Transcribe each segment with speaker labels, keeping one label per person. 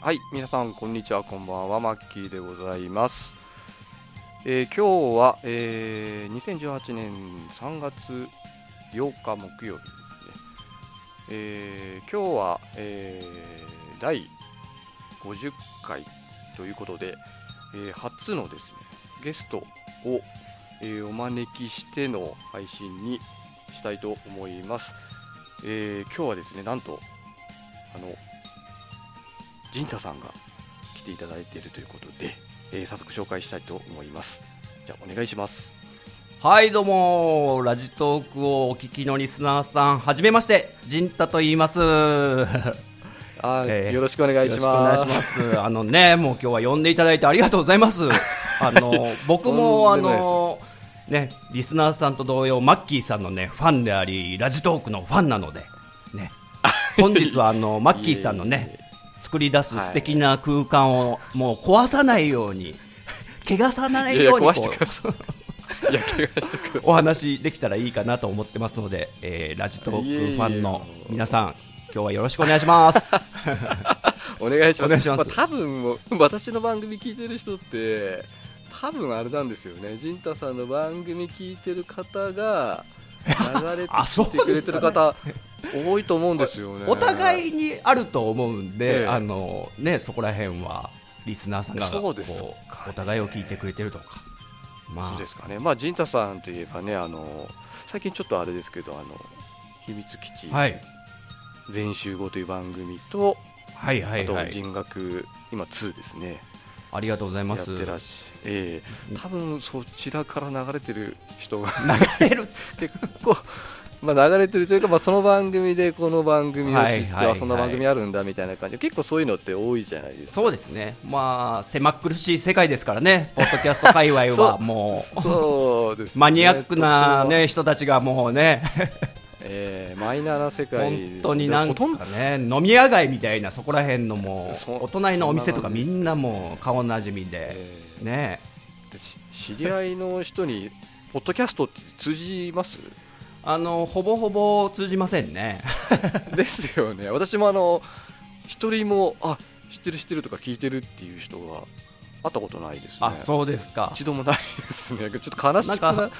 Speaker 1: はい、皆さん、こんにちは、こんばんは、マッキーでございます。えー今日は、えー2018年3月8日木曜日ですね。えー今日は、えー第50回ということで、えー初のですね、ゲストを、えーお招きしての配信にしたいと思います。えー今日はですね、なんと、あの、陣太さんが来ていただいているということで、えー早速紹介したいと思いますじゃあお願いします
Speaker 2: はいどうもラジトークをお聞きのリスナーさんはじめましてジンタと言 いますよ
Speaker 1: あ、
Speaker 2: えー
Speaker 1: よろしくお願
Speaker 2: ろ
Speaker 1: い
Speaker 2: し
Speaker 1: し
Speaker 2: くお願
Speaker 1: ま
Speaker 2: い
Speaker 1: す
Speaker 2: しますあのねもう今日は呼んでいただいてありがとうござ いますあの僕も
Speaker 1: と
Speaker 2: あ
Speaker 1: んでもないです
Speaker 2: のねリスナーさんと同様マッキーさんのねファンでありラジトークのファンなので ね本日はあのマッキーさんのね作り出す素敵な空間をもう壊さないよう に汚さない
Speaker 1: いやいや
Speaker 2: ようにこ
Speaker 1: 壊
Speaker 2: う
Speaker 1: してくださいいや怪我してくださ
Speaker 2: お話できたらいいかなと思ってますので、えーラジトークファンの皆さん、今日はよろしくお願い します。
Speaker 1: いお願いします
Speaker 2: お願いします
Speaker 1: あ、多分もう私の番組聞いてる人って多分あれなんですよね陣太さんの番組聞いてる方が流れて
Speaker 2: あそう
Speaker 1: き
Speaker 2: です
Speaker 1: て
Speaker 2: かね
Speaker 1: くれてる方、多いと思うんですよね
Speaker 2: お互
Speaker 1: い
Speaker 2: いにあると思うん
Speaker 1: え
Speaker 2: で、
Speaker 1: え
Speaker 2: あのね、そこら辺はリスナーさんが
Speaker 1: そ
Speaker 2: こ
Speaker 1: うですかね
Speaker 2: うお互いを聞いてくれてるとか、
Speaker 1: そ
Speaker 2: ま
Speaker 1: うで
Speaker 2: あ、
Speaker 1: すかね、まあ、陣太さんといえばね、あの最近ちょっとあれですけど、あの秘密基地
Speaker 2: はい、
Speaker 1: 全集合という番組と、
Speaker 2: はいはいは
Speaker 1: あと
Speaker 2: い、
Speaker 1: 人学、今2ですね、
Speaker 2: ありがとうござい
Speaker 1: や
Speaker 2: ま
Speaker 1: っ
Speaker 2: す。
Speaker 1: てらっしゃええ多分そちらから流れてる人が
Speaker 2: 流れる
Speaker 1: 結構、まあ、流れてるというか、まあ、その番組でこの番組を知って、
Speaker 2: はいはいはい
Speaker 1: あそんな番組あるんだみたいな感じで、結構そういうのって多いじゃないですか。
Speaker 2: そうですね、まあ、狭っ苦しい世界ですからね、ポッドキャスト界 隈はもう、
Speaker 1: そうですね
Speaker 2: マニアックな、
Speaker 1: とても
Speaker 2: ね、人たちがもうね、
Speaker 1: ええマイナーな世界ですね
Speaker 2: 本当になん
Speaker 1: ほとんど
Speaker 2: かね飲み屋街みたいなそこら辺のもう
Speaker 1: そう
Speaker 2: お隣のお店と
Speaker 1: そ
Speaker 2: か
Speaker 1: んな感じです
Speaker 2: みんなもう顔なじみで
Speaker 1: ええ
Speaker 2: ね
Speaker 1: でし知り合いの人に、ポッドキャストって通じ ます
Speaker 2: あのほぼほぼ通じませんね
Speaker 1: ですよね、私もあの一人も、あ知ってる、知ってるとか聞いてるっていう人が会ったことないですね、
Speaker 2: あそうですか
Speaker 1: 一度もないですね、ちょっ と悲しくな、
Speaker 2: なん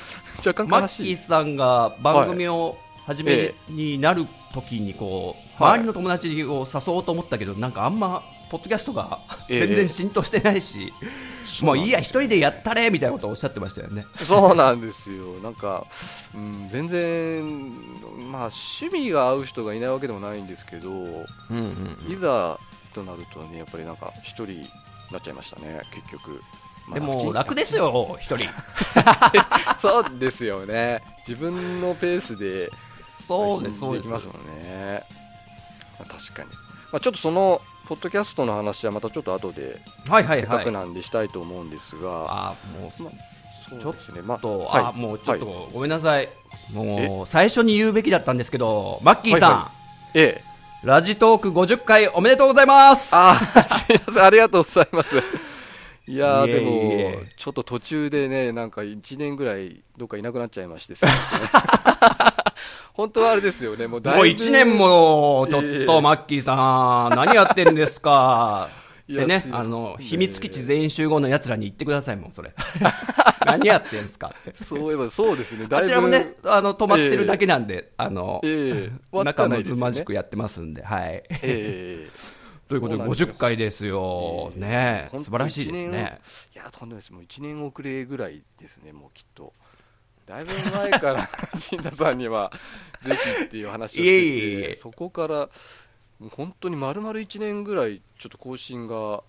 Speaker 1: 若干
Speaker 2: マ
Speaker 1: 悲
Speaker 2: ッキ
Speaker 1: し
Speaker 2: ー
Speaker 1: い、
Speaker 2: さんが番組を始め
Speaker 1: え
Speaker 2: になる時にこう
Speaker 1: はい
Speaker 2: 周りの友達を誘おうと思ったけどなんかあんまポッドキャストが
Speaker 1: ええ
Speaker 2: 全然浸透してないしもういいや一人でやったれみたいなことをおっしゃってましたよね
Speaker 1: そうなんですよ、なんか、うん、全然、まあ、趣味が合う人がいないわけでもないんですけど、
Speaker 2: うんうん
Speaker 1: いざとなるとね、やっぱりなんか、一人になっちゃいましたね、結局。まあ
Speaker 2: で
Speaker 1: 人
Speaker 2: も楽ですよ一 人
Speaker 1: そうですよね。自分のペースで
Speaker 2: そうです
Speaker 1: 配
Speaker 2: そ
Speaker 1: 信
Speaker 2: うで
Speaker 1: できます
Speaker 2: す
Speaker 1: もんね。まあ確かに。まあ、ちょっとそのポッドキャストの話はまたちょっと後で、
Speaker 2: はいはい
Speaker 1: せっか
Speaker 2: はい
Speaker 1: くなんでしたいと思うんですが、
Speaker 2: あもうそち
Speaker 1: そ
Speaker 2: ょ
Speaker 1: う
Speaker 2: っ
Speaker 1: ですね。まあ
Speaker 2: と、
Speaker 1: はい
Speaker 2: あもうちょっと
Speaker 1: はい
Speaker 2: ごめんなさい、もう最初に言うべきだったんですけど、マッキーさん、
Speaker 1: はいはええ。
Speaker 2: ラジトーク50回おめでとうございます。
Speaker 1: あ ー、すいません。ありがとうございます。いやー
Speaker 2: いえいえ
Speaker 1: でも、ちょっと途中でね、なんか1年ぐらいどっかいなくなっちゃいまして、すいま せん本当はあれですよね、もうだいぶ
Speaker 2: もう1年も、ちょ
Speaker 1: いえ
Speaker 2: っ
Speaker 1: いえ
Speaker 2: と、マッキーさん、何やってんですか。
Speaker 1: いや
Speaker 2: でね
Speaker 1: すい、ま
Speaker 2: あ
Speaker 1: せん
Speaker 2: の、秘密基地全員集合の奴らに言ってください、もうそれ。 何やってんすかって。
Speaker 1: そういえばそうですね、だい
Speaker 2: あ
Speaker 1: ぶ
Speaker 2: ちらもね、あの、止まってるだけなんで、あの、
Speaker 1: ええ
Speaker 2: 仲睦
Speaker 1: ず
Speaker 2: まじくやってますんで、はい。
Speaker 1: ええ
Speaker 2: ということで、
Speaker 1: そうなんですよ
Speaker 2: 50回ですよ。
Speaker 1: ええ
Speaker 2: ね
Speaker 1: 本当
Speaker 2: 素晴らしいです
Speaker 1: 一年
Speaker 2: ね。
Speaker 1: いや、とんでもないです。もう1年遅れぐらいですね、もうきっと。だいぶ前から、陣田さんには、 ぜひっていう話をしてて、
Speaker 2: いえいえいえ
Speaker 1: そこから、もう本当に丸々1年ぐらい、ちょっと更新が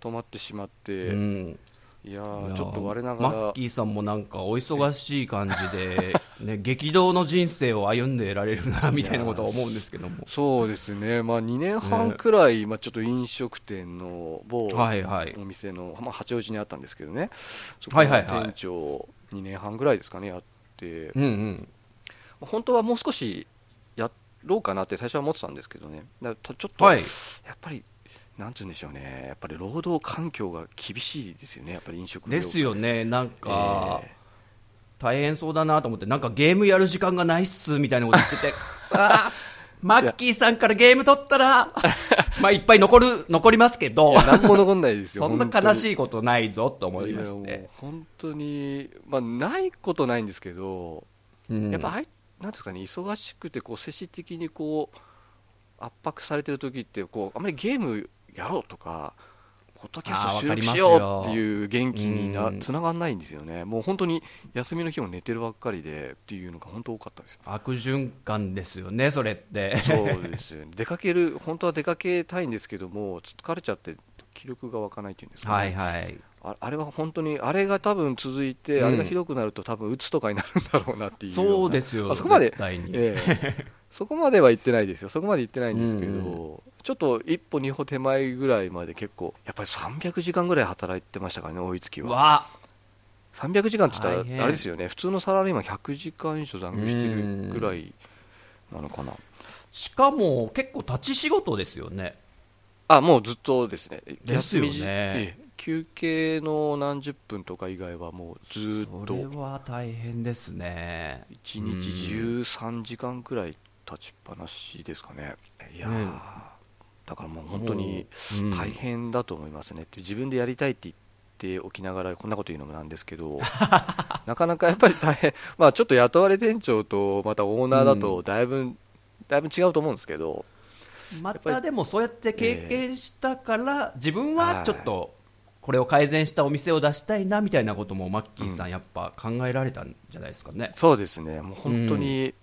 Speaker 1: 止まってしまって、
Speaker 2: うん。
Speaker 1: いや
Speaker 2: いや
Speaker 1: ー、
Speaker 2: ー
Speaker 1: ちょっと我な
Speaker 2: マッ
Speaker 1: がら、
Speaker 2: キーさんもなんかお忙しい感じで、ね、 激動の人生を歩んでられるなみたいなことは思うんですけども
Speaker 1: そうですね、まあ、2年半くらい、まあ、ちょっと飲食店の某、
Speaker 2: はいはい
Speaker 1: お店の、まあ、八王子にあったんですけどね、そこ
Speaker 2: はい
Speaker 1: の
Speaker 2: はいはい
Speaker 1: 店長、2年半ぐらいですかね、やって、
Speaker 2: うんうん
Speaker 1: 本当はもう少しやろうかなって最初は思ってたんですけどね、だからちょっと、
Speaker 2: はい
Speaker 1: やっぱり、なんて言うんでしょうね、やっぱり労働環境が厳しいですよね、やっぱり飲食業
Speaker 2: ですよねなんか、
Speaker 1: ええ
Speaker 2: 大変そうだなと思ってなんかゲームやる時間がないっすみたいなこと言っててあマッキーさんからゲーム取った ら、まあいっぱい残る、残りますけど、
Speaker 1: 何も残んないですよ
Speaker 2: そんな悲しいことないぞと思
Speaker 1: 本当にい
Speaker 2: いま
Speaker 1: や
Speaker 2: し
Speaker 1: も
Speaker 2: て
Speaker 1: う。本当にまあないことないんですけど、
Speaker 2: うん
Speaker 1: やっぱあいなんていうんですかね忙しくてこう精神的にこう圧迫されてる時ってこうあまりゲームやろうとかポッドキャスト収録し
Speaker 2: あーわ
Speaker 1: よ
Speaker 2: か
Speaker 1: うっ
Speaker 2: りますよ
Speaker 1: ていう元気にな
Speaker 2: うん
Speaker 1: つながらないんですよね、もう本当に休みの日も寝てるばっかりでっていうのが本当多かったですよ
Speaker 2: 悪循環ですよね、それって。
Speaker 1: そうですよね出かける本当は出かけたいんですけどもちょっと疲れちゃって気力が湧かないっていうんですか、ね
Speaker 2: はいはい。
Speaker 1: ああれは本当にあれが多分続いて、
Speaker 2: うん
Speaker 1: あれがひどくなると多分鬱とかになるんだろうなっていうような
Speaker 2: そうですよ。
Speaker 1: あそこまで
Speaker 2: 絶対に
Speaker 1: ええ そこまでは言ってないですよ、そこまで言ってないんですけど、
Speaker 2: うん
Speaker 1: ちょっと一歩、二歩手前ぐらいまで結構、やっぱり300時間ぐらい働いてましたからね、追いつき
Speaker 2: う
Speaker 1: は。
Speaker 2: わ
Speaker 1: 300時間って言
Speaker 2: 大
Speaker 1: った
Speaker 2: 変
Speaker 1: ら、あれですよね、普通のサラリーマン100時間以上残業してるぐらいなのかな、
Speaker 2: しかも結構立ち仕事ですよね。
Speaker 1: あもうずっとですね、
Speaker 2: ですよね
Speaker 1: 時ええ休憩の何十分とか以外は、もうずー
Speaker 2: そ
Speaker 1: っ
Speaker 2: れ
Speaker 1: と
Speaker 2: は大変ですね。
Speaker 1: 1日13時間くらい立ちっぱなしですかね。いやー
Speaker 2: ね
Speaker 1: だからもう本当に
Speaker 2: うん
Speaker 1: 大変だと思いますねって、自分でやりたいって言っておきながら、こんなこと言うのもなんですけ ど、なかなかやっぱり大変、まあ、ちょっと雇われ店長と、またオーナーだと、だいぶ、だいぶ違うと思うんですけど、
Speaker 2: ま
Speaker 1: やっぱ
Speaker 2: た
Speaker 1: り
Speaker 2: でもそうやって経験したから、自分はちょっとこれを改善したお店を出したいなみたいなこともマッキーさ
Speaker 1: うん
Speaker 2: やっぱ考えられたんじゃないですかね。
Speaker 1: そうですね、もう本当に、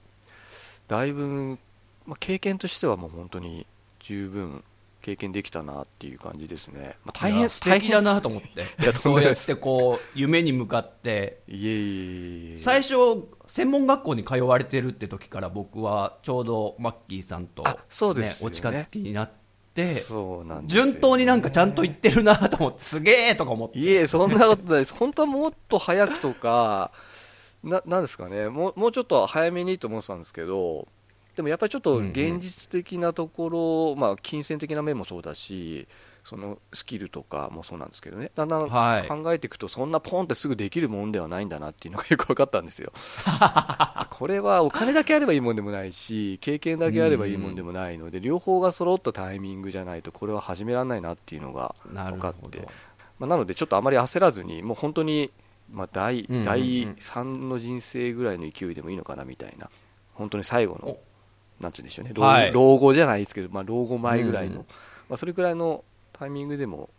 Speaker 1: だいぶ、まあ、経験としてはもう本当に十分経験できたなっていう感じですね。まあ、大
Speaker 2: い
Speaker 1: 変
Speaker 2: や素敵だ
Speaker 1: 大
Speaker 2: なと思って
Speaker 1: いやとん
Speaker 2: そ
Speaker 1: で
Speaker 2: う
Speaker 1: もない
Speaker 2: や
Speaker 1: で
Speaker 2: っ
Speaker 1: す
Speaker 2: てこう夢に向かって
Speaker 1: 変いえいえいえいえ
Speaker 2: 最初専門学校に通われてるって時から僕はちょうどマッキーさんと、
Speaker 1: あそうですよね
Speaker 2: お近づきになって
Speaker 1: そうなんですよね
Speaker 2: 順当になんかちゃんと行ってるなと思ってすげえとか思って
Speaker 1: いえ、そんなことないです。本当はもっと早くとか、ななんですかねもう、もうちょっと早めにと思ってたんですけど、でもやっぱりちょっと現実的なところ、まあ、金銭的な面もそうだし、そのスキルとかもそうなんですけどね、だんだん
Speaker 2: はい
Speaker 1: 考えていくと、そんなポンってすぐできるもんではないんだなっていうのが よく分かったん ですよ。これはお金だけあればいいもんでもないし、経験だけあればいいもんでもないので、両方が揃ったタイミングじゃないと、これは始められないなっていうのが
Speaker 2: なる
Speaker 1: 分かっ
Speaker 2: ほ
Speaker 1: て
Speaker 2: ど。
Speaker 1: まあ、なので、ちょっとあまり焦らずに、もう本当に、まあ、第
Speaker 2: うんうんうん
Speaker 1: 第3の人生ぐらいの勢いでもいいのかなみたいな、本当に最後の
Speaker 2: お、
Speaker 1: なんて言うんでしょうね、老,、
Speaker 2: はい
Speaker 1: 老後じゃないですけど、まあ、老後前ぐらいの、
Speaker 2: うんうん
Speaker 1: まあ、それぐらいのタイミングでも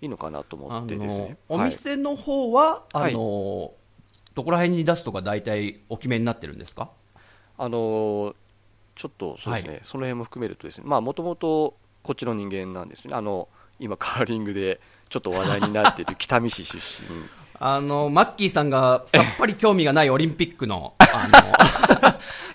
Speaker 1: いいのかなと思
Speaker 2: あ
Speaker 1: ってですね
Speaker 2: の。お
Speaker 1: はい
Speaker 2: 店の方は、
Speaker 1: はい
Speaker 2: あのどこら辺に出すとか大体お決めになってるんですか
Speaker 1: あのーちょっとそうですね、その辺も含めるとですね、まあもともとこっちの人間なんですよね、あの今、カーリングでちょっと話題になっている北見市出身、
Speaker 2: あのマッキーさんがさっぱり興味がないオリンピッ クのあ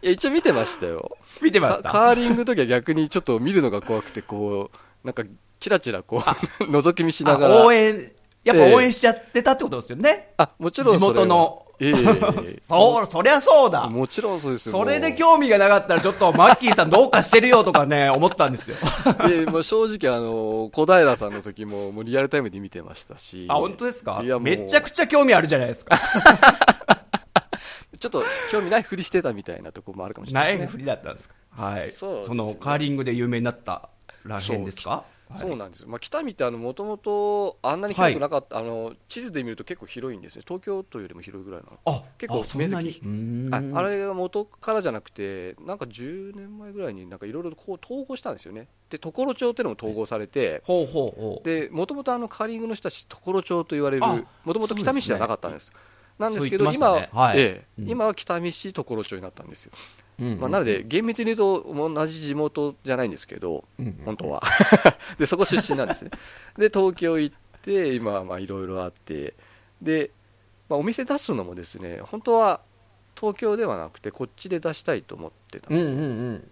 Speaker 1: いや一応見てましたよ。
Speaker 2: の見てま
Speaker 1: カ
Speaker 2: した
Speaker 1: カーリングの時は逆にちょっと見るのが怖くて、こう、なんか、ちらちらこう、 覗き見しなが
Speaker 2: あ応
Speaker 1: ら。
Speaker 2: 援やっぱ応援しちゃってたってことですよね、
Speaker 1: あ、もちろんそれは
Speaker 2: 地元の
Speaker 1: ええ
Speaker 2: そうそりゃそうだ
Speaker 1: もちろんそうですよ。
Speaker 2: それで
Speaker 1: も
Speaker 2: 興味がなかったらちょっとマッキーさんどうかしてるよと かね思ったんですよ
Speaker 1: うええもう正直、あの、小平さんの時も、もうリアルタイムで見てましたし。
Speaker 2: あ本当ですか
Speaker 1: いや、もう
Speaker 2: めちゃくちゃ興味あるじゃないで すか
Speaker 1: ちょっと興味ないふりしてたみたいなとこもあるかもしれ
Speaker 2: な
Speaker 1: ない
Speaker 2: い
Speaker 1: です
Speaker 2: ふ
Speaker 1: ね。
Speaker 2: りだったんですかはい
Speaker 1: そうですね
Speaker 2: のカーリングで有名になったらへんですかはい
Speaker 1: そうなんですよ。まあ、北見って、あの、もともと、あんなに広くなかった、あの、地図で見ると結構広いんですね。東京都よりも広いぐらいなの。
Speaker 2: あ
Speaker 1: 結構
Speaker 2: あそんなに
Speaker 1: 面積
Speaker 2: うーん
Speaker 1: ああれが元からじゃなくて、なんか10年前ぐらいに、なんかいろいろこう統合したんですよね。で、常呂町っていうのも統合されて、
Speaker 2: ほうほうほう
Speaker 1: で、もともとあのカーリングの人たち、常呂町と言われる
Speaker 2: あ、
Speaker 1: もともと北見市じゃなかったんです。なんですけ
Speaker 2: そ
Speaker 1: ど、
Speaker 2: う言って
Speaker 1: 今
Speaker 2: ま
Speaker 1: は
Speaker 2: し、たねはい
Speaker 1: ええ
Speaker 2: うん
Speaker 1: 今は北見市、常呂町になったんですよ。
Speaker 2: うんうん
Speaker 1: まあ、なので、厳密に言うと、同じ地元じゃないんですけど、
Speaker 2: うんうん
Speaker 1: 本当は。 で、そこ出身なんですね。で、東京行って、今はまあいろいろあって、で、まあ、お店出すのもですね、本当は東京ではなくて、こっちで出したいと思ってたん
Speaker 2: うん
Speaker 1: で
Speaker 2: う
Speaker 1: すよ。
Speaker 2: んうん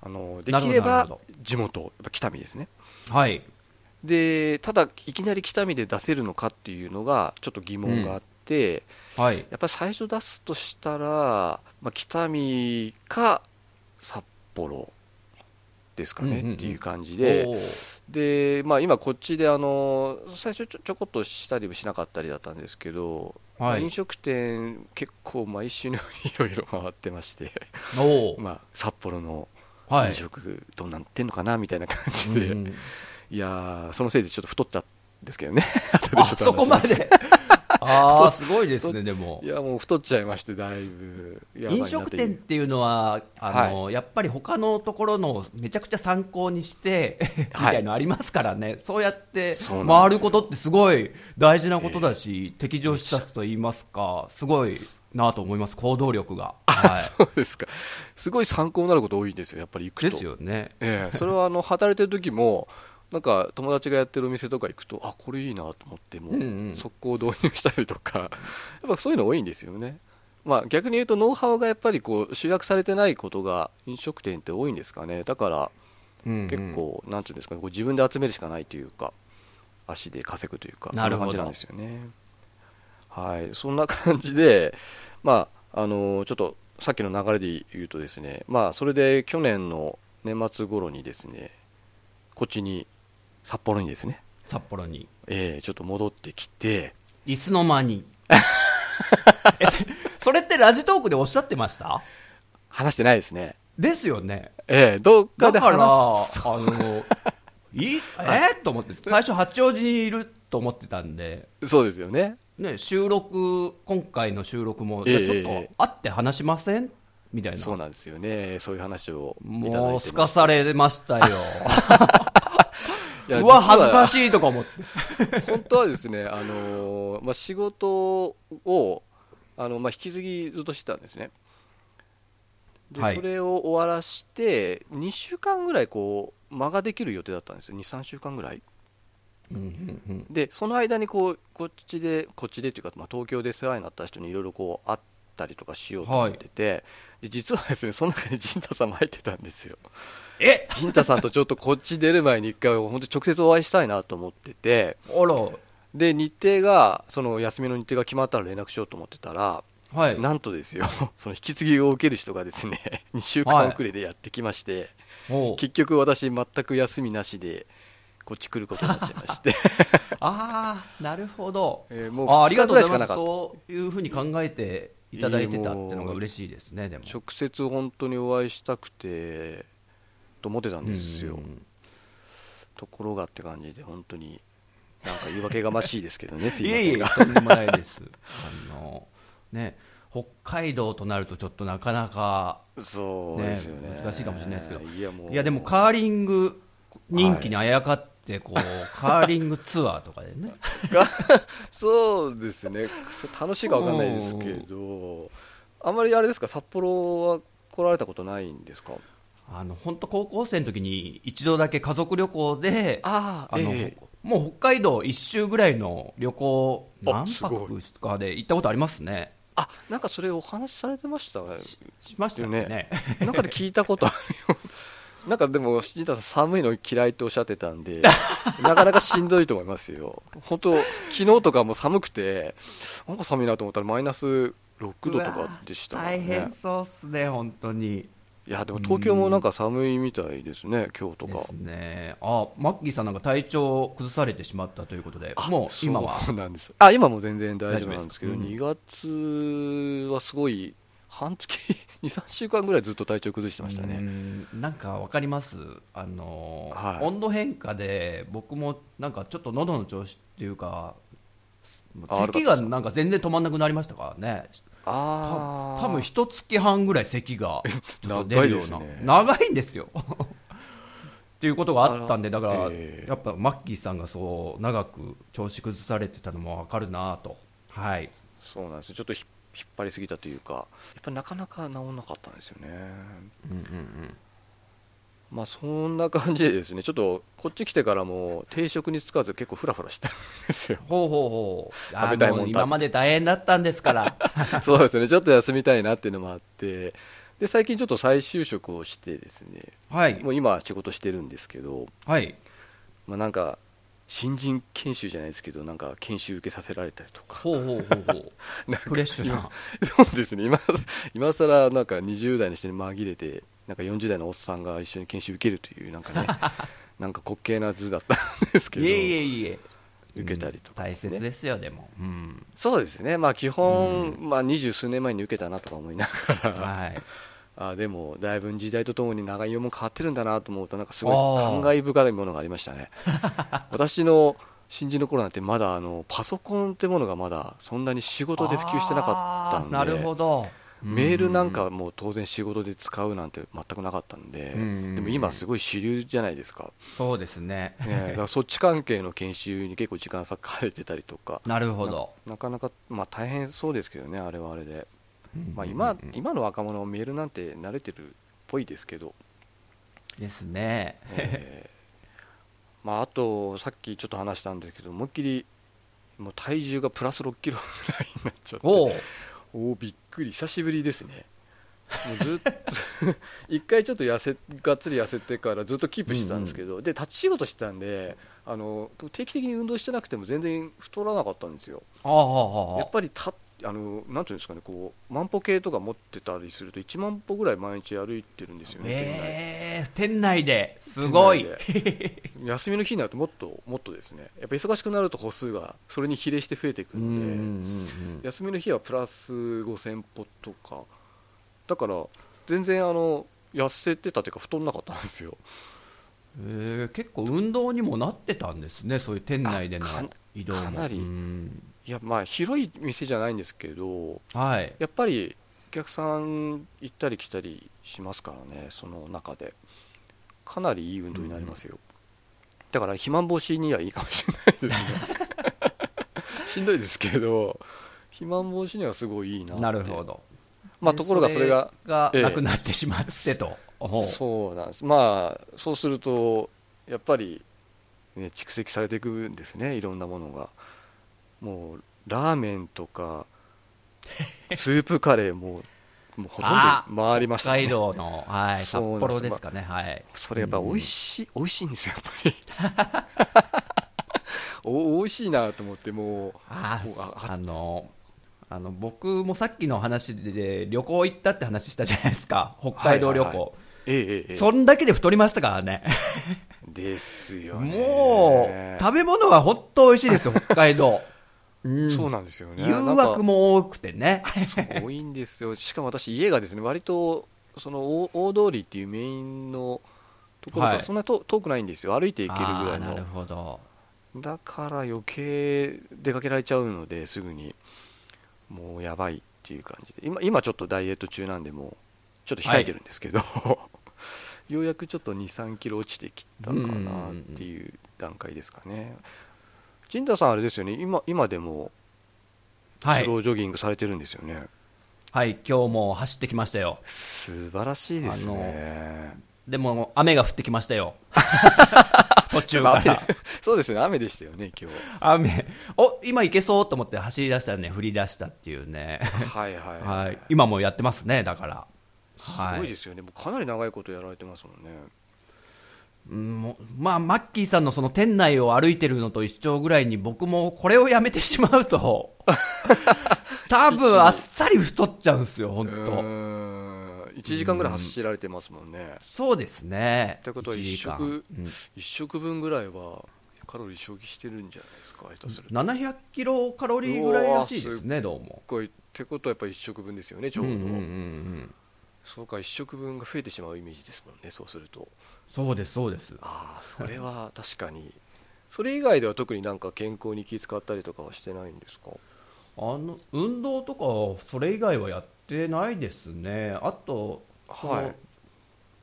Speaker 1: あので
Speaker 2: な
Speaker 1: き
Speaker 2: るほど
Speaker 1: れ
Speaker 2: な
Speaker 1: ば
Speaker 2: るほ
Speaker 1: 地元、やっぱ北見ですね。
Speaker 2: はい
Speaker 1: で、ただ、いきなり北見で出せるのかっていうのが、ちょっと疑問があって、
Speaker 2: はい
Speaker 1: やっぱり最初出すとしたら、まあ、北見か札幌ですかね、
Speaker 2: うんうんうん
Speaker 1: っていう感じで。
Speaker 2: おー
Speaker 1: で、まあ、今、こっちであの最初ちょ、ちょこっとしたりもしなかったりだったんですけど、まあ
Speaker 2: はい
Speaker 1: 飲食店、結構毎週のようにいろいろ回ってまして、
Speaker 2: おー
Speaker 1: まあ、札幌の
Speaker 2: はい
Speaker 1: 飲食どうなってんのかなみたいな感じ
Speaker 2: う
Speaker 1: で、
Speaker 2: ん
Speaker 1: いやーそのせいでちょっと太っちゃったんですけどね後で
Speaker 2: あ
Speaker 1: ちょっと話します
Speaker 2: そこま でああすごいですねでも
Speaker 1: いやもう太っちゃいましてだいぶやばいなっ
Speaker 2: 飲
Speaker 1: ていう
Speaker 2: 食店っていうのはあの、やっぱり他のところのめちゃくちゃ参考にして みたいのありますからね、そうやって
Speaker 1: そうなんですよ
Speaker 2: 回ることってすごい大事なことだし、敵情視察と言いますかすごいなと思います行動力が、 はい、
Speaker 1: そうですかすごい参考になること多いんですよやっぱり行くと
Speaker 2: ですよね
Speaker 1: ええ、それはあの働いてる時もなんか友達がやってるお店とか行くとあこれいいなと思っても
Speaker 2: うんうん
Speaker 1: う速攻導入したりとか、 やっぱそういうの多いんですよね、まあ、逆に言うとノウハウがやっぱりこう集約されてないことが飲食店って多いんですかねだから結構、なんていうんですかねこう自分で集めるしかないというか足で稼ぐというかそ
Speaker 2: なんる
Speaker 1: な感
Speaker 2: ほど
Speaker 1: じなんですよねはいそんな感じで まああのちょっとさっきの流れで言うとですねまあそれで去年の年末頃にですねこっちに札幌にですね、
Speaker 2: 札幌に
Speaker 1: えーちょっと戻ってきて
Speaker 2: いつの 間にえそそれってラジトークでおっしゃってました
Speaker 1: 話してないですね
Speaker 2: ですよね
Speaker 1: えーどっか
Speaker 2: だ
Speaker 1: で
Speaker 2: から、あ
Speaker 1: 話す
Speaker 2: の、い えーと思って、最初八王子にいると思ってたんで、
Speaker 1: そうですよね
Speaker 2: ね、収録、今回の収録も、
Speaker 1: ええ
Speaker 2: ちょっと会って話しませんみたいな。
Speaker 1: そうなんですよねそういう話をいただいて
Speaker 2: もう、
Speaker 1: まし
Speaker 2: す
Speaker 1: た
Speaker 2: かされましたよ。
Speaker 1: いや
Speaker 2: う
Speaker 1: 実
Speaker 2: わ、
Speaker 1: は
Speaker 2: 恥ずかしいとか思って。
Speaker 1: 本当はですね、あのーまあ、仕事をあの、まあ、引き継ぎずっとしてたんですねで、
Speaker 2: はい
Speaker 1: それを終わらして2週間ぐらいこう間ができる予定だったんですよ23週間ぐらい
Speaker 2: うんうんうん
Speaker 1: でその間にこうこっちでこっちでというか、まあ、東京で世話になった人にいろいろこう会ったりとかしようと思ってて、で実はですねその中に陣太さんも入ってたんですよ
Speaker 2: え
Speaker 1: 陣太さんとちょっとこっち出る前に一回本当に直接お会いしたいなと思ってて
Speaker 2: あら、
Speaker 1: で日程がその休みの日程が決まったら連絡しようと思ってたら、
Speaker 2: はい。
Speaker 1: なんとですよ その引き継ぎを受ける人がですね2 週間遅れでやってきまして、
Speaker 2: もう
Speaker 1: 結局私全く休みなしでこっち来ることになっちゃいま して、
Speaker 2: ああ、なるほど。
Speaker 1: えーもう
Speaker 2: あーあ
Speaker 1: 2
Speaker 2: り
Speaker 1: 日
Speaker 2: がと
Speaker 1: ぐらい
Speaker 2: うござ
Speaker 1: しか
Speaker 2: いま
Speaker 1: な
Speaker 2: す。
Speaker 1: かった
Speaker 2: そういうふうに考えていただいてたっていうのが嬉しいですね、でも。
Speaker 1: 直接本当にお会いしたくてと思ってたんですよ、
Speaker 2: うんうんうん
Speaker 1: ところがって感じで本当になんか言い訳がましいですけどねすい
Speaker 2: い
Speaker 1: ま
Speaker 2: え
Speaker 1: せ
Speaker 2: い
Speaker 1: ん
Speaker 2: え
Speaker 1: が、
Speaker 2: とんでもないです。あの、ね、北海道となるとちょっとなかなか、
Speaker 1: そうですよね
Speaker 2: ね難しいかもしれないですけど
Speaker 1: いやもう
Speaker 2: いやでもカーリング人気にあやかって、こう、カーリングツアーとかで ね。
Speaker 1: がそうですねそう楽しいかわかんないですけどあまりあれですか札幌は来られたことないんですか
Speaker 2: あの、本当高校生の時に一度だけ家族旅行で、
Speaker 1: あ
Speaker 2: あの、もう北海道一周ぐらいの旅行、
Speaker 1: あ
Speaker 2: 何泊かで行ったことありますね。
Speaker 1: あなんかそれお話しされてました
Speaker 2: しましたよね。
Speaker 1: ねなんかで聞いたことあるよ なんかでも新田さん寒いの嫌いっておっしゃってたん でなかなかしんどいと思いますよ本当昨日とかも寒くてなんか寒いなと思ったらマイナス6度とかでしたからね
Speaker 2: 大変そうっすね、本当に。
Speaker 1: いやでも東京もなんか寒いみたいですね今日と
Speaker 2: で
Speaker 1: か
Speaker 2: すね、あマッキーさんなんか体調を崩されてしまったということで、
Speaker 1: あ
Speaker 2: もう今は、
Speaker 1: そうなんですあ今も全然大丈夫なんですけど、
Speaker 2: 大丈夫
Speaker 1: 2月はすごい半月 23週間ぐらいずっと体調崩してました
Speaker 2: う
Speaker 1: ね
Speaker 2: んなんかわかります、あの
Speaker 1: はい
Speaker 2: 温度変化で、僕もなんかちょっと喉の調子っていうか、もう
Speaker 1: あ悪かったで
Speaker 2: 咳
Speaker 1: すか
Speaker 2: がなんか全然止まんなくなりましたからね、
Speaker 1: ああ
Speaker 2: 多分一月半ぐらい咳がちょっと出るような、
Speaker 1: 長いですね
Speaker 2: 長いんですよ。 っていうことがあったんで、
Speaker 1: あら
Speaker 2: だから、
Speaker 1: ええ
Speaker 2: やっぱマッキーさんがそう長く調子崩されてたのもわかるなと。はい
Speaker 1: そうなんですよちょっとひ引っ張りすぎたというかやっぱなかなか治んなかったんですよね
Speaker 2: うんうんうん
Speaker 1: まあそんな感じでですねちょっとこっち来てからも定食につかず結構フラフラしてるんです よ
Speaker 2: ほうほうほう。
Speaker 1: 食べたいもん
Speaker 2: あ
Speaker 1: 食
Speaker 2: の
Speaker 1: べ
Speaker 2: 今まで大変だったんですから。
Speaker 1: そうですねちょっと休みたいなっていうのもあってで最近ちょっと再就職をしてですね
Speaker 2: はい
Speaker 1: も。う 今は仕事してるんですけど
Speaker 2: はい。
Speaker 1: まあ、なんか新人研修じゃないですけどなんか研修受けさせられたりとか
Speaker 2: ほうほうほうほう。
Speaker 1: なんか
Speaker 2: フレッシュな。
Speaker 1: そうですね今今さらなんか20代の人に紛れてなんか40代のおっさんが一緒に研修受けるというなん かねなんか滑稽な図だったんですけ
Speaker 2: い
Speaker 1: ど
Speaker 2: えいえいえ。
Speaker 1: 受けたりとか
Speaker 2: 大
Speaker 1: ですね
Speaker 2: 切ですよ、でも。うん。
Speaker 1: そうですねまあ基本、まあ、二十数年前に受けたなとか思いながら
Speaker 2: はい。
Speaker 1: あでも、だいぶ時代とともに長芋も変わってるんだなと思うと、なんかすごい感慨深いものがありまし たね。私の新人の頃なんて、まだあのパソコンってものがまだそんなに仕事で普及してなかったんで、
Speaker 2: あーなるほど。
Speaker 1: メールなんかもう当然仕事で使うなんて全くなかったんで、
Speaker 3: うん
Speaker 1: でも今すごい主流じゃないで すか。
Speaker 2: そうですね。
Speaker 1: ねだからそっち関係の研修に結構時間割かれてたりとか、
Speaker 2: なるほど。
Speaker 1: なかなか、まあ、大変そうですけどね、あれはあれで、まあ、
Speaker 3: う
Speaker 1: 今
Speaker 3: んうんうん
Speaker 1: 今の若者、メールなんて慣れてるっぽいですけど、
Speaker 2: ですね。
Speaker 1: えーまあ、あと、さっきちょっと話したんですけど、思いっきりもう体重がプラス6キロぐらいになっちゃって、
Speaker 2: おお。
Speaker 1: おおびっくり久しぶりですねもうずっと一回ちょっと痩せがっつり痩せてからずっとキープしてたんですけど、で立ち仕事してたんであの定期的に運動してなくても全然太らなかったんですよ
Speaker 2: ああああ
Speaker 1: や
Speaker 2: あ
Speaker 1: っぱりたあのなんていうんですかねこう万歩計とか持ってたりすると1万歩ぐらい毎日歩いてるんですよね、
Speaker 2: ええ店内ですごい。
Speaker 1: 店内で休みの日になるともっともっとですねやっぱ忙しくなると歩数がそれに比例して増えていく
Speaker 3: うん
Speaker 1: ので、
Speaker 3: うん
Speaker 1: 休みの日はプラス5000歩とかだから全然あの痩せてたというか太んなかったんですよ
Speaker 2: えー結構運動にもなってたんですね、そういう店内での
Speaker 1: あか
Speaker 2: 移動も。
Speaker 1: かな
Speaker 3: う
Speaker 1: り、
Speaker 3: ん
Speaker 1: いやまあ広い店じゃないんですけど
Speaker 2: はい、
Speaker 1: やっぱりお客さん行ったり来たりしますからねその中でかなりいい運動になりますよ、だから肥満防止にはいいかもしれない ですねしんどいですけど肥満防止にはすごいいいなって
Speaker 2: なるほど、
Speaker 1: まあところがそれが
Speaker 2: が
Speaker 1: ええ
Speaker 2: なくなってしまってと、おう
Speaker 1: そうなんです、まあ、そうすると、やっぱり、ね、蓄積されていくんですね、いろんなものが。もう、ラーメンと か、スープカレーも、もうほとん
Speaker 2: あ
Speaker 1: ど回りました
Speaker 2: 北
Speaker 1: ね、
Speaker 2: 海道の、はい、
Speaker 1: そ
Speaker 2: 札
Speaker 1: うなんです
Speaker 2: 幌ですかね、はい、
Speaker 1: それやっぱ美味しい、美味しいんですよ、やっぱり。 お美味しいなと思って、もう、
Speaker 2: あ
Speaker 1: もうあ
Speaker 2: ああのあの僕もさっきの話で旅行行ったって話したじゃないですか、北海道旅行、
Speaker 1: はいはいはいええええええ
Speaker 2: そんだけで太りましたからね、
Speaker 1: ですよね。
Speaker 2: もう食べ物が本当美味しいですよ、北海道、うん
Speaker 1: そうなんですよね。
Speaker 2: 誘惑も多くてね、
Speaker 1: そう多いんですよ、しかも私、家がですね割とその大大通りっていうメインのところか
Speaker 2: は
Speaker 1: ら
Speaker 2: い
Speaker 1: そんなと遠くないんですよ、歩いて行けるぐらい
Speaker 2: あーなる
Speaker 1: の、
Speaker 2: ほど。
Speaker 1: だから余計出かけられちゃうのですぐに、もうやばいっていう感じで、今、今ちょっとダイエット中なんで、もうちょっと控えてるんですけ ど、ようやくちょっと2、3キロ落ちてきたかなっていう段階ですかね。陣田さん、あれですよね、今今でも
Speaker 2: は
Speaker 1: ス
Speaker 2: い
Speaker 1: ロ、ージョギングされてるんですよね。
Speaker 2: はい、今日も走ってきましたよ。
Speaker 1: 素晴らしいですね。
Speaker 2: でも、雨が降ってきまし たよ。途中
Speaker 1: まあ
Speaker 2: か
Speaker 1: 雨
Speaker 2: ら。
Speaker 1: そうですね、雨でしたよね、今日。
Speaker 2: 雨。お、今行けそうと思って走り出したらね、振り出したっていうね。
Speaker 1: はいはい、
Speaker 2: はい。今もやってますね、だから。は
Speaker 1: すごいですよね、もうかなり長いことやられてますもんね。
Speaker 2: うんもうまあ、マッキーさんのその店内を歩いてるのと一緒ぐらいに僕もこれをやめてしまう と、多分あっさり太っちゃうんですよ、本
Speaker 1: う
Speaker 2: 当
Speaker 1: ーん、1時間ぐらい走られてますもんね。
Speaker 2: そうですね。
Speaker 1: ってことは
Speaker 2: 一
Speaker 1: 1
Speaker 2: 時間
Speaker 1: 食、
Speaker 2: うん
Speaker 1: 一食分ぐらいはカロリー消費してるんじゃないですか、下手すると。
Speaker 2: 700キロカロリーぐらいらしいですね、どうも。
Speaker 1: こういってことはやっぱり1食分ですよね、ちょうど。
Speaker 3: うんうんうんうん
Speaker 1: そうか、1食分が増えてしまうイメージですもんね、そうすると。
Speaker 2: そうです、そうです。
Speaker 1: ああ、それは確かに。それ以外では特になんか健康に気遣ったりとかはしてないんですか
Speaker 2: あの運動とか、それ以外はやってないですね、あと、その
Speaker 1: はい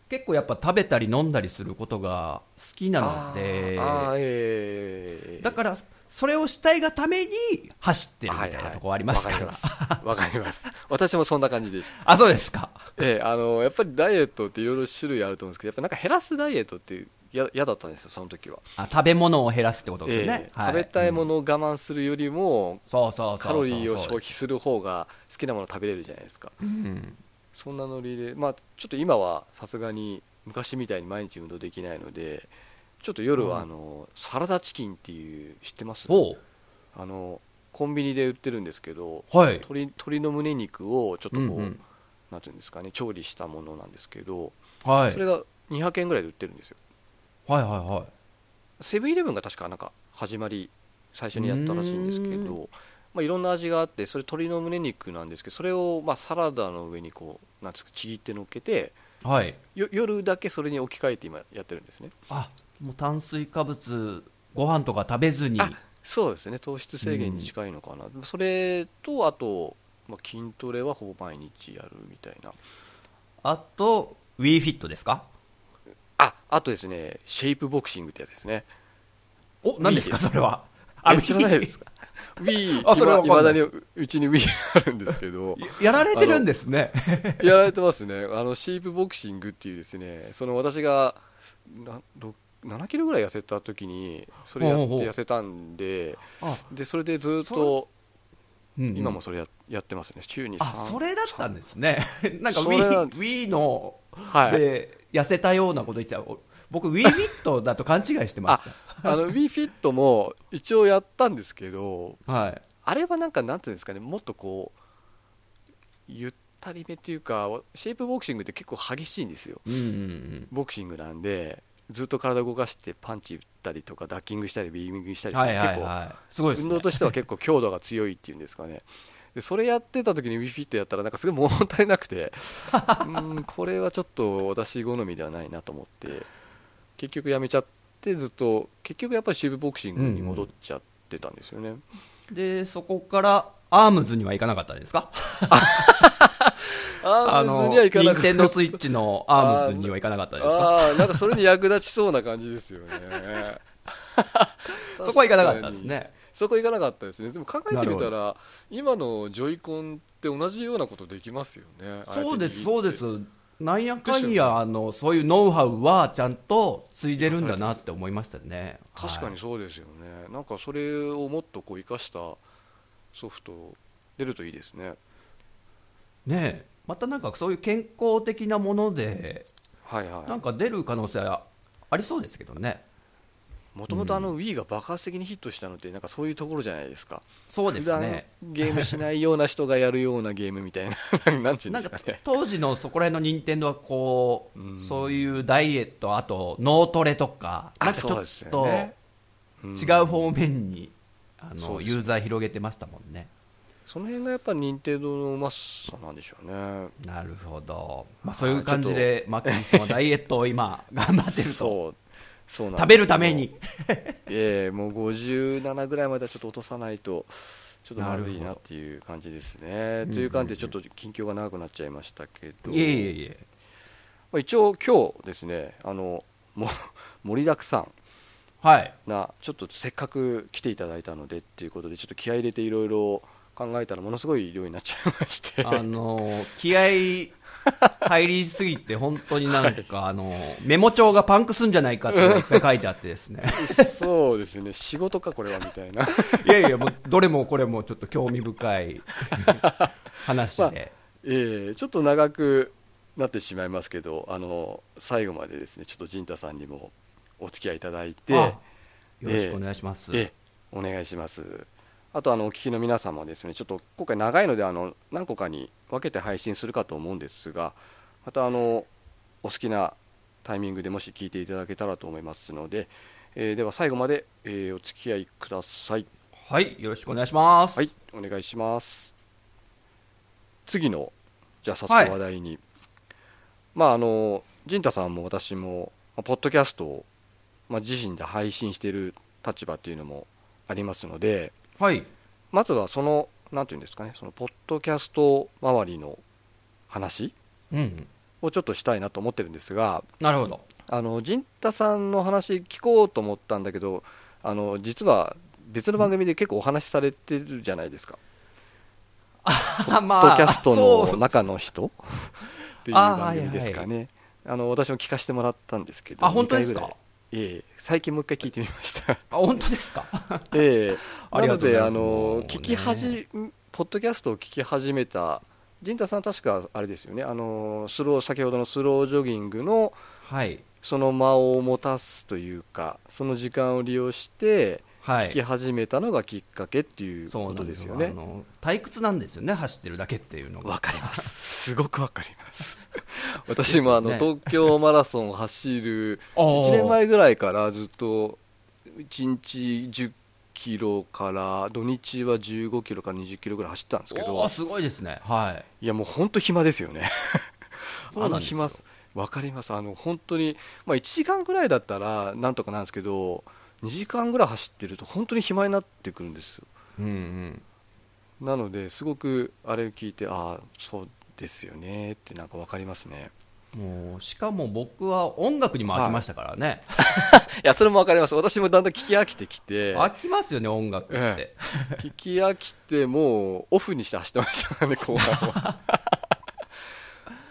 Speaker 2: 結構やっぱ食べたり飲んだりすることが好きなので、
Speaker 1: あーあーええええええ
Speaker 2: だから、それをしたいがために走ってるみたい
Speaker 1: はは
Speaker 2: なとこありますか
Speaker 1: わかり
Speaker 2: ら、
Speaker 1: ます。 わかります。私もそんな感じです。
Speaker 2: あそうですか、
Speaker 1: ええあの、やっぱりダイエットっていろいろ種類あると思うんですけど、やっぱなんか減らすダイエットってや嫌だったんですよ、その時は。
Speaker 2: あ食べ物を減らすってことですよ
Speaker 1: え、
Speaker 2: ね
Speaker 1: え
Speaker 2: はい
Speaker 1: 食べたいも
Speaker 2: うん
Speaker 1: のを我慢するよりも、
Speaker 2: そうそうそうそう
Speaker 1: カロリーを消費する方が好きなもの食べれるじゃないですか。
Speaker 3: うん
Speaker 1: そんなノリで、まあ、ちょっと今はさすがに昔みたいに毎日運動できないので、ちょっと夜はあの、サラダチキンっていう、知ってます
Speaker 2: おう
Speaker 1: あの、コンビニで売ってるんですけど、
Speaker 2: はい、
Speaker 1: 鶏鶏の胸肉をちょっとこ
Speaker 3: う
Speaker 1: う、
Speaker 3: んうん
Speaker 1: なんていうんですかね調理したものなんですけど、
Speaker 2: はい、
Speaker 1: それが200円ぐらいで売ってるんですよ
Speaker 2: はいはいはい
Speaker 1: セブンイレブンが確かなんか始まり最初にやったらしいんですけ
Speaker 2: う
Speaker 1: どまあ、いろんな味があってそれ鶏の胸肉なんですけどそれをまあサラダの上にこうなんですかちぎってのっけて
Speaker 2: はい。
Speaker 1: よ夜だけそれに置き換えて今やってるんですね
Speaker 2: あ、もう炭水化物、ご飯とか食べずに。
Speaker 1: あそうですね糖質制限に近いのかな、それとあと、まあ、筋トレはほぼ毎日やるみたいな
Speaker 2: あと、WeFit ですか
Speaker 1: ああとですねシェイプボクシングってやつですね
Speaker 2: お、何ですか、
Speaker 1: Wii で
Speaker 2: それは。
Speaker 1: え知らないですか Wii
Speaker 2: あそれは分
Speaker 1: いま
Speaker 2: かんな
Speaker 1: だ
Speaker 2: い
Speaker 1: に
Speaker 2: です
Speaker 1: ううちに Wii あるんですけど
Speaker 2: やられてるんですね。
Speaker 1: やられてますねあのシェイプボクシングっていうですねその私がなろ7キロぐらい痩せた時にそれやって
Speaker 2: ほうほうほう
Speaker 1: 痩せたんで
Speaker 2: あ
Speaker 1: でそれでずっと
Speaker 2: そうんうん
Speaker 1: 今もそれややってますね週に
Speaker 2: あ
Speaker 1: 3
Speaker 2: それだったんですね、 なんか
Speaker 1: それなん
Speaker 2: Wii
Speaker 1: です
Speaker 2: Wii の
Speaker 1: はい
Speaker 2: で痩せたようなこと言っちゃう、僕、WeFit だと勘違いしてま
Speaker 1: あ
Speaker 2: し
Speaker 1: あの WeFit も一応やったんですけど
Speaker 2: た、はい、
Speaker 1: あれはなんかなんていうんですかねもっとこうゆったりめっていうかシェイプボクシングって結構激しいんですよ
Speaker 3: うんうん
Speaker 1: ボクシングなんでずっと体動かしてパンチ打ったりとかダッキングしたりビーミングしたりして、
Speaker 2: はいはいはい、すごいで
Speaker 1: 結構運
Speaker 2: すね
Speaker 1: 動、としては結構強度が強いっていうんですかねでそれやってた時に WeFit やったらなんかすごい物足りなく てうーんこれはちょっと私好みではないなと思って結局やめちゃってずっと結局やっぱりシェイプボクシングに戻っちゃってたんですよね、
Speaker 2: でそこからアームズには行かなかったんですか、
Speaker 1: あー別にはいかなく
Speaker 2: 任
Speaker 1: て
Speaker 2: 天堂スイッチのアームズには行かなかったんですか、
Speaker 1: あーなんかそれに役立ちそうな感じですよね
Speaker 2: そこは行かなかったんですね、
Speaker 1: そこ行かなかったですねでも考えてみ
Speaker 2: な
Speaker 1: た
Speaker 2: るほ
Speaker 1: ら今のジョイコンって同じようなことできますよね
Speaker 2: そうです、
Speaker 1: ああ
Speaker 2: そ
Speaker 1: や
Speaker 2: う
Speaker 1: って握っ
Speaker 2: で
Speaker 1: て
Speaker 2: す、なんやかんや、あのそういうノウハウはちゃんと継いでるんだなって思いましたね。
Speaker 1: 確かに
Speaker 2: はい
Speaker 1: そうですよね、なんかそれをもっとこう生かしたソフト出るといいですね
Speaker 2: ねえまたなんかそういう健康的なもので
Speaker 1: はいはい
Speaker 2: なんか出る可能性はありそうですけどね。
Speaker 1: もともとあの Wii が爆発的にヒットしたのってなんかそういうところじゃないですか
Speaker 2: そうですね。
Speaker 1: 普段ゲームしないような人がやるようなゲームみたい ななんていうん
Speaker 2: な
Speaker 1: です
Speaker 2: んか
Speaker 1: かね
Speaker 2: 当時のそこら辺の任天堂はこう、
Speaker 1: うん
Speaker 2: そういうダイエットあと脳トレとか
Speaker 1: あ
Speaker 2: なんかち
Speaker 1: そ
Speaker 2: ょ
Speaker 1: う
Speaker 2: っ
Speaker 1: ですよ
Speaker 2: と
Speaker 1: ねん
Speaker 2: 違う方面にあ
Speaker 1: そう
Speaker 2: の
Speaker 1: ですね
Speaker 2: ユーザー広げてましたもんね。
Speaker 1: その辺がやっぱ任天堂のうまさなんでしょうね
Speaker 2: なるほど、まあ、そういう感じでマッキーさんはダイエットを今頑張ってると
Speaker 1: そうそうなんですよ
Speaker 2: 食べるために
Speaker 1: ええもう57ぐらいまではちょっと落とさないとちょっとまずいなっていう感じですねという感じでちょっと近況が長くなっちゃいましたけど、
Speaker 2: いえいえいえ
Speaker 1: まあ、一応今日ですねあのも 盛りだくさん
Speaker 2: はい
Speaker 1: なちょっとせっかく来ていただいたのでっていうことでちょっと気合い入れていろいろ考えたらものすごい量になっちゃいまして
Speaker 2: あのー気合入りすぎて、本当になん か、あのーメモ帳がパンクすんじゃないかっていうのがいっぱい書いてあってですね、
Speaker 1: そうですね仕事かこれはみたいな
Speaker 2: いやいや、もうどれもこれもちょっと興味深い 話で、
Speaker 1: ええちょっと長くなってしまいますけどあの最後までですねちょっと陣太さんにもお付き合いいただいて
Speaker 2: あよろしくお願いします。
Speaker 1: ええ、お願いします。あとあのお聞きの皆様はですね、ちょっと今回長いのであの何個かに分けて配信するかと思うんですが、またあのお好きなタイミングでもし聞いていただけたらと思いますので、えーでは最後まで、えーお付き合いください。
Speaker 2: はい、よろしくお願いします。
Speaker 1: はい、お願いします。次のじゃあ早
Speaker 2: はい
Speaker 1: 速話題に、まああの陣太さんも私もまあポッドキャストを、まあ、自身で配信している立場というのもありますので、
Speaker 2: はい、
Speaker 1: まずはその、なんていうんですかね、そのポッドキャスト周りの話
Speaker 2: うん、
Speaker 1: をちょっとしたいなと思ってるんですが、
Speaker 2: なるほど。
Speaker 1: あの陣太さんの話聞こうと思ったんだけど、あの実は別の番組で結構お話しされてるじゃないですか、
Speaker 2: ま
Speaker 1: ポッドキャスト
Speaker 2: そ
Speaker 1: の
Speaker 2: う
Speaker 1: 中の人 っていう
Speaker 2: あ
Speaker 1: 番組ですかね。あの私も聞かせてもらったんですけど、
Speaker 2: あ本当です
Speaker 1: 二
Speaker 2: か
Speaker 1: 回ぐらいええ最近もう一回聞いてみま した。
Speaker 2: あ本当ですか
Speaker 1: ええ
Speaker 2: あ
Speaker 1: な
Speaker 2: り
Speaker 1: の
Speaker 2: がとうご
Speaker 1: で、
Speaker 2: ざい
Speaker 1: あ
Speaker 2: ますもう
Speaker 1: の、
Speaker 2: ね
Speaker 1: 聞き始め、ポッドキャストを聞き始めた、陣太さん、確かあれですよね、あの、スロー、先ほどのスロージョギングの、
Speaker 2: はい、
Speaker 1: その間を持たすというか、その時間を利用して、
Speaker 2: は
Speaker 1: 聞き
Speaker 2: い、
Speaker 1: 始めたのがきっかけっていう
Speaker 2: そう
Speaker 1: こ
Speaker 2: な
Speaker 1: と
Speaker 2: んで
Speaker 1: ですす
Speaker 2: よ
Speaker 1: よ
Speaker 2: ね。あ
Speaker 1: ね。
Speaker 2: の退屈なんですよね、走ってるだけっていうのが。
Speaker 1: わかります。すごくわかります。 私もあの、
Speaker 2: ですよ
Speaker 1: 東京マラソンを走る
Speaker 2: あー
Speaker 1: 1年前ぐらいからずっと1日10キロから、土日は15キロから20キロぐらい走ったんですけ
Speaker 2: お
Speaker 1: ど
Speaker 2: ー、すごいですね。はい。
Speaker 1: いやもう本当暇ですよね。
Speaker 2: そ
Speaker 1: あ
Speaker 2: うな
Speaker 1: の
Speaker 2: んです
Speaker 1: 暇す、わかります、あの本当に、まあ、1時間ぐらいだったらなんとかなんですけど、2時間ぐらい走ってると、本当に暇になってくるんですよ。
Speaker 3: うんうん
Speaker 1: なので、すごくあれを聞いて、ああ、そうですよねって、なんかわかりますね。
Speaker 2: もう、しかも僕は音楽にも飽きましたからね。
Speaker 1: いや、それもわかります、私もだんだん聞き飽きてきて、
Speaker 2: 飽きますよね、音楽って。
Speaker 1: え聞き飽きて、もうオフにして走ってましたからね、後半は。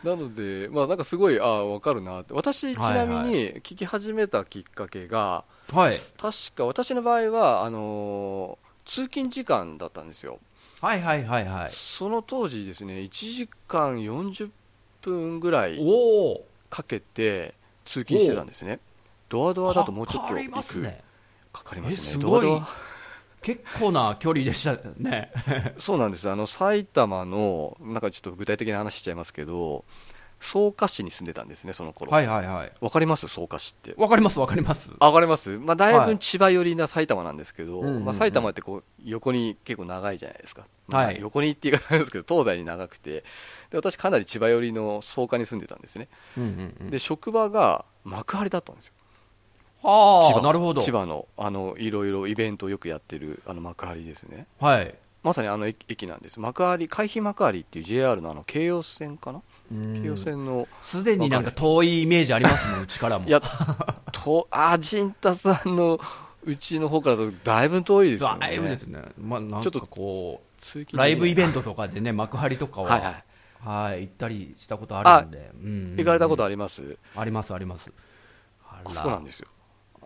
Speaker 1: なので、まあ、なんかすごい、ああ、わかるなって、私、ちなみ
Speaker 2: はいは
Speaker 1: に聞き始めたきっかけが、
Speaker 2: はい。
Speaker 1: 確か私の場合はあのー通勤時間だったんですよ、
Speaker 2: はいはいはいはい。
Speaker 1: その当時ですね1時間40分ぐらい
Speaker 2: おお。
Speaker 1: かけて通勤してたんですねドアドアだともうちょっと
Speaker 2: かか
Speaker 1: 行
Speaker 2: ります
Speaker 1: く
Speaker 2: ね。
Speaker 1: かかりますね
Speaker 2: えす
Speaker 1: ド
Speaker 2: ご
Speaker 1: ア
Speaker 2: い
Speaker 1: ドア
Speaker 2: 結構な距離でしたね。
Speaker 1: そうなんですあの埼玉のなんかちょっと具体的な話しちゃいますけど草加市に住んでたんですねその頃わ、
Speaker 2: はいはいはい。
Speaker 1: かります草加市って
Speaker 2: わかりますわかります。
Speaker 1: あわかります、まあ、だい
Speaker 2: は
Speaker 1: ぶ
Speaker 2: い
Speaker 1: 千葉寄りな埼玉なんですけど、
Speaker 3: うんうんうん
Speaker 1: まあ、埼玉ってこう横に結構長いじゃないですか、まあ
Speaker 2: はい
Speaker 1: 横にって言い方なんですけど、東西に長くて、で私、かなり千葉寄りの草加に住んでたんですね、
Speaker 3: うんうん
Speaker 1: で職場が幕張だったんですよ、
Speaker 2: は
Speaker 1: 千葉
Speaker 2: あ、なるほど。
Speaker 1: 千葉のあのいろいろイベントをよくやってるあの幕張ですね、
Speaker 2: はい。
Speaker 1: まさにあの駅駅なんです、幕張、海浜幕張っていう JR のあの京葉線かな、京葉線の、
Speaker 2: すでになんか遠いイメージありますもん、うちからも。
Speaker 1: いや、とあ、陣太さんのうちの方からだと、だいぶ遠いですよね。
Speaker 2: だいぶですね。まあ、なん
Speaker 1: ちょ
Speaker 2: か
Speaker 1: っと
Speaker 2: こ
Speaker 1: 通
Speaker 2: う、
Speaker 1: 勤でき
Speaker 2: ラ
Speaker 1: ない
Speaker 2: イブイベントとかでね、幕張とかは、
Speaker 1: はいはい
Speaker 2: はい行ったりしたことあるんで。うん
Speaker 1: 行かれたことあ
Speaker 2: り
Speaker 1: ります
Speaker 2: ありますあります。あら
Speaker 1: あそこなんですよ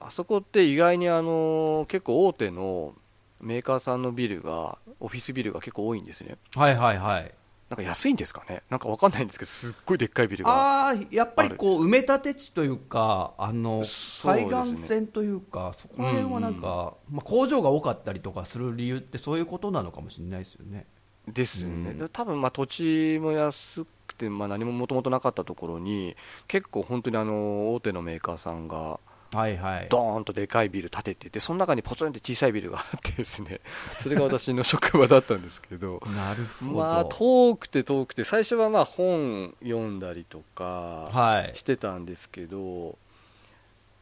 Speaker 1: あそこって意外にあの結構大手のメーカーさんのビルがオフィスビルが結構多いんですね
Speaker 2: はいはいはい。
Speaker 1: なんか安いんですかねなんかわかんないんですけどすっごいでっかいビルが
Speaker 2: ああ、やっぱりこう、埋め立て地というか、あの、
Speaker 1: そうです
Speaker 2: 海
Speaker 1: ね
Speaker 2: 岸線というか、そこら辺はなんか、まあ、工場が多かったりとかする理由ってそういうことなのかもしれないですよね。
Speaker 1: ですね、
Speaker 2: うん
Speaker 1: で多分まあ土地も安くて、まあ、何ももともとなかったところに結構本当にあの大手のメーカーさんが
Speaker 2: はいはい。
Speaker 1: ドーンとでかいビル建てててその中にポツンって小さいビルがあってですね それが私の職場だったんですけ ど
Speaker 2: なるほど。
Speaker 1: まあ遠くて遠くて最初はまあ本読んだりとか
Speaker 2: はい
Speaker 1: し。てたんですけど、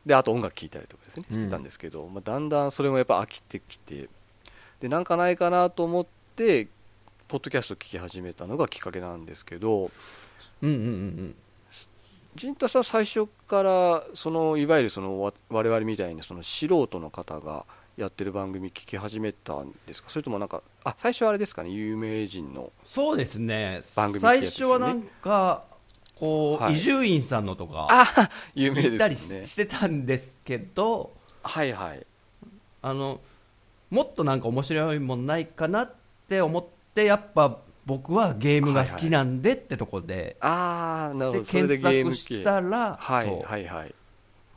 Speaker 1: であと音楽聴いたりとかですね
Speaker 3: うん
Speaker 1: してたんですけど、まあ、だんだんそれもやっぱ飽きてきてでなんかないかなと思ってポッドキャスト聞き始めたのがきっかけなんですけど
Speaker 2: うんうんうんうん。
Speaker 1: 陣太さん最初からそのいわゆるそのわ我々みたいなその素人の方がやってる番組聞き始めたんですかそれともなんかあ最初はあれですかね有名人の
Speaker 2: そうですね。
Speaker 1: 番組ってや
Speaker 2: 最
Speaker 1: つです
Speaker 2: 初
Speaker 1: よね
Speaker 2: はなんか、こ
Speaker 1: は
Speaker 2: う、
Speaker 1: い
Speaker 2: 伊集院さんのとか、
Speaker 1: あ 有名ですね
Speaker 2: 行ったりししてたんですけど、
Speaker 1: はいはい
Speaker 2: あの、もっとなんか面白いもんないかなって思って、やっぱ僕はゲームが好きなんでってとこで、
Speaker 1: ああなるほ
Speaker 2: で
Speaker 1: どそれ
Speaker 2: 検
Speaker 1: でゲー
Speaker 2: 索
Speaker 1: ム
Speaker 2: し
Speaker 1: 系
Speaker 2: たら、
Speaker 1: はい
Speaker 2: そう
Speaker 1: はいはい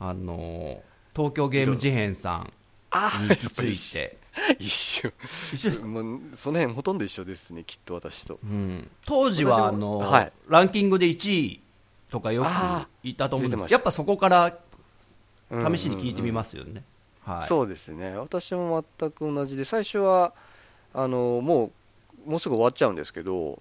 Speaker 2: あのー東京ゲーム事変さん
Speaker 1: あ
Speaker 2: に
Speaker 1: あ
Speaker 2: 行き着いて、
Speaker 1: 一緒
Speaker 2: 一緒です
Speaker 1: もうその辺ほとんど一緒ですねきっと私と
Speaker 3: うん
Speaker 2: 当時はあ
Speaker 1: 私も
Speaker 2: のー
Speaker 1: はい
Speaker 2: ランキングで1位とかよく
Speaker 1: あ
Speaker 2: いたと思うん
Speaker 1: 出て
Speaker 2: で
Speaker 1: まし
Speaker 2: す
Speaker 1: た
Speaker 2: やっぱそこから試しに聞いてみ
Speaker 1: ま
Speaker 2: ますよね。はい、
Speaker 1: そうですね私も全く同じで最初はあのもうもうすぐ終わっちゃうんですけど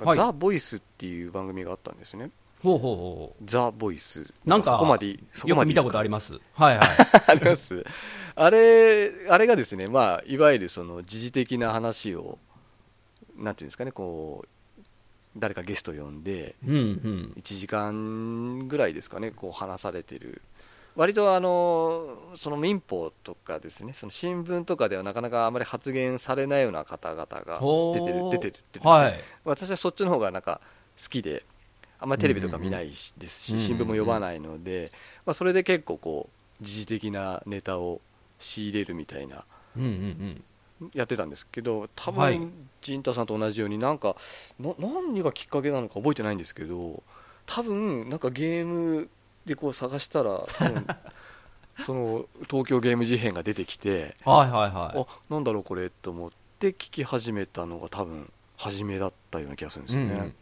Speaker 2: はい
Speaker 1: ザ・ボイスっていう番組があったんですね
Speaker 2: ほうほうほ
Speaker 1: ザ・ボイス
Speaker 2: う。なんか、
Speaker 1: そこまでそこ
Speaker 2: よ
Speaker 1: ま
Speaker 2: く
Speaker 1: で
Speaker 2: 見たことあり
Speaker 1: ま
Speaker 2: ます。はいはい。
Speaker 1: す ありますあれあれがですねまあいわゆるその時事的な話をなんていうんですかねこう誰かゲスト呼んで
Speaker 2: うんうん。
Speaker 1: 1時間ぐらいですかね、こう話されてる、割とあのその民法とかですね、その新聞とかではなかなかあまり発言されないような方々が
Speaker 2: ほ
Speaker 1: 出てる、
Speaker 2: う
Speaker 1: 出てるって、
Speaker 2: はい。
Speaker 1: 私はそっちの方がなんか好きで、あんまりテレビとか見ないしです
Speaker 3: うん
Speaker 1: し、
Speaker 3: うんうん
Speaker 1: 新聞も読まないので、まあ、それで結構こう、時事的なネタを仕入れるみたいな
Speaker 2: うんうんうん。
Speaker 1: やってたんですけど多
Speaker 2: はい
Speaker 1: 分陣太さんと同じようになんかな何がきっかけなのか覚えてないんですけど多分なんかゲームでこう探したら多分その東京ゲーム事変が出てきて、
Speaker 2: はいはいはい。
Speaker 1: あなんだろうこれと思って聞き始めたのが多分初めだったような気がするんですよね、
Speaker 3: うんうん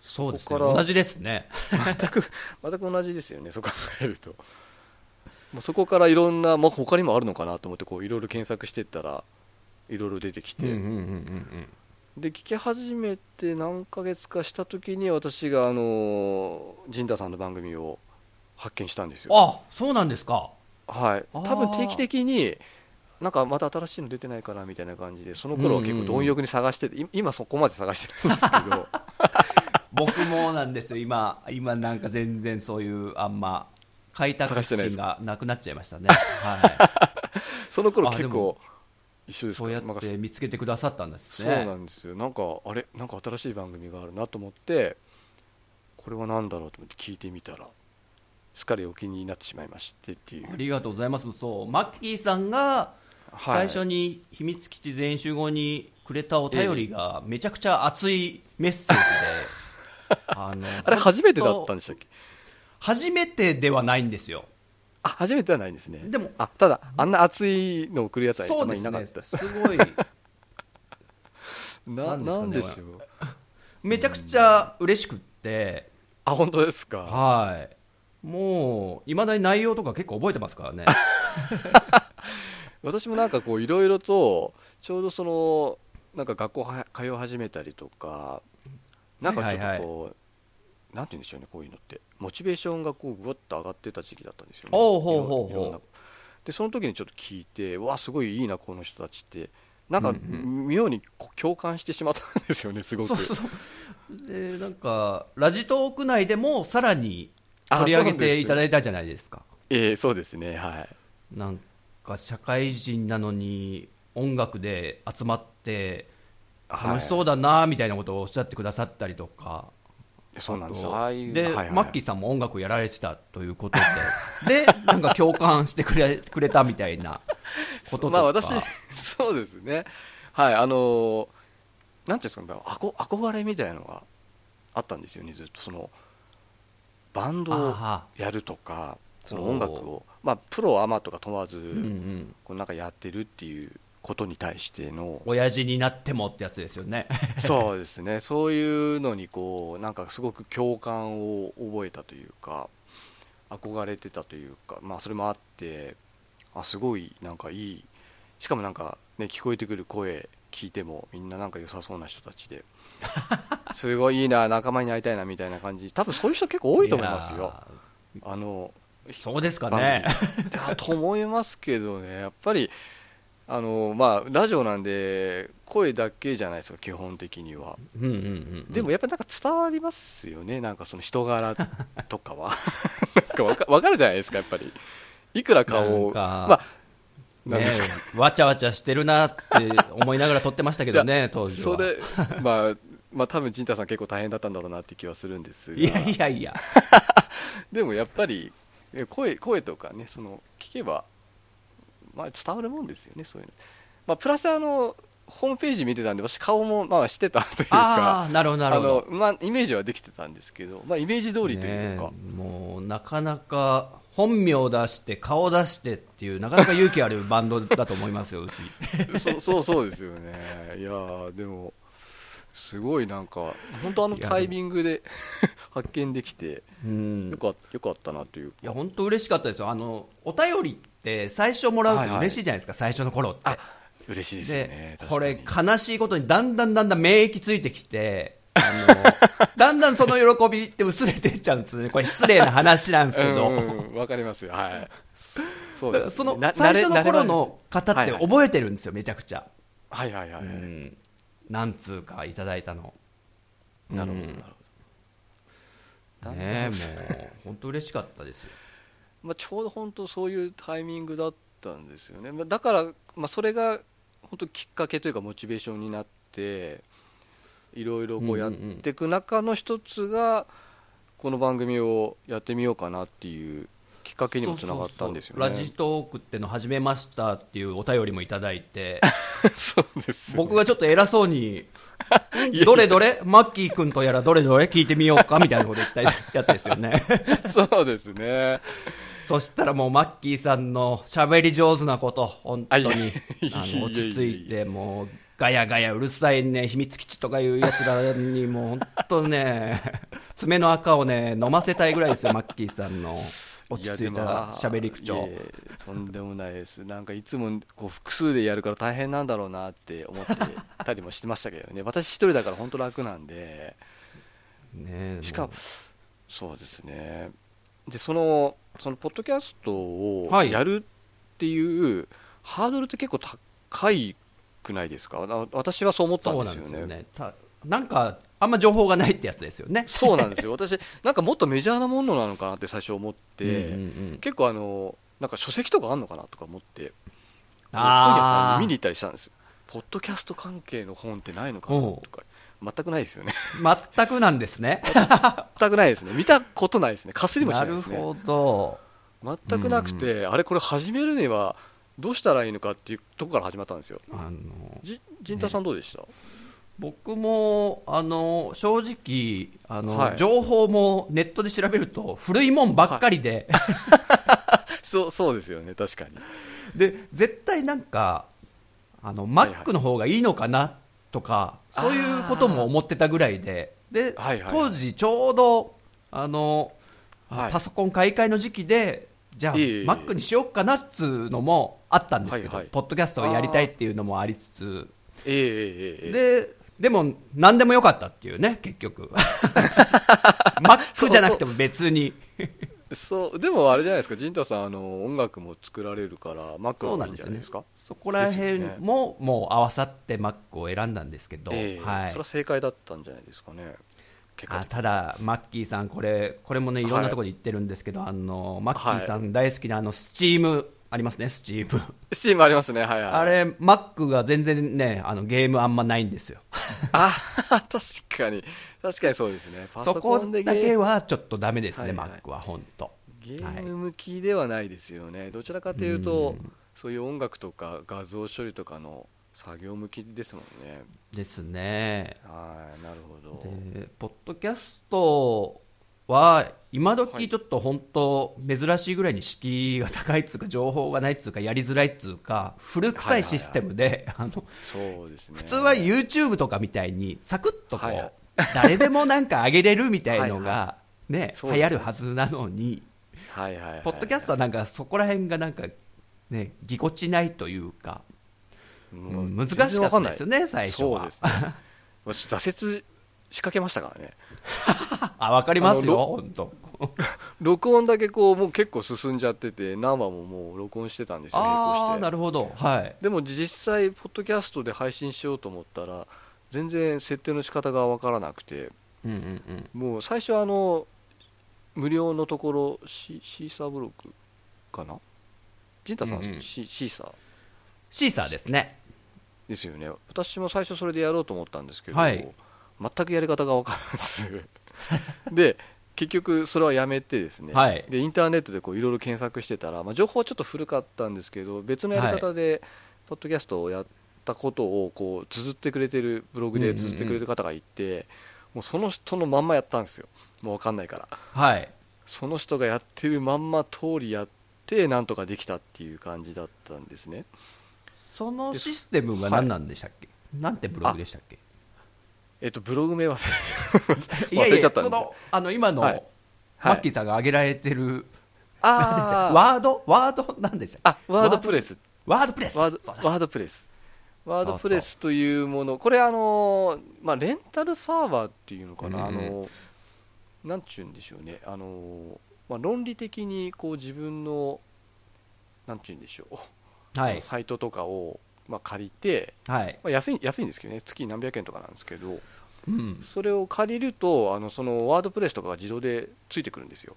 Speaker 2: そうです
Speaker 1: こ
Speaker 2: ね。
Speaker 1: こから
Speaker 2: 同じですね。
Speaker 1: 全く全く同じですよねそう考えるとまあそこからいろんな、まあ、他にもあるのかなと思ってこういろいろ検索してったらいろいろ出てきて、
Speaker 3: うんうんうん
Speaker 1: で聞き始めて何ヶ月かした時に私があの陣太さんの番組を発見したんですよ
Speaker 2: あそうなんですか
Speaker 1: はい
Speaker 2: あー
Speaker 1: 多分定期的になんかまた新しいの出てないかなみたいな感じでその頃は結
Speaker 3: うん
Speaker 1: 構
Speaker 3: うん
Speaker 1: 貪欲に探しててい今そこまで探してないんですけ ど
Speaker 2: 僕もなんですよ今今なんか全然そういうあんま開拓
Speaker 1: 探してないで
Speaker 2: 心
Speaker 1: す
Speaker 2: がなくなっちゃいましたねは
Speaker 1: その頃
Speaker 2: あで
Speaker 1: 結
Speaker 2: も
Speaker 1: 構一緒
Speaker 2: い
Speaker 1: ですか
Speaker 2: そうや
Speaker 1: なん
Speaker 2: っ
Speaker 1: か
Speaker 2: て見つけてくださったんです
Speaker 1: そう
Speaker 2: ね
Speaker 1: なんですよなんかあれなんか新しい番組があるなと思ってこれは何だろうと思って聞いてみたらすっかりお気になってしまいましてっていう
Speaker 2: ありがとうございますそうマッキーさんが
Speaker 1: は
Speaker 2: 最
Speaker 1: い
Speaker 2: 初に秘密基地全員集合にくれたお便りがめちゃくちゃ熱いメッセ ージであの
Speaker 1: あれ初めてだったんでしたっけ
Speaker 2: 初めてではないんですよ
Speaker 1: あ初めてはないんですね
Speaker 2: でも
Speaker 1: あただあんな熱いのを送るやつは
Speaker 2: そ
Speaker 1: あ
Speaker 2: うん
Speaker 1: ま
Speaker 2: で
Speaker 1: りい
Speaker 2: す
Speaker 1: なかっ
Speaker 2: ね
Speaker 1: たです
Speaker 2: すごい
Speaker 1: な
Speaker 2: な
Speaker 1: なんん
Speaker 2: で
Speaker 1: ですす
Speaker 2: か
Speaker 1: よ
Speaker 2: めちゃくちゃ嬉しくって
Speaker 1: あ本当ですか
Speaker 2: はいもういまだに内容とか結構覚えてます からね
Speaker 1: 私もなんかこういろいろとちょうどそのなんか学校は通い始めたりとかなんかちょっとこう、
Speaker 2: はいはい
Speaker 1: なんて言うんでしょうねこういうのってモチベーションがこうぐわっと上がってた時期だったんですよね
Speaker 2: おうほうほうほう
Speaker 1: いろんなでその時にちょっと聞いてわあすごいいいなこの人たちってなんか
Speaker 3: うんう
Speaker 1: 妙にこう共感してしまったんですよねすごく
Speaker 2: そうそうでなんかラジトーク内でもさらに
Speaker 1: あ
Speaker 2: 取り上げていただ
Speaker 1: い
Speaker 2: いたじゃないですか
Speaker 1: ええそうですねはい
Speaker 2: なんか社会人なのに音楽で集まって楽しそうだなみたいなことをおっしゃってくださったりとか、
Speaker 1: そうなんです
Speaker 2: あ
Speaker 1: よ
Speaker 2: と
Speaker 1: ああいう
Speaker 2: で、
Speaker 1: はいはい
Speaker 2: マッキーさんも音楽やられてたということで でなんか共感してくれくれたみたいなこととか、
Speaker 1: まあ私 そうですねはいあのーなんていうんですかねあこ憧れみたいなのがあったんですよねずっとそのバンドを
Speaker 2: あ
Speaker 1: やるとかその
Speaker 2: おー
Speaker 1: 音楽をまあプロアマとか問わず、
Speaker 3: うんうん
Speaker 1: こうなんかやってるっていうことに対しての
Speaker 2: 親父になってもってやつですよね
Speaker 1: そうですねそういうのにこうなんかすごく共感を覚えたというか憧れてたというかまあそれもあってあすごいなんかいいしかもなんかね聞こえてくる声聞いてもみんななんか良さそうな人たち ですごいいいな仲間になりたいなみたいな感じ多分そういう人結構 多いと思いますよ
Speaker 2: や
Speaker 1: あの
Speaker 2: ーそうですかね
Speaker 1: いやと思いますけどね、やっぱりあの、まあ、ラジオなんで、声だけじゃないですか、基本的には。
Speaker 3: うんうんうんうん
Speaker 1: でもやっぱなんか伝わりますよね、なんかその人柄とかは。 なんかわかわかるじゃないですか、やっぱり。いくら顔を、
Speaker 2: なんか
Speaker 1: まあ、なん
Speaker 2: ね
Speaker 1: ですか
Speaker 2: わちゃわちゃしてるなって思いながら撮ってましたけど
Speaker 1: い
Speaker 2: ね当時は
Speaker 1: それ、まあ、まあ、多分陣太さん、結構大変だったんだろうなって気はするんですが、
Speaker 2: いやいやいや
Speaker 1: でもやっぱり、え声声とかね、その聞けば、まあ、伝わるもんですよね、そういうの。まあ、プラスあの、ホームページ見てたんで、私、顔もまあしてたという
Speaker 2: あ
Speaker 1: か、
Speaker 2: あーなるほどな
Speaker 1: あ
Speaker 2: るほど
Speaker 1: のまあ、イメージはできてたんですけど、まあ、イメージ通りというか、
Speaker 2: ねえもうなかなか本名出して顔出してっていうなかなか勇気あるバンドだと思いますようち
Speaker 1: そうそうそうですよね、いやーでも、すごいなんか、本当、あの
Speaker 2: いや
Speaker 1: タイミングで発見できて、
Speaker 2: うん
Speaker 1: よかよかったなという
Speaker 2: いや本当嬉しかったですよあのお便りって最初もらうと嬉しいじゃないですか、最初の頃って
Speaker 1: あ嬉しいですよ
Speaker 2: で
Speaker 1: ね、確
Speaker 2: こ
Speaker 1: かに
Speaker 2: れ悲しいことにだんだんだんだん免疫ついてきてあのだんだんその喜びって薄れてっちゃうんですよねこれ失礼な話なんですけど、
Speaker 1: うんうんわかりますよ、はい、そ
Speaker 2: だからその
Speaker 1: な
Speaker 2: 最初の
Speaker 1: 慣れ
Speaker 2: 頃の方っ
Speaker 1: はい
Speaker 2: て
Speaker 1: はい
Speaker 2: 覚えてるんですよめちゃくちゃ、
Speaker 1: はいはいはい、はい
Speaker 2: うん何通かいただいたの
Speaker 1: なるほど、なるほど。
Speaker 2: ねえもう本当嬉しかったですよ
Speaker 1: まあ、ちょうど本当そういうタイミングだったんですよね、まあ、だから、まあ、それが本当きっかけというかモチベーションになっていろいろこうやっていく中の一つがこの番組をやってみようかなっていうきっかけにもつながったんですよ
Speaker 2: そう
Speaker 1: ね
Speaker 2: そうそうラジトークっての始めましたっていうお便りもいただいて
Speaker 1: そう ですよね
Speaker 2: 僕がちょっと偉 そうにどれどれマッキー君とやらどれどれ聞いてみようかみたいなこと言ったやつですよね
Speaker 1: そうですね
Speaker 2: そしたらもうマッキーさんの喋り上手なこと本当に
Speaker 1: あいえいえ
Speaker 2: あ
Speaker 1: いえい
Speaker 2: の
Speaker 1: え
Speaker 2: 落ち着いてもうガヤガヤうるさいね秘密基地とかいうやつらに もう本当ね爪の赤をね飲ませたいぐらいですよマッキーさんの落ち着い
Speaker 1: やでも
Speaker 2: た喋り口調
Speaker 1: いえいえとんでもないですなんかいつもこう複数でやるから大変なんだろうなって思ってたりもしてましたけどね私一人だから本当楽なんで
Speaker 2: ねえ
Speaker 1: しかもそうですねでそのそのポッドキャストを
Speaker 2: はい
Speaker 1: やるっていうハードルって結構高いくないですかな私はそう思ったん
Speaker 2: そう
Speaker 1: で
Speaker 2: な
Speaker 1: す
Speaker 2: ん
Speaker 1: よ
Speaker 2: ですよ
Speaker 1: ね
Speaker 2: ねたなんかあんま情報がないってやつですよね
Speaker 1: そうなんですよ私なんかもっとメジャーなものなのかなって最初思って、結構あのなんか書籍とかあんのかなとか思って本屋さ
Speaker 2: あ
Speaker 1: ん
Speaker 2: あ
Speaker 1: に見に行ったりしたんですよポッドキャスト関係の本ってないのかな
Speaker 2: おう
Speaker 1: とか全くないですよね
Speaker 2: 全くなんですね
Speaker 1: 全くないですね見たことないですねかすりもし
Speaker 2: な
Speaker 1: ないで
Speaker 2: る
Speaker 1: すね
Speaker 2: ほど
Speaker 1: 全くなくて、あれこれ始めるにはどうしたらいいのかっていうとこから始まったんですよ
Speaker 2: あの
Speaker 1: じ陣太さんどうでした、
Speaker 2: 僕もあの正直あの、
Speaker 1: はい
Speaker 2: 情報もネットで調べると古いもんばっかりで、
Speaker 1: そうそうですよね確かに
Speaker 2: で絶対なんかあの Mac の方がいいのかなとか、
Speaker 1: はいはい
Speaker 2: そういうことも思ってたぐらいでで、
Speaker 1: はいはいはい
Speaker 2: 当時ちょうどあの、
Speaker 1: はい
Speaker 2: パソコン買い替えの時期でじゃあ
Speaker 1: いえいえいえ
Speaker 2: Mac にしようかなっつうのもあったんですけど、
Speaker 1: はいはい
Speaker 2: ポッドキャストをやりたいっていうのもありつつ
Speaker 1: ええええええええ
Speaker 2: ででも何でもよかったっていうね結 局 Mac じゃなくても別に
Speaker 1: そうでもあれじゃないですか陣太さんあの音楽も作られるからマック
Speaker 2: そう
Speaker 1: も
Speaker 2: ない
Speaker 1: い
Speaker 2: ん
Speaker 1: ん
Speaker 2: で
Speaker 1: じ
Speaker 2: す
Speaker 1: ゃな
Speaker 2: よ
Speaker 1: い
Speaker 2: ね
Speaker 1: ですか
Speaker 2: そこら
Speaker 1: で
Speaker 2: 辺
Speaker 1: すよね
Speaker 2: ももう合わさって Mac を選んだんですけど、
Speaker 1: ええ
Speaker 2: はい
Speaker 1: それは正解だったんじゃないですかね結果
Speaker 2: あ
Speaker 1: 的に
Speaker 2: ただ、マッキーさん、これこれもねいろんなところで言ってるんですけど、あのマッキーさん大好きなあのスチームありますね、スチーム、
Speaker 1: スチームありますねはいはい
Speaker 2: あれ、Mac が全然ねあのゲームあんまないんですよ、
Speaker 1: あ 確かに確かにそうですねパ
Speaker 2: そ
Speaker 1: ソ
Speaker 2: こ
Speaker 1: コンでゲ
Speaker 2: だ
Speaker 1: ー
Speaker 2: け
Speaker 1: ム
Speaker 2: はちょっとだめですね、
Speaker 1: はいはい
Speaker 2: Mac は本当、
Speaker 1: ゲーム向きではないですよねどちらかというとそういう音楽とか画像処理とかの作業向きですもんね
Speaker 2: ですね、
Speaker 1: はいなるほど
Speaker 2: でポッドキャストは今時ちょっと本当珍しいぐらいに敷居が高いっつうか情報がないっつうかやりづらいっつうか古臭いシステムで、あの
Speaker 1: そうですね
Speaker 2: 普通は YouTube とかみたいにサクッとこう、
Speaker 1: はいはい
Speaker 2: 誰でもなんか上げれるみたいの
Speaker 1: はい
Speaker 2: がね
Speaker 1: そう
Speaker 2: 流
Speaker 1: ですね
Speaker 2: 行るはずなのに
Speaker 1: はいはいはい
Speaker 2: ポッドキャストはなんかそこら辺がなんかねぎこちないというか
Speaker 1: もう
Speaker 2: 難しか
Speaker 1: 全然わ
Speaker 2: った
Speaker 1: んな
Speaker 2: ですよね最初は
Speaker 1: そうですね私挫折仕掛けましたからね
Speaker 2: あわかります
Speaker 1: あ
Speaker 2: よ
Speaker 1: の
Speaker 2: 本当
Speaker 1: 録音だけこうもう結構進んじゃってて何話ももう録音してたんですよ並行
Speaker 2: あ
Speaker 1: し
Speaker 2: あ
Speaker 1: て
Speaker 2: なるほどはい
Speaker 1: でも実際、ポッドキャストで配信しようと思ったら、全然設定の仕方が分からなくて、
Speaker 2: うんうんうん
Speaker 1: もう最初はあの、無料のところ、シシーサーブロックかなジンタさん、
Speaker 2: うんうん
Speaker 1: シシーサー
Speaker 2: シーサーですね
Speaker 1: ですよね。私も最初それでやろうと思ったんですけど、
Speaker 2: はい
Speaker 1: 全くやり方が分からず。 で結局それはやめてですね、
Speaker 2: はい
Speaker 1: でインターネットでこういろいろ検索してたら、まあ、情報はちょっと古かったんですけど別のやり方でポッドキャストをやったことをこう綴ってくれてるブログで綴ってくれる方がいて、もうその人のまんまやったんですよもう分かんないから
Speaker 2: はい
Speaker 1: その人がやってるまんま通りやってなんとかできたっていう感じだったんですね
Speaker 2: そのシステムが何なんでしたっけ、なんてブログでしたっけ
Speaker 1: えっとブログ名忘れ
Speaker 2: いや
Speaker 1: 忘
Speaker 2: い
Speaker 1: れちゃ
Speaker 2: や
Speaker 1: ったん
Speaker 2: そ
Speaker 1: で
Speaker 2: のあの今の、
Speaker 1: はい
Speaker 2: マッキーさんが挙げられてる なんでしたっけ
Speaker 1: あ
Speaker 2: ワードワードなんでしたっけ
Speaker 1: あワードプレス
Speaker 2: ワードプレス
Speaker 1: ワード
Speaker 2: そうだ
Speaker 1: ワードプレス。ワードプレスというもの、これ、あのーまあ、レンタルサーバーっていうのかな、
Speaker 2: うんうん
Speaker 1: あのーなんちゅうんでしょうね、あのーまあ、論理的にこう自分の、なんちゅうんでしょう、
Speaker 2: はい
Speaker 1: サイトとかを、まあ、借りて、
Speaker 2: はい、
Speaker 1: まあ、安い安いんですけどね、月何百円とかなんですけど、
Speaker 2: うん、
Speaker 1: それを借りると、あのそのワードプレスとかが自動でついてくるんですよ、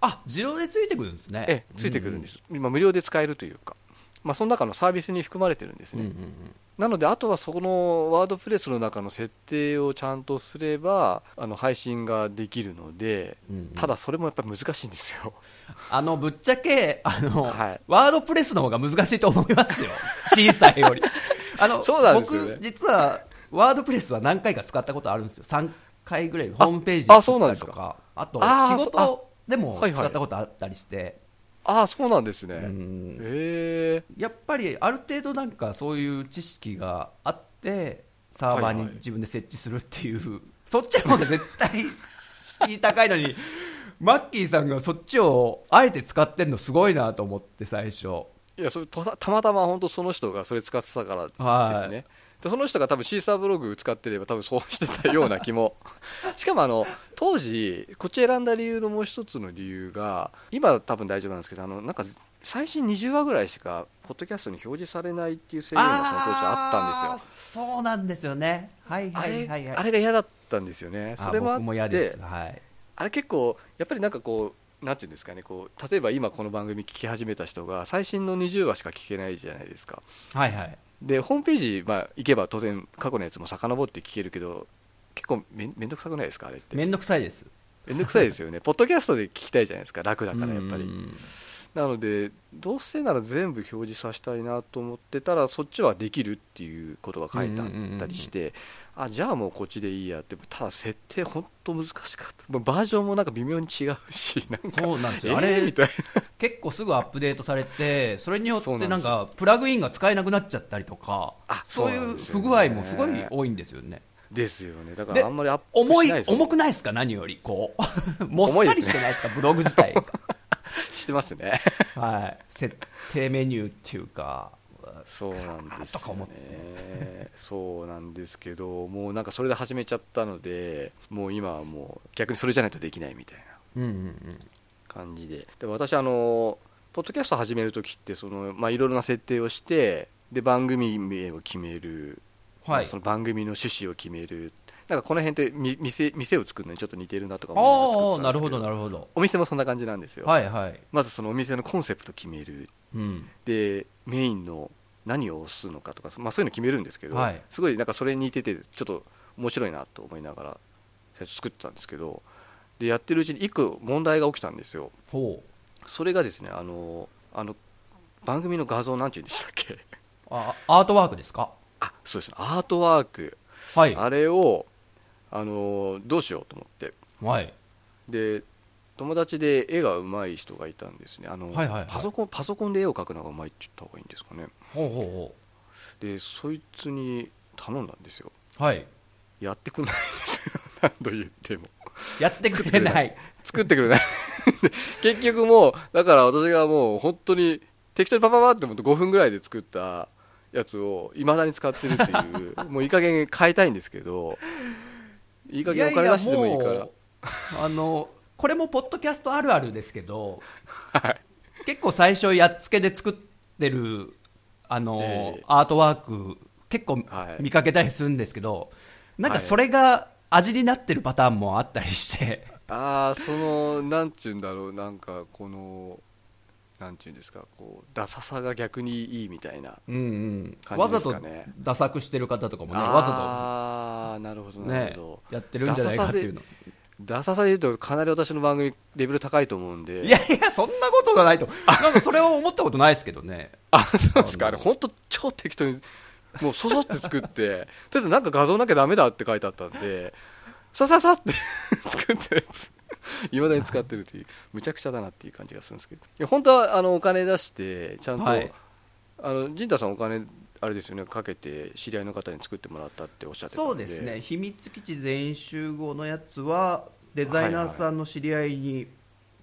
Speaker 2: あ自動でついてくるんですね
Speaker 1: ええついてくるんです、今、無料で使えるというか、まあ、その中のサービスに含まれてるんです
Speaker 2: うん
Speaker 1: ね。
Speaker 2: うんうん
Speaker 1: なので、あとはそこのワードプレスの中の設定をちゃんとすれば、あの配信ができるので、
Speaker 2: うんうん
Speaker 1: ただそれもやっぱり難しいんですよ。
Speaker 2: あのぶっちゃけあの、
Speaker 1: はい
Speaker 2: ワードプレスの方が難しいと思いますよ シーサーよりあの
Speaker 1: そうなんですよね
Speaker 2: 僕実はワードプレスは何回か使ったことあるんですよ3回ぐらいホームページ
Speaker 1: あ
Speaker 2: 作ったりとかあと
Speaker 1: あー
Speaker 2: 仕事でも
Speaker 1: あはいはい
Speaker 2: 使ったことあったりして、
Speaker 1: ああ、そうなんですね。
Speaker 2: うん
Speaker 1: へえ
Speaker 2: やっぱりある程度なんかそういう知識があってサーバー
Speaker 1: はい
Speaker 2: に
Speaker 1: はい
Speaker 2: 自分で設置するっていう、そっちの方が絶対敷居高いのにマッキーさんがそっちをあえて使ってんのすごいなと思って最初。
Speaker 1: いやそれとたまたま本当その人がそれ使ってたからですね、でその人が多分シーサーブログ使ってれば多分そうしてたような気も しかもあの当時こっち選んだ理由のもう一つの理由が今多分大丈夫なんですけどあのなんか最新20話ぐらいしかポッドキャストに表示されないっていう制限がその当時あったんですよ
Speaker 2: すよ。そうなんですよね。はい
Speaker 1: あ
Speaker 2: は
Speaker 1: れ,、
Speaker 2: いはいはい。
Speaker 1: あれが嫌だったんですよねそれもあ
Speaker 2: あ
Speaker 1: って
Speaker 2: 僕も嫌です。はい。
Speaker 1: あれ結構やっぱりなんかこうなんていうんですかねこう例えば今この番組聞き始めた人が最新の20話しか聞けないじゃないですか
Speaker 2: はいはい。
Speaker 1: でホームページ、まあ、行けば当然過去のやつも遡って聞けるけど結構めんめんどくさくないですかあれって
Speaker 2: めんどくさいです。
Speaker 1: めんどくさいですよね ポッドキャストで聞きたいじゃないですか楽だからやっぱり、
Speaker 3: うん
Speaker 1: なのでどうせなら全部表示させたいなと思ってたらそっちはできるっていうことが書いてあったりして、あじゃあもうこっちでいいやってただ設定本当難しかったもうバージョンもなんか微妙に違うし なんか
Speaker 2: そうなんです
Speaker 1: え
Speaker 2: よ。あ
Speaker 1: ーみ
Speaker 2: れ
Speaker 1: たいな
Speaker 2: 結構すぐアップデートされて、それによっ
Speaker 1: そうな
Speaker 2: て
Speaker 1: ん
Speaker 2: な
Speaker 1: で
Speaker 2: ん
Speaker 1: すよ
Speaker 2: かプラグインが使えなくなっちゃったりとか
Speaker 1: あ、
Speaker 2: そうい
Speaker 1: そうな
Speaker 2: うん
Speaker 1: ですよ
Speaker 2: 不
Speaker 1: ね
Speaker 2: 具合もすごい多いんですよね。
Speaker 1: ですよねだか
Speaker 2: で
Speaker 1: らあんまりアップ
Speaker 2: 重
Speaker 1: し
Speaker 2: い
Speaker 1: ないですよ
Speaker 2: 重くないですか、何より、こう、もっさりしてないですか、ブログ自体が、
Speaker 1: してますね
Speaker 2: はい、設定メニューっていうか、
Speaker 1: そうなんです
Speaker 2: とか思
Speaker 1: よ
Speaker 2: っ
Speaker 1: ねそうなんですけどもうなんかそれで始めちゃったのでもう今はもう逆にそれじゃないとできないみたいな
Speaker 3: うんうん
Speaker 1: 感じでで私あのポッドキャスト始める時ってそのまあいろいろな設定をしてで番組名を決める、
Speaker 2: は
Speaker 1: まあ
Speaker 2: い
Speaker 1: そ、の番組の趣旨を決めるなんかこの辺ってみ店店を作るのにちょっと似てるなとか
Speaker 2: あ
Speaker 1: 思
Speaker 2: あ、
Speaker 1: いながら
Speaker 2: なる
Speaker 1: 作
Speaker 2: ほ
Speaker 1: ってた
Speaker 2: ど、
Speaker 1: んですけ
Speaker 2: なるほど、
Speaker 1: お店もそんな感じなんですよ、
Speaker 2: はいはい、
Speaker 1: まずそのお店のコンセプト決める
Speaker 2: うん、
Speaker 1: でメインの何を押すのかとか、まあ、そういうの決めるんですけど、
Speaker 2: はい
Speaker 1: すごいなんかそれに似ててちょっと面白いなと思いながら最初作ってたんですけどでやってるうちに一個問題が起きたんですよ
Speaker 2: ほう、
Speaker 1: それがですねあのあの番組の画像なんて言うんでしたっけ
Speaker 2: あアートワークですか、
Speaker 1: あそうですねアートワーク、
Speaker 2: はい、
Speaker 1: あれをあのどうしようと思って
Speaker 2: はい、
Speaker 1: で友達で絵が上手い人がいたんですねあの、
Speaker 2: はいはいはい
Speaker 1: パソコンパソコンで絵を描くのが上手いって言った方がいいんですかね
Speaker 2: ほうほうほ
Speaker 1: でそいつに頼んだんですよ
Speaker 2: う、はい、
Speaker 1: やってくんないんですよ 何度言っても
Speaker 2: やってくれ ない、
Speaker 1: 作ってくれない 結局もうだから私がもう本当に適当にパパパって思って5分ぐらいで作ったやつをいまだに使ってるっていう もういい加減変えたいんですけどいい加減お金出してでもいいから
Speaker 2: ややもうあの、これもポッドキャストあるあるですけど、
Speaker 1: はい
Speaker 2: 結構最初やっつけで作ってるあの、
Speaker 1: ええ
Speaker 2: アートワーク結構
Speaker 1: はい
Speaker 2: 見かけたりするんですけど、なんか
Speaker 1: はい
Speaker 2: それが味になってるパターンもあったりして、
Speaker 1: ああそのなんて言うんだろうなんかこのなんて言うんですかこうダサさが逆にいいみたいな
Speaker 2: うんうん
Speaker 1: 感
Speaker 2: わ
Speaker 1: じで
Speaker 2: ざ
Speaker 1: すか
Speaker 2: と
Speaker 1: ね
Speaker 2: ダサくしてる方とかもねわ
Speaker 1: ああなるほ
Speaker 2: ざ
Speaker 1: ど
Speaker 2: と
Speaker 1: なる
Speaker 2: ね
Speaker 1: ほど、
Speaker 2: やってるんじゃないかっていうの
Speaker 1: ダサさで言うとかなり私の番組レベル高いと思うんで
Speaker 2: いやいやそんなことがないとなんかそれを思ったことないですけどね
Speaker 1: あそうですかあ
Speaker 2: あ
Speaker 1: れ
Speaker 2: の
Speaker 1: 本当超適当にもうそそって作って とりあえずなんか画像なきゃダメだって書いてあったんでさささって 作ってるやついまだに使ってるっていうむちゃくちゃだなっていう感じがするんですけどいや本当はあのお金出してちゃんと、
Speaker 2: はい
Speaker 1: あの陣太さんお金あれですよねかけて知り合いの方に作ってもらったっておっしゃってたんで
Speaker 2: そうですね秘密基地全員集合のやつはデザイナーさんの知り合いに、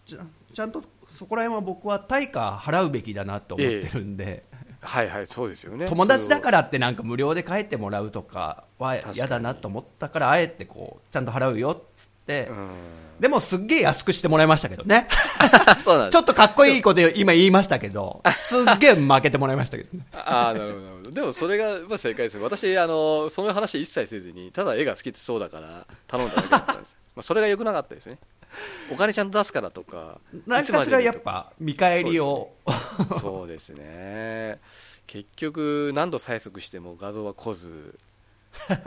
Speaker 2: ちゃちゃんとそこら辺は僕は対価払うべきだなと思ってるんで、
Speaker 1: はいはいそうですよね
Speaker 2: 友達だかららってなんか無料で帰ってもらうとかは
Speaker 1: 確かに
Speaker 2: 嫌だなと思ったからあえてこうちゃんと払うよっつって、
Speaker 1: うん
Speaker 2: でもすっげえ安くしてもらいましたけど ね
Speaker 1: そうなん
Speaker 2: ち
Speaker 1: で
Speaker 2: ょ
Speaker 1: す
Speaker 2: っとかっこいいこと今言いましたけ どすっげえ負けてもらいましたけどね
Speaker 1: ああなるほどなるほどでもそれがまあ正解ですよ私あのその話一切せずにただ絵が好きってそうだから頼んだだけだったんです よまあそれが良くなかったですねお金ちゃんと出すからとか
Speaker 2: 何かしらやっぱ見返りを、
Speaker 1: いつまでにとかそうですね結局何度催促しても画像は来 ず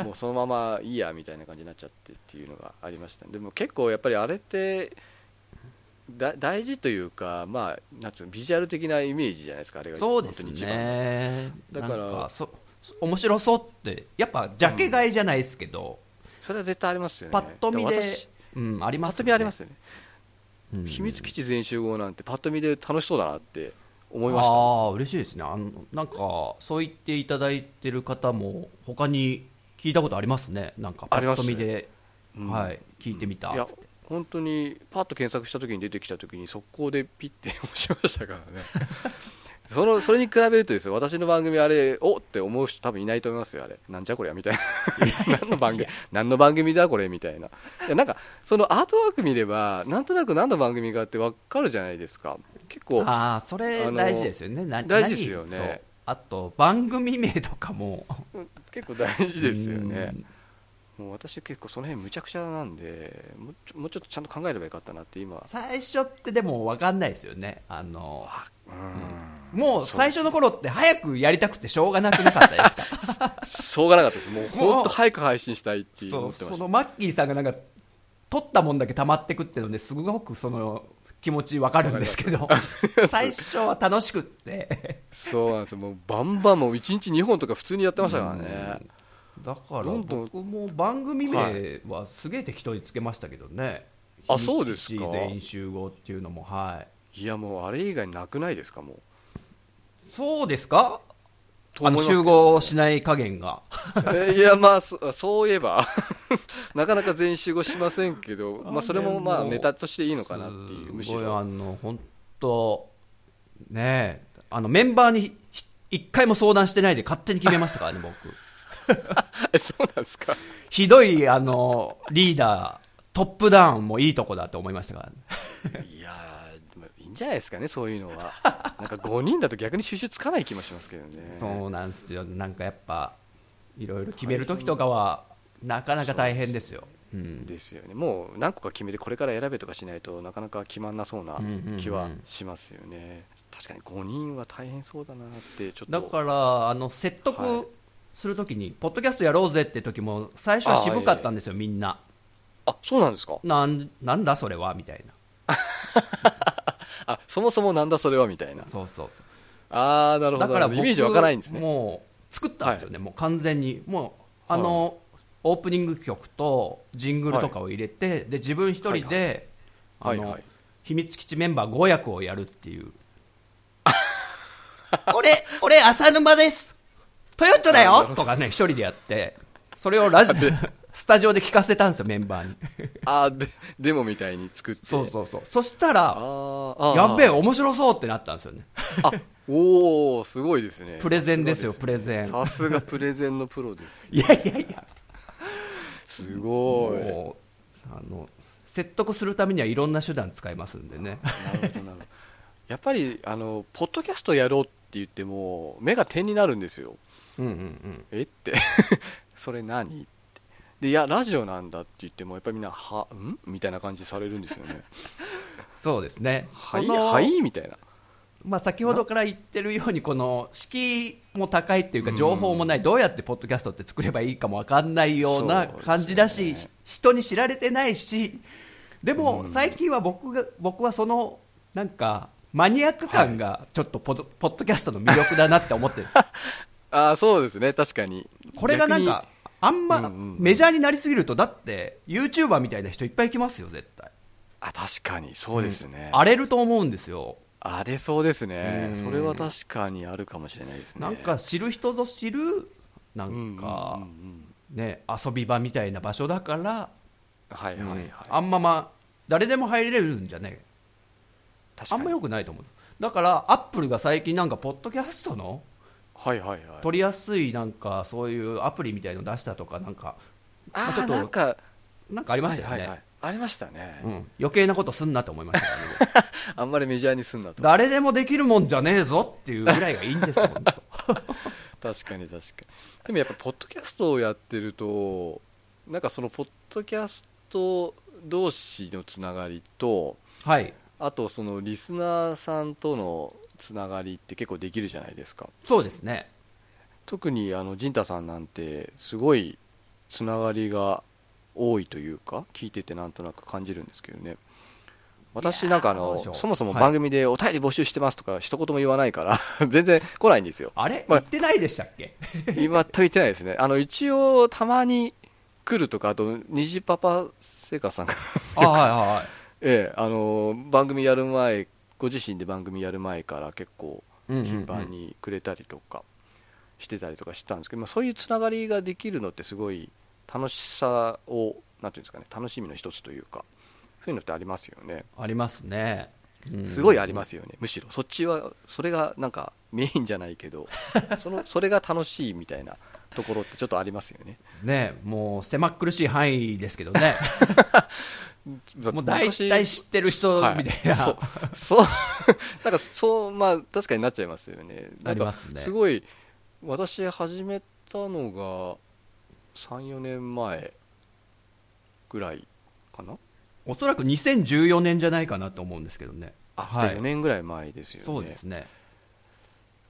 Speaker 1: もうそのままいいやみたいな感じになっちゃってっていうのがありましたでも結構やっぱりあれってだ大事というか、まあ、なんつうのビジュアル的なイメージじゃないですか、あれが
Speaker 2: そうです
Speaker 1: 本当に一番
Speaker 2: ね
Speaker 1: だから
Speaker 2: なんかそ面白そうってやっぱジャケ買いじゃないですけど、
Speaker 1: それは絶対ありますよね、
Speaker 2: パッと見
Speaker 1: も
Speaker 2: で
Speaker 1: 私
Speaker 2: うんあり
Speaker 1: パ
Speaker 2: ま
Speaker 1: ッと
Speaker 2: すよね
Speaker 1: 見ありますよね、
Speaker 2: うん
Speaker 1: 秘密基地全集合なんて、パッと見で楽しそうだなって思いま
Speaker 2: あ
Speaker 1: した、
Speaker 2: あー嬉しいですねあのなんかそう言っていただいてる方も他に聞いたことありますねなんかパ
Speaker 1: ありま
Speaker 2: ッ
Speaker 1: す
Speaker 2: と
Speaker 1: ね
Speaker 2: 見で、
Speaker 1: うん
Speaker 2: はい聞いてみた
Speaker 1: いや
Speaker 2: つって、
Speaker 1: 本当にパッと検索した時に出てきた時に速攻でピッて押しましたから ねそのそれに比べるとですよ私の番組あれおって思う人多分いないと思いますよあれなんじゃこりゃみたいな何の番組何の番組だこれみたいないやなんかそのアートワーク見ればなんとなく何の番組かって分かるじゃないですか結構
Speaker 2: ああそれ
Speaker 1: あの
Speaker 2: 大事ですよねな
Speaker 1: 大事ですよね
Speaker 2: 何そうあと番組名とかも
Speaker 1: 結構大事ですよね
Speaker 2: うん
Speaker 1: もう私結構その辺むちゃくちゃなんでもうちょもうちょっとちゃんと考えればよかったなって今
Speaker 2: 最初ってでも分かんないですよねあの
Speaker 1: うん
Speaker 2: もう
Speaker 1: そう
Speaker 2: 最初の頃って早くやりたくてしょうがなくなか ったですか
Speaker 1: しょうがなかったですもう
Speaker 2: もう
Speaker 1: 本当早く配信したいって
Speaker 2: そ
Speaker 1: 思
Speaker 2: う
Speaker 1: ってま
Speaker 2: そ
Speaker 1: した
Speaker 2: のマッキーさんがなんか取ったもんだけ溜まってくってのですごくその気持ち分かるんですけど 最初は楽しくって
Speaker 1: そうなんですよもうバンバンもう1日2本とか普通にやってましたからね
Speaker 2: だから
Speaker 1: どんどん
Speaker 2: 僕も番組名はすげえ適当につけましたけどね、
Speaker 1: あそうですか
Speaker 2: 日にち全員集合っていうのもはい
Speaker 1: いやもうあれ以外なくないですかもう
Speaker 2: そうですか
Speaker 1: と
Speaker 2: あ
Speaker 1: 思いま
Speaker 2: の
Speaker 1: すけど
Speaker 2: 集合しない加減が
Speaker 1: えいやまあそそういえば なかなか全員集合しませんけどまあそれもまあネタとしていいのかなっていうむし
Speaker 2: すごいあ
Speaker 1: ろ
Speaker 2: の本当ねえあのメンバーにひ一回も相談してないで勝手に決めましたか らね僕
Speaker 1: え そうなんですか
Speaker 2: ひどいあのリーダートップダウンもいいとこだと思いましたからね
Speaker 1: いやーまあいいんじゃないですかね、そういうのは。 なんか5人だと逆に収集つかない気もしますけどね。
Speaker 2: そうなんですよ、なんかやっぱ、いろいろ決めるときとかは、なかなか大変ですよ。うん
Speaker 1: ですよね。もう何個か決めて、これから選べとかしないとなかなか決まんなそうな気
Speaker 2: う
Speaker 1: は
Speaker 2: んうんうん
Speaker 1: しますよね。確かに5人は大変そうだなって、ちょっと。
Speaker 2: だからあの説
Speaker 1: はい
Speaker 2: 得するときに、ポッドキャストやろうぜって時も、最初は渋かったんですよ、みんな、
Speaker 1: あそうなんですか
Speaker 2: なんなんだそれはみたいな、
Speaker 1: あそもそもなんだそれはみたいな。
Speaker 2: そうそうそ
Speaker 1: あー、なるほ
Speaker 2: うだ
Speaker 1: ど。
Speaker 2: から
Speaker 1: イメージ湧かないんですね。
Speaker 2: もう作ったんですよね、もう完全に、もうあの、オープニング曲とジングルとかを入れて、で自分一人で、
Speaker 1: はいはい
Speaker 2: あの
Speaker 1: はいはい
Speaker 2: 秘密基地メンバー5役をやるっ ていう。俺、俺、浅沼ですトヨッチョだ
Speaker 1: あな
Speaker 2: よ
Speaker 1: るほど
Speaker 2: とかね、一人でやって、それをラジオ、 スタジオで聞かせたんですよ、メンバーに。
Speaker 1: あーで、デモみたいに作って。
Speaker 2: そうそうそう。そしたら、
Speaker 1: あーあー
Speaker 2: やっべえ、面白そうってなったんですよね。
Speaker 1: あおー、すごいですね。
Speaker 2: プレゼンですよ、
Speaker 1: さ
Speaker 2: プレゼン。
Speaker 1: すがさすがプレゼンのプロです。
Speaker 2: いやいやいや。
Speaker 1: すごい。
Speaker 2: もうあの説得するためにはいろんな手段使いますん でね
Speaker 1: なるほどなるほどやっぱりあのポッドキャストやろうって言っても目が点になるんですよ
Speaker 2: うんうんうん
Speaker 1: えって それ何ってでいやラジオなんだって言ってもやっぱりみんなはんみたいな感じされるんですよね
Speaker 2: そうですね
Speaker 1: はい
Speaker 2: その
Speaker 1: はいみたいな
Speaker 2: まあ、先ほどから言ってるようにこの敷居も高いっていうか情報もないどうやってポッドキャストって作ればいいかも分かんないような
Speaker 1: そうですね
Speaker 2: 感じだし、ひ人に知られてないしでも
Speaker 1: うん
Speaker 2: 最近は僕が僕はそのなんかマニアック感がちょっとポドポッドキャストの魅力だなって思ってるんですよ
Speaker 1: ああそうですね確かに
Speaker 2: これがなんかあん
Speaker 1: うんう
Speaker 2: ま
Speaker 1: ん
Speaker 2: メジャーになりすぎるとだって YouTuber みたいな人いっぱい来ますよ絶対
Speaker 1: 逆にあ確かにそうですね、あ
Speaker 2: 荒れると思うんですよ
Speaker 1: れそうです
Speaker 3: う
Speaker 1: ね
Speaker 3: ん
Speaker 1: それは確かにあるかもしれないですね
Speaker 2: なんか知る人ぞ知るな
Speaker 1: うんん
Speaker 2: か、
Speaker 1: うんうんうん
Speaker 2: ね、遊び場みたいな場所だから、
Speaker 1: はいはいはい、
Speaker 3: うん
Speaker 2: あんまま誰でも入れるんじゃね
Speaker 1: 確か
Speaker 2: あ
Speaker 1: に
Speaker 2: んま良くないと思うだからアップルが最近なんかポッドキャストの
Speaker 1: はいはいはい
Speaker 2: 取りやすいなんかそういうアプリみたいの出したとかなんか
Speaker 1: あ
Speaker 2: ちょっ
Speaker 1: あ
Speaker 2: と
Speaker 1: なんか
Speaker 2: なんかありましたよ
Speaker 1: は
Speaker 2: ね、
Speaker 1: いはいはいありましたね、
Speaker 2: うん、余計なことすんなと思いましたけど、ね、
Speaker 1: あんまりメジャーにすんなと
Speaker 2: 誰でもできるもんじゃねえぞっていうぐらいがいいんですよ本当
Speaker 1: 確かに確かにでもやっぱポッドキャストをやってるとなんかそのポッドキャスト同士のつながりと
Speaker 2: はい
Speaker 1: あとそのリスナーさんとのつながりって結構できるじゃないですか
Speaker 2: そうですね
Speaker 1: 特にあの陣太さんなんてすごいつながりが多いというか聞いててなんとなく感じるんですけどね私なんかあ
Speaker 2: いやーどう
Speaker 1: の
Speaker 2: でしょう
Speaker 1: そもそも
Speaker 2: はい
Speaker 1: 番組でお便り募集してますとか一言も言わないから全然来ないんですよ
Speaker 2: あれ
Speaker 1: ま
Speaker 2: 言
Speaker 1: あ
Speaker 2: ってないでしたっけ、
Speaker 1: 今と言ってないですね。あの、一応、たまに来るとか、あと、虹パパ聖火さんから、
Speaker 2: あはいはいはい
Speaker 1: ええ、あの、番組やる前、ご自身で番組やる前から結構、
Speaker 2: うんうんうん
Speaker 1: 頻繁にくれたりとか、してたりとかしてたんですけど、まあ、そういうつながりができるのってすごい、楽しさを、なんていうんですかね、楽しみの一つというか、そういうのってありますよね。
Speaker 2: ありますね。
Speaker 1: すごいあり
Speaker 3: す
Speaker 1: ますよね。むしろそっちはそれがなんかメインじゃないけど、そのそれが楽しいみたいなところってちょっとありますよね。
Speaker 2: ねもう狭っ苦しい範囲ですけ どね。
Speaker 1: だって
Speaker 2: もう大体知ってる人
Speaker 1: はい
Speaker 2: みたいな。
Speaker 1: そうそう なんかそうまあ確かになっちゃいますよね
Speaker 2: なり
Speaker 1: なん
Speaker 2: ま
Speaker 1: か
Speaker 2: すね
Speaker 1: すごい私始めたのが34年前ぐらいかな
Speaker 2: おそらく2014年じゃないかなと思うんですけどね。
Speaker 1: あ、
Speaker 2: はい
Speaker 1: 4年ぐらい前ですよね
Speaker 2: そうですね。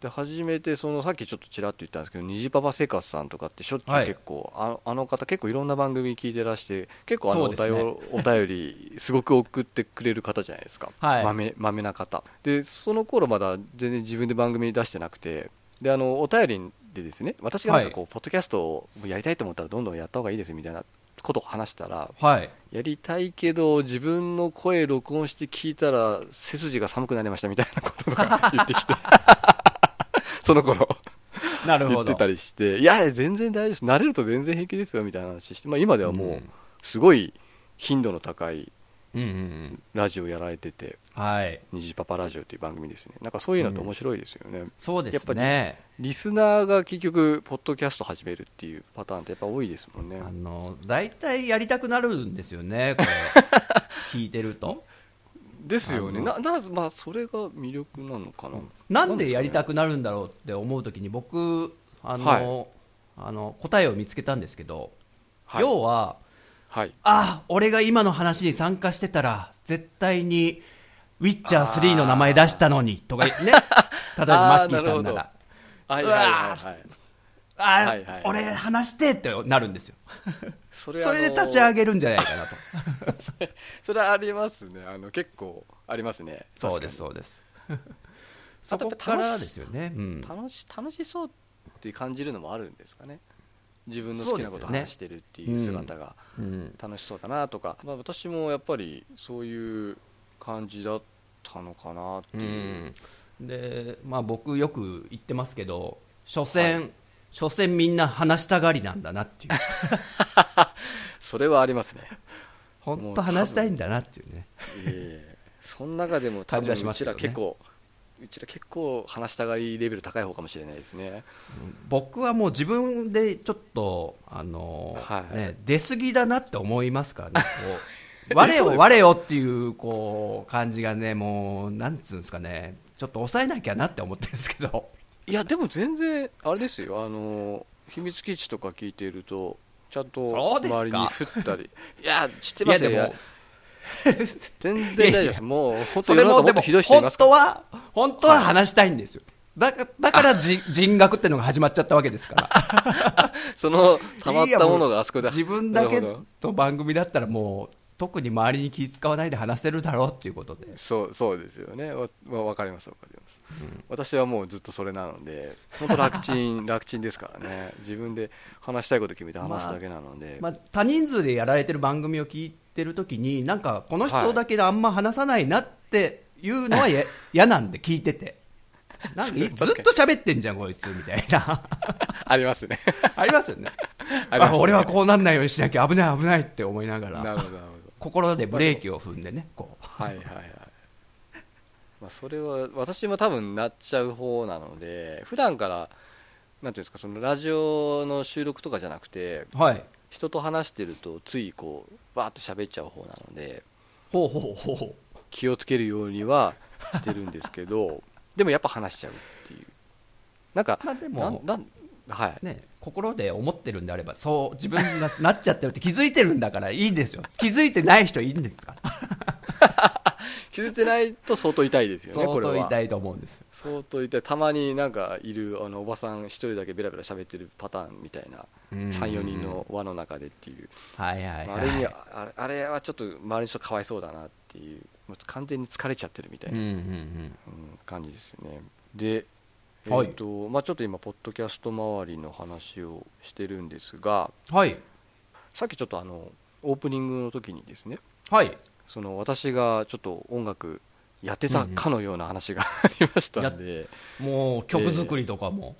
Speaker 1: で初めてそのさっきちょっとちらっと言ったんですけど虹パパ生活さんとかってしょっちゅ
Speaker 2: は
Speaker 1: う
Speaker 2: い
Speaker 1: 結構、ああの方結構いろんな番組聞いてらして結構あの
Speaker 2: そう
Speaker 1: お
Speaker 2: です
Speaker 1: 便,、
Speaker 2: ね
Speaker 1: お便りすごく送ってくれる方じゃないですか、
Speaker 2: はい
Speaker 1: まめまめな方でその頃まだ全然自分で番組出してなくてであのお便りでですね私がなんかこう、ポッドキャストをやりたいと思ったらどんどんやった方がいいですみたいなことを話したら
Speaker 2: はい。
Speaker 1: やりたいけど自分の声録音して聞いたら背筋が寒くなりましたみたいなことと か言ってきてその頃
Speaker 2: なる
Speaker 1: 言
Speaker 2: ほ
Speaker 1: って
Speaker 2: ど。
Speaker 1: たりしていや全然大丈夫です慣れると全然平気ですよみたいな話して、まあ、今ではもうすごい頻度の高い
Speaker 3: うんうんうん
Speaker 1: ラジオやられてて
Speaker 2: はい。
Speaker 1: 「虹パパラジオ」という番組ですねなんかそういうのって面白いですよね、
Speaker 2: そうで
Speaker 1: やっ
Speaker 2: す
Speaker 1: ぱり
Speaker 2: ね。
Speaker 1: リスナーが結局ポッドキャスト始めるっていうパターンってやっぱ多いですもんね
Speaker 2: あの、大体やりたくなるんですよ ね、これ。聞いてると。
Speaker 1: ですよねな
Speaker 2: あ
Speaker 1: なまあそれが魅力なのかな、
Speaker 2: なんでやりた
Speaker 1: く
Speaker 2: くなるんだろうって思うときに僕あの、
Speaker 1: はい
Speaker 2: あの答えを見つけたんですけど、
Speaker 1: はい
Speaker 2: 要は
Speaker 1: はい
Speaker 2: あ俺が今の話に参加してたら絶対に「ウィッチャー3」の名前出したのにと かね例えばマッキーさんなら
Speaker 1: はいうはいはい
Speaker 2: わ
Speaker 1: はい、
Speaker 2: 「あ、
Speaker 1: はいはい
Speaker 2: 俺話して」ってなるんですよ
Speaker 1: そ
Speaker 2: それで立ち上
Speaker 1: げ
Speaker 2: げるんじゃないかなと
Speaker 1: それはありますねあの結構ありますね
Speaker 2: そうです
Speaker 1: 確
Speaker 2: そうです
Speaker 1: あ
Speaker 2: そ
Speaker 1: とや
Speaker 2: こ
Speaker 1: っぱ楽し
Speaker 2: からですよね、うん
Speaker 1: かに楽し楽しそうって感じるのもあるんですかね自分の好きなことを
Speaker 2: そうですよね
Speaker 1: 話してるっていう姿が
Speaker 3: うん
Speaker 1: 楽しそうだなとか、まあ、私もやっぱりそういう感じだったのかなって
Speaker 3: うん
Speaker 1: い
Speaker 3: う
Speaker 1: う、
Speaker 3: ん
Speaker 2: でまあ僕よく言ってますけど所詮、所詮みんな話したがりなんだなっていう
Speaker 1: それはありますね
Speaker 2: 本当話したいんだなっていうね
Speaker 1: ええその中でも多
Speaker 2: 感じ
Speaker 1: 分
Speaker 2: はし
Speaker 1: う
Speaker 2: ます
Speaker 1: ち
Speaker 2: けど
Speaker 1: ら
Speaker 2: ね
Speaker 1: 結構、うちら結構話したがりレベル高い方かもしれないですね
Speaker 2: 僕はもう自分でちょっとあの、
Speaker 1: はい
Speaker 2: ね、出過ぎだなって思いますからね こう我 を我をっていうこう感じがねもうなんつうんですかねちょっと抑えなきゃなって思ってるんですけど
Speaker 1: いやでも全然あれですよあの秘密基地とか聞いているとちゃんと
Speaker 2: そうですか
Speaker 1: 周りに振った りいや知ってますよ
Speaker 2: いやでも
Speaker 1: いや全然
Speaker 2: い
Speaker 1: 大丈夫
Speaker 2: やいや
Speaker 1: ですもう本当
Speaker 2: そ
Speaker 1: 世
Speaker 2: れ
Speaker 1: の
Speaker 2: も
Speaker 1: 中も
Speaker 2: で
Speaker 1: っと
Speaker 2: も
Speaker 1: ひどい人いま
Speaker 2: 本
Speaker 1: すか
Speaker 2: 当は本当は話したいんですよだかだからじ人格ってのが始まっちゃったわけで すから
Speaker 1: らそのたまったものがあそこで
Speaker 2: 自分だ
Speaker 1: な
Speaker 2: け
Speaker 1: るほど
Speaker 2: の番組だったらもう特に周りに気使わないで話せるだろうっていうことで
Speaker 1: そうそうですよねわわわかりますわかります、私はもうずっとそれなので本当楽ち ん楽ちんですからね自分で話したいこと決めて話すだけなので、
Speaker 2: まあ、多人数でやられてる番組を聞いてるときになんかこの人だけであんま話さないなっていうのは や嫌なんで聞いててなんかいずっ
Speaker 1: 確か
Speaker 2: と喋ってんじゃんこいつみたいな
Speaker 1: ありますね
Speaker 2: ありますよね
Speaker 1: ありますね
Speaker 2: あ俺はこうなんないようにしなきゃ危ない危ないって思いなが
Speaker 1: な
Speaker 2: ら
Speaker 1: るほどなるほど
Speaker 2: 心でブレーキを踏んでねこう
Speaker 1: はいはいはい、まあ、それは私も多分なっちゃう方なので普段からなんていうんですかそのラジオの収録とかじゃなくて
Speaker 2: はい
Speaker 1: 人と話してるとついこうバーッと喋っちゃう方なので
Speaker 2: ほうほうほうほう
Speaker 1: 気をつけるようにはしてるんですけ どでもやっぱ話しちゃうっていうなんか、
Speaker 2: まあでも
Speaker 1: なんなんはい
Speaker 2: ね、心で思ってるんであればそう自分がなっちゃってるって気づいてるんだからいいんですよ気づいてない人いいんですから
Speaker 1: 気づいてないと相当痛いですよね
Speaker 2: 相
Speaker 1: これ
Speaker 2: 当
Speaker 1: は
Speaker 2: 痛いと思うんですよ
Speaker 1: 相当痛いたまになんかいるあのおばさん一人だけベラベラ喋ってるパターンみたいな
Speaker 3: うん
Speaker 1: 34人の輪の中でっていう
Speaker 2: はいはい
Speaker 1: まあ
Speaker 2: は
Speaker 1: あれに
Speaker 2: い
Speaker 1: はあれあれはちょっと周りの人かわいそうだなっていうもう完全に疲れちゃってるみたい
Speaker 3: うん
Speaker 1: な、
Speaker 3: う
Speaker 1: うん
Speaker 3: ん
Speaker 1: 感じですよねで、え
Speaker 2: はい
Speaker 1: ーとまあ、ちょっと今ポッドキャスト周りの話をしてるんですが
Speaker 2: はい
Speaker 1: さっきちょっとあのオープニングの時にですね
Speaker 2: はい
Speaker 1: その私がちょっと音楽やってたかのような話がありましたんで、
Speaker 2: もう曲作りとかも、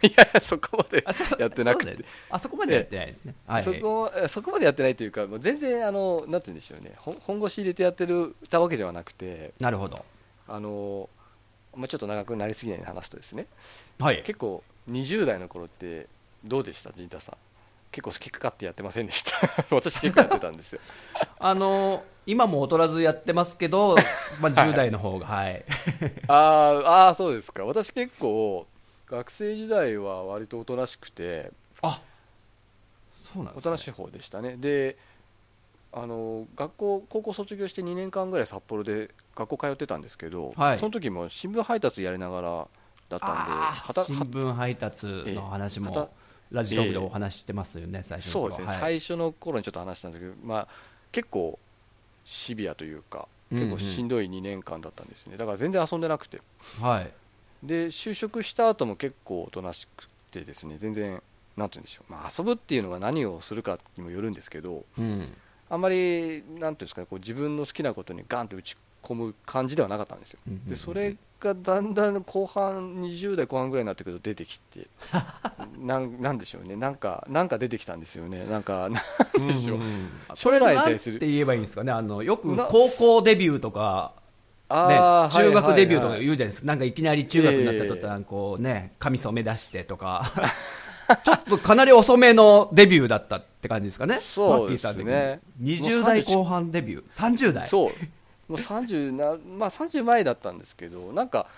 Speaker 1: いやいや、そこまで
Speaker 2: あそ
Speaker 1: やってなく
Speaker 2: そうだ
Speaker 1: て
Speaker 2: よね、あそこまでやってないですね、はい
Speaker 1: そこそこまでやってないというか、もう全然あの、なんて言うんでしょうね、ほん本腰入れてやってるたわけではなくて、
Speaker 2: なるほど
Speaker 1: あのまあ、ちょっと長くなりすぎないように話すとですね、
Speaker 2: はい
Speaker 1: 結構、20代の頃って、どうでした、陣太さん。結構好き勝手やってませんでした。 私結構やってたん ですよ。
Speaker 2: あの今も劣らずやってますけど、まあ、
Speaker 1: はい
Speaker 2: 10代の方がはい
Speaker 1: あーあー、そうですか。私結構、学生時代は割とおとなしくて、
Speaker 2: あそうなん
Speaker 1: おと
Speaker 2: です、
Speaker 1: な
Speaker 2: ね、
Speaker 1: しい方でしたね。で、あの学校高校卒業して2年間ぐらい札幌で学校通ってたんですけど、
Speaker 2: はい
Speaker 1: その時も新聞配達やりながらだったんで、
Speaker 2: あ
Speaker 1: は
Speaker 2: ー
Speaker 1: た
Speaker 2: 新聞配達の話
Speaker 1: ええは
Speaker 2: も
Speaker 1: た
Speaker 2: ラジオ局でお話ししてますよね、最初の
Speaker 1: そう
Speaker 2: 頃
Speaker 1: ですね、
Speaker 2: はい、
Speaker 1: 最初の頃にちょっと話したんですけど、まあ、結構シビアというか、結構しんどい2年間だったんですね、だから全然遊んでなくて、
Speaker 2: はい、
Speaker 1: で就職した後も結構おとなしくてですね、全然、なんて言うんでしょう、まあ、遊ぶっていうのが何をするかにもよるんですけど、
Speaker 3: うん
Speaker 1: あんまり、なんていうんですかね、こう自分の好きなことにガンと打ち込む感じではなかったんですよ。
Speaker 3: うん
Speaker 1: でそれがだんだん後半20代後半ぐらいになってくると出てきて なんなんでしょうねなんかなんか出てきたんですよねなんかなんでしょう、
Speaker 3: ん
Speaker 2: それ
Speaker 1: 将来
Speaker 2: なん
Speaker 1: に対す
Speaker 2: て
Speaker 1: る
Speaker 2: 言えばいいんですかねあのよく
Speaker 1: な
Speaker 2: 高校デビューとか、ね、
Speaker 1: あー
Speaker 2: 中学デビューと
Speaker 1: は
Speaker 2: か
Speaker 1: いはい
Speaker 2: 言うじゃないですか、なんかいきなり中学になった
Speaker 1: え
Speaker 2: 途
Speaker 1: え
Speaker 2: 端こうね髪染め出してとか ちょっとかなり遅めのデビューだったって感じですかね
Speaker 1: そうですね
Speaker 2: マッキーさん的に
Speaker 1: もう
Speaker 2: 20代後半デビュー30
Speaker 1: は
Speaker 2: 代
Speaker 1: いそうもう30な、 まあ、30前だったんですけどなんか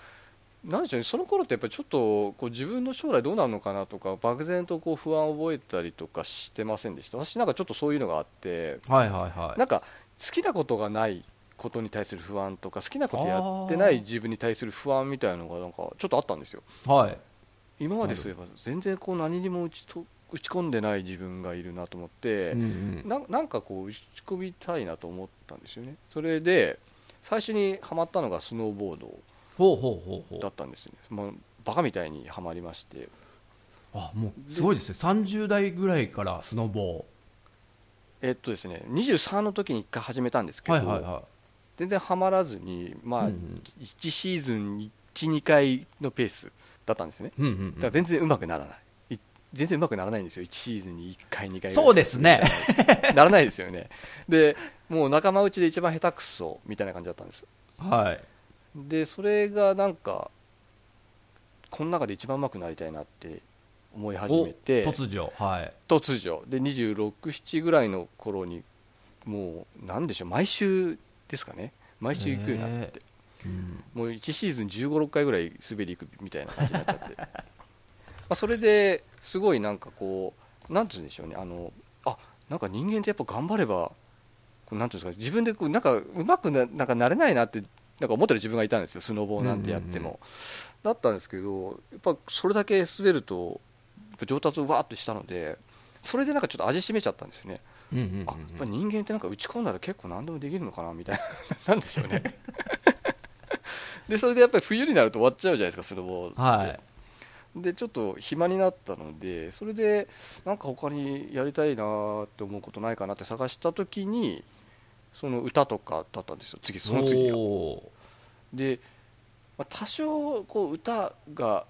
Speaker 1: なんでしょうねその頃ってやっぱりちょっとこう自分の将来どうなるのかなとか漠然とこう不安を覚えたりとかしてませんでした私なんかちょっとそういうのがあって
Speaker 2: はいはいはい
Speaker 1: なんか好きなことがないことに対する不安とか好きなことやってない自分に対する不安みたいなのがなんかちょっとあったんですよ
Speaker 2: はい
Speaker 1: 今までそういえば全然こう何にも打ちと打ち込んでない自分がいるなと思って、
Speaker 3: うん
Speaker 1: ななんかこう打ち込みたいなと思ったんですよねそれで最初にはまったのがスノーボード
Speaker 2: ほうほうほうほ
Speaker 1: だ
Speaker 2: う
Speaker 1: ったんですよね、まあ、バカみたいにはまりまして
Speaker 2: あもうすごいですね30代ぐらいからスノボ
Speaker 1: えっとですね23の時に一回始めたんですけ
Speaker 2: ー
Speaker 1: ど、
Speaker 2: はいはいは
Speaker 1: 全然はまらずにまあ、
Speaker 3: うん
Speaker 1: 1シーズン12回のペースだったんですね
Speaker 2: い、うんうん
Speaker 1: だから全然うまくならないい全然うまくならないんですよ1シーズンに1回2
Speaker 2: う
Speaker 1: 回
Speaker 2: ん、
Speaker 1: ぐらい
Speaker 2: そうですね
Speaker 1: ならないですよねでもう仲間内で一番下手くそみたいな感じだったんですよ
Speaker 2: はい
Speaker 1: でそれがなんかこの中で一番うまくなりたいなって思い始めて
Speaker 2: お突如はい
Speaker 1: 突如で267ぐらいの頃にもうなんでしょう毎週ですかね毎週行くようになってもう1シーズン1 5 6回ぐらい滑り行くみたいな感じになっちゃってまあそれですごいなんかこうなんて言うんでしょうねあのあなんか人間ってやっぱ頑張ればこうなんていうんですか自分でこうなんかうまくななんかなれないなってなんか思ってる自分がいたんですよスノボーなんてやっても、だったんですけどやっぱそれだけ滑るとやっぱ上達をわーっとしたのでそれでなんかちょっと味しめちゃったんですよね
Speaker 3: うんうん
Speaker 1: あやっぱり人間ってなんか打ち込んだら結構何でもできるのかなみたいななんで しょ うねでそれでやっぱり冬になると終わっちゃうじゃないですかスノボーって、
Speaker 2: はい
Speaker 1: でちょっと暇になったのでそれでなんか他にやりたいなーって思うことないかなって探した時にその歌とかだったんですよ次その次が
Speaker 2: お
Speaker 1: で、まあ、多少こう歌が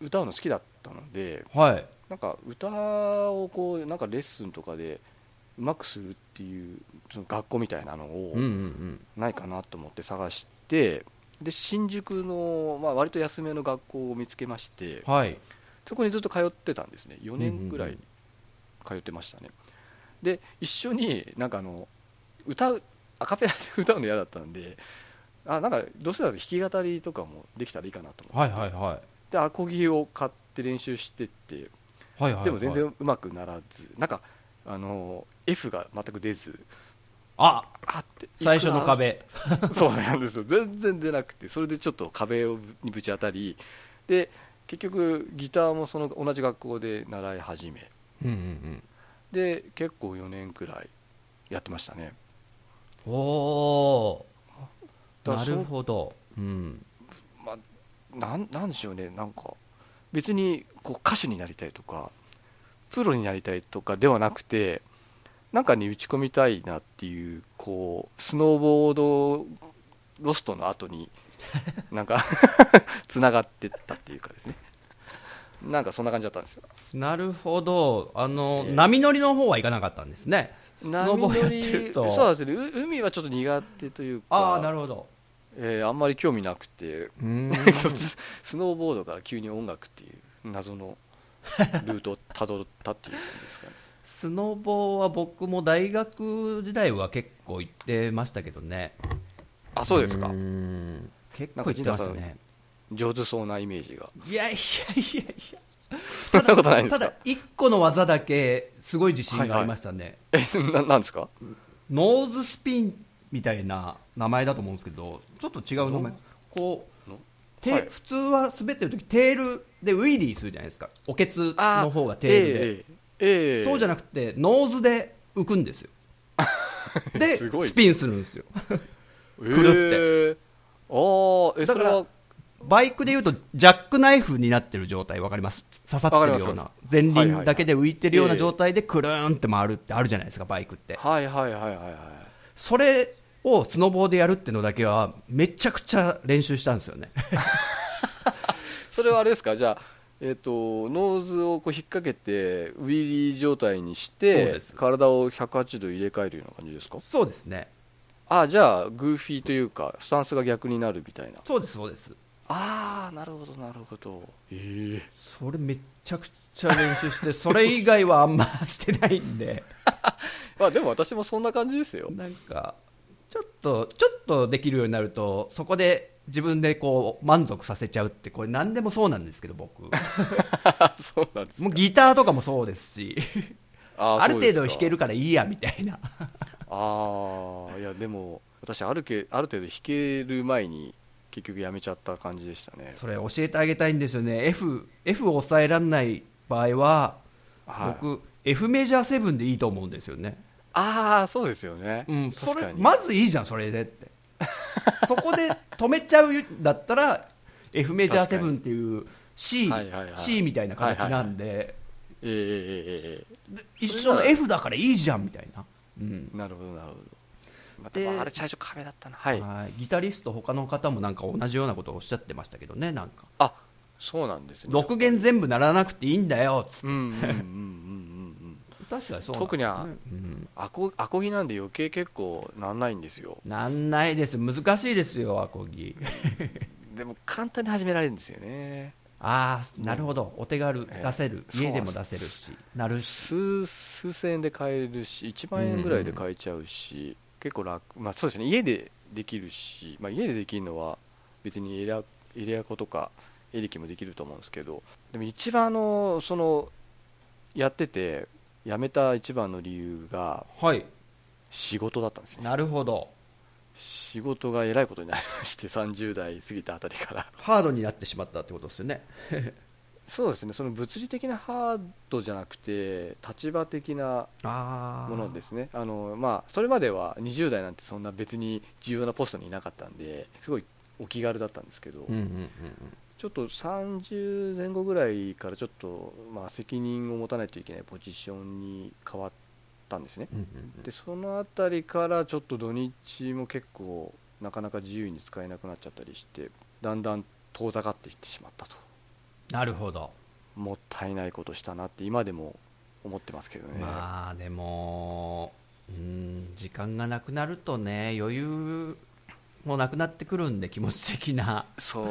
Speaker 1: 歌うの好きだったので
Speaker 2: ーはい
Speaker 1: なんか歌をこうなんかレッスンとかでうまくするっていうその学校みたいなのを
Speaker 3: うんうん
Speaker 1: ないかなと思って探してで新宿の、まあ、割と安めの学校を見つけまして
Speaker 2: はい
Speaker 1: そこにずっと通ってたんですね4年ぐら
Speaker 3: うん
Speaker 1: い通ってましたねで一緒になんかあの歌うアカペラで 歌うの嫌だったんであなんかどうせだと弾き語りとかもできたらいいかなと思って、
Speaker 2: はいはいは
Speaker 1: でアコギを買って練習してって
Speaker 2: いはいはいはい
Speaker 1: でも全然うまくならず、なんかあの F が全く出ず
Speaker 2: あ
Speaker 1: あって
Speaker 2: 最初の壁
Speaker 1: そうなんですよ全然出なくてそれでちょっと壁をぶにぶち当たりで結局ギターもその同じ学校で習い始め
Speaker 3: うんうん
Speaker 1: で結構4年くらいやってましたね
Speaker 2: おおー
Speaker 1: だか
Speaker 2: な
Speaker 1: らそ
Speaker 2: るほど
Speaker 3: うんうん
Speaker 1: まあ、なんなんでしょうねなんか別にこう歌手になりたいとかプロになりたいとかではなくてなんかに打ち込みたいなっていうこうスノーボードロストの後 になんか つながってったっていうかですねなんかそんな感じだったんですよ
Speaker 2: なるほど、あの、
Speaker 1: ええ
Speaker 2: 波乗りの方は行かなかったんですね、スノボ
Speaker 1: 波
Speaker 2: やっ
Speaker 1: 乗り
Speaker 2: てると、
Speaker 1: そうなんですねう海はちょっと苦手というか
Speaker 2: ああ、なるほど、
Speaker 1: えーあんまり興味なくて
Speaker 3: うん
Speaker 1: ススノーボードから急に音楽っていう謎のルートをたどったっていうんですかね
Speaker 2: スノボは僕も大学時代は結構行ってましたけどね、
Speaker 1: あそうですか
Speaker 3: ん
Speaker 2: 結構行ってましたね。
Speaker 1: 上手そうなイメージが
Speaker 2: いやいやいやいや、
Speaker 1: そんなことないんで
Speaker 2: た
Speaker 1: すか
Speaker 2: だ、一個の技だけ、すごい自信がありましたね、
Speaker 1: えななんですか
Speaker 2: ノーズスピンみたいな名前だと思うんですけど、ちょっと違う名前、こう、
Speaker 1: の
Speaker 2: て
Speaker 1: はい
Speaker 2: 普通は滑ってるとき、テールでウィリーするじゃないですか、おけつ
Speaker 1: あー
Speaker 2: の方がテールで。
Speaker 1: ええええ
Speaker 2: そうじゃなくて、ノーズで浮く んですよ。で、
Speaker 1: すごい
Speaker 2: スピンするんですよ。
Speaker 1: く
Speaker 2: るって
Speaker 1: えああえそ
Speaker 2: だか
Speaker 1: れ
Speaker 2: ら
Speaker 1: は
Speaker 2: バイクで言うと、ジャックナイフになってる状態、わかります刺さってるよう
Speaker 1: わ
Speaker 2: な
Speaker 1: かりま、す
Speaker 2: 前輪だけで浮いてるような状態で、くるーんって回るってあるじゃないですか、バイクって。
Speaker 1: はいはいはいはいはい
Speaker 2: それをスノボーでやるってのだけは、めちゃくちゃ練習したんですよね。
Speaker 1: それはあれですかじゃあえっとノーズをこう引っ掛けてウィリー状態にし
Speaker 2: そう
Speaker 1: て
Speaker 2: です
Speaker 1: 体を180度入れ替えるような感じですか
Speaker 2: そうですね。
Speaker 1: あじゃあグーフィーというかスタンスが逆になるみたいな
Speaker 2: そうです、そうです。
Speaker 1: ああなるほどなるほどええ
Speaker 2: それめちゃくちゃ練習して、それ以外はあんましてないんで。
Speaker 1: まあでも私もそんな感じです よ
Speaker 2: なんかちょっとちょっとできるようになるとそこで自分でこう満足させちゃうってこれ何でもそうなんですけ ど僕も
Speaker 1: あそうなんです
Speaker 2: うギターとかもそうですし
Speaker 1: あ
Speaker 2: あ
Speaker 1: ー
Speaker 2: る
Speaker 1: そう
Speaker 2: 程
Speaker 1: です
Speaker 2: 度
Speaker 1: か
Speaker 2: 弾けるからいいやみたいな
Speaker 1: ああいやでも私あるけある程度弾ける前に結局やめちゃった感じでしたね
Speaker 2: それ教えてあげたいんですよね F, F を抑えられない場合は、
Speaker 1: はい
Speaker 2: 僕 F メジャー7でいいと思うんですよね、
Speaker 1: ああそうですよね
Speaker 2: うん、そ
Speaker 1: 確か
Speaker 2: れ
Speaker 1: に
Speaker 2: まずいいじゃんそれでって そこで止めちゃうんだったら F メジャー7っていう C,、
Speaker 1: はいはいはい
Speaker 2: C みたいな形なんで、
Speaker 1: えええええええ
Speaker 2: 一緒の F だからいいじゃんみたいな、
Speaker 1: えなるほどなるほどまた
Speaker 2: で
Speaker 1: まああれ最初壁だったなはい
Speaker 2: はいギタリスト他の方もなんか同じようなことをおっしゃってましたけどねなんか
Speaker 1: あそうなんですね
Speaker 2: 6弦全部鳴らなくていいんだよつって
Speaker 1: うんうんうんうんうんうん
Speaker 2: 確かにそうなん
Speaker 1: 特にあ
Speaker 2: ですね
Speaker 1: アコアコギなんで余計結構なんないんですよ
Speaker 2: なんないです難しいですよアコギ
Speaker 1: でも簡単に始められるんですよね
Speaker 2: ああなるほどお手軽
Speaker 1: ええ
Speaker 2: 出せる、
Speaker 1: そう
Speaker 2: 家
Speaker 1: なんで
Speaker 2: ですも出せるしなるし
Speaker 1: 数数千円で買えるし1万円ぐらいで買えちゃうし、結構楽まあそうですね家でできるし、まあ、家でできるのは別にエレアエレアコとかエレキもできると思うんですけどでも一番あのそのやってて辞めた一番の理由が
Speaker 2: はい
Speaker 1: 仕事だったんですね
Speaker 2: なるほど
Speaker 1: 仕事がえらいことになりまして30代過ぎたあたりから
Speaker 2: ハードになってしまったってことですよね
Speaker 1: そうですねその物理的なハードじゃなくて立場的な
Speaker 2: ああ
Speaker 1: ものですねあの、まあ、それまでは20代なんてそんな別に重要なポストにいなかったんですごいお気軽だったんですけど、
Speaker 3: うんうん
Speaker 1: ちょっと30前後ぐらいからちょっと、まあ、責任を持たないといけないポジションに変わったんですね
Speaker 3: うんうん
Speaker 1: でその辺りからちょっと土日も結構なかなか自由に使えなくなっちゃったりしてだんだん遠ざかっていってしまったと
Speaker 2: なるほど
Speaker 1: もったいないことしたなって今でも思ってますけどね、
Speaker 2: まあでもうん時間がなくなるとね余裕もなくなってくるんで気持ち的な
Speaker 1: そ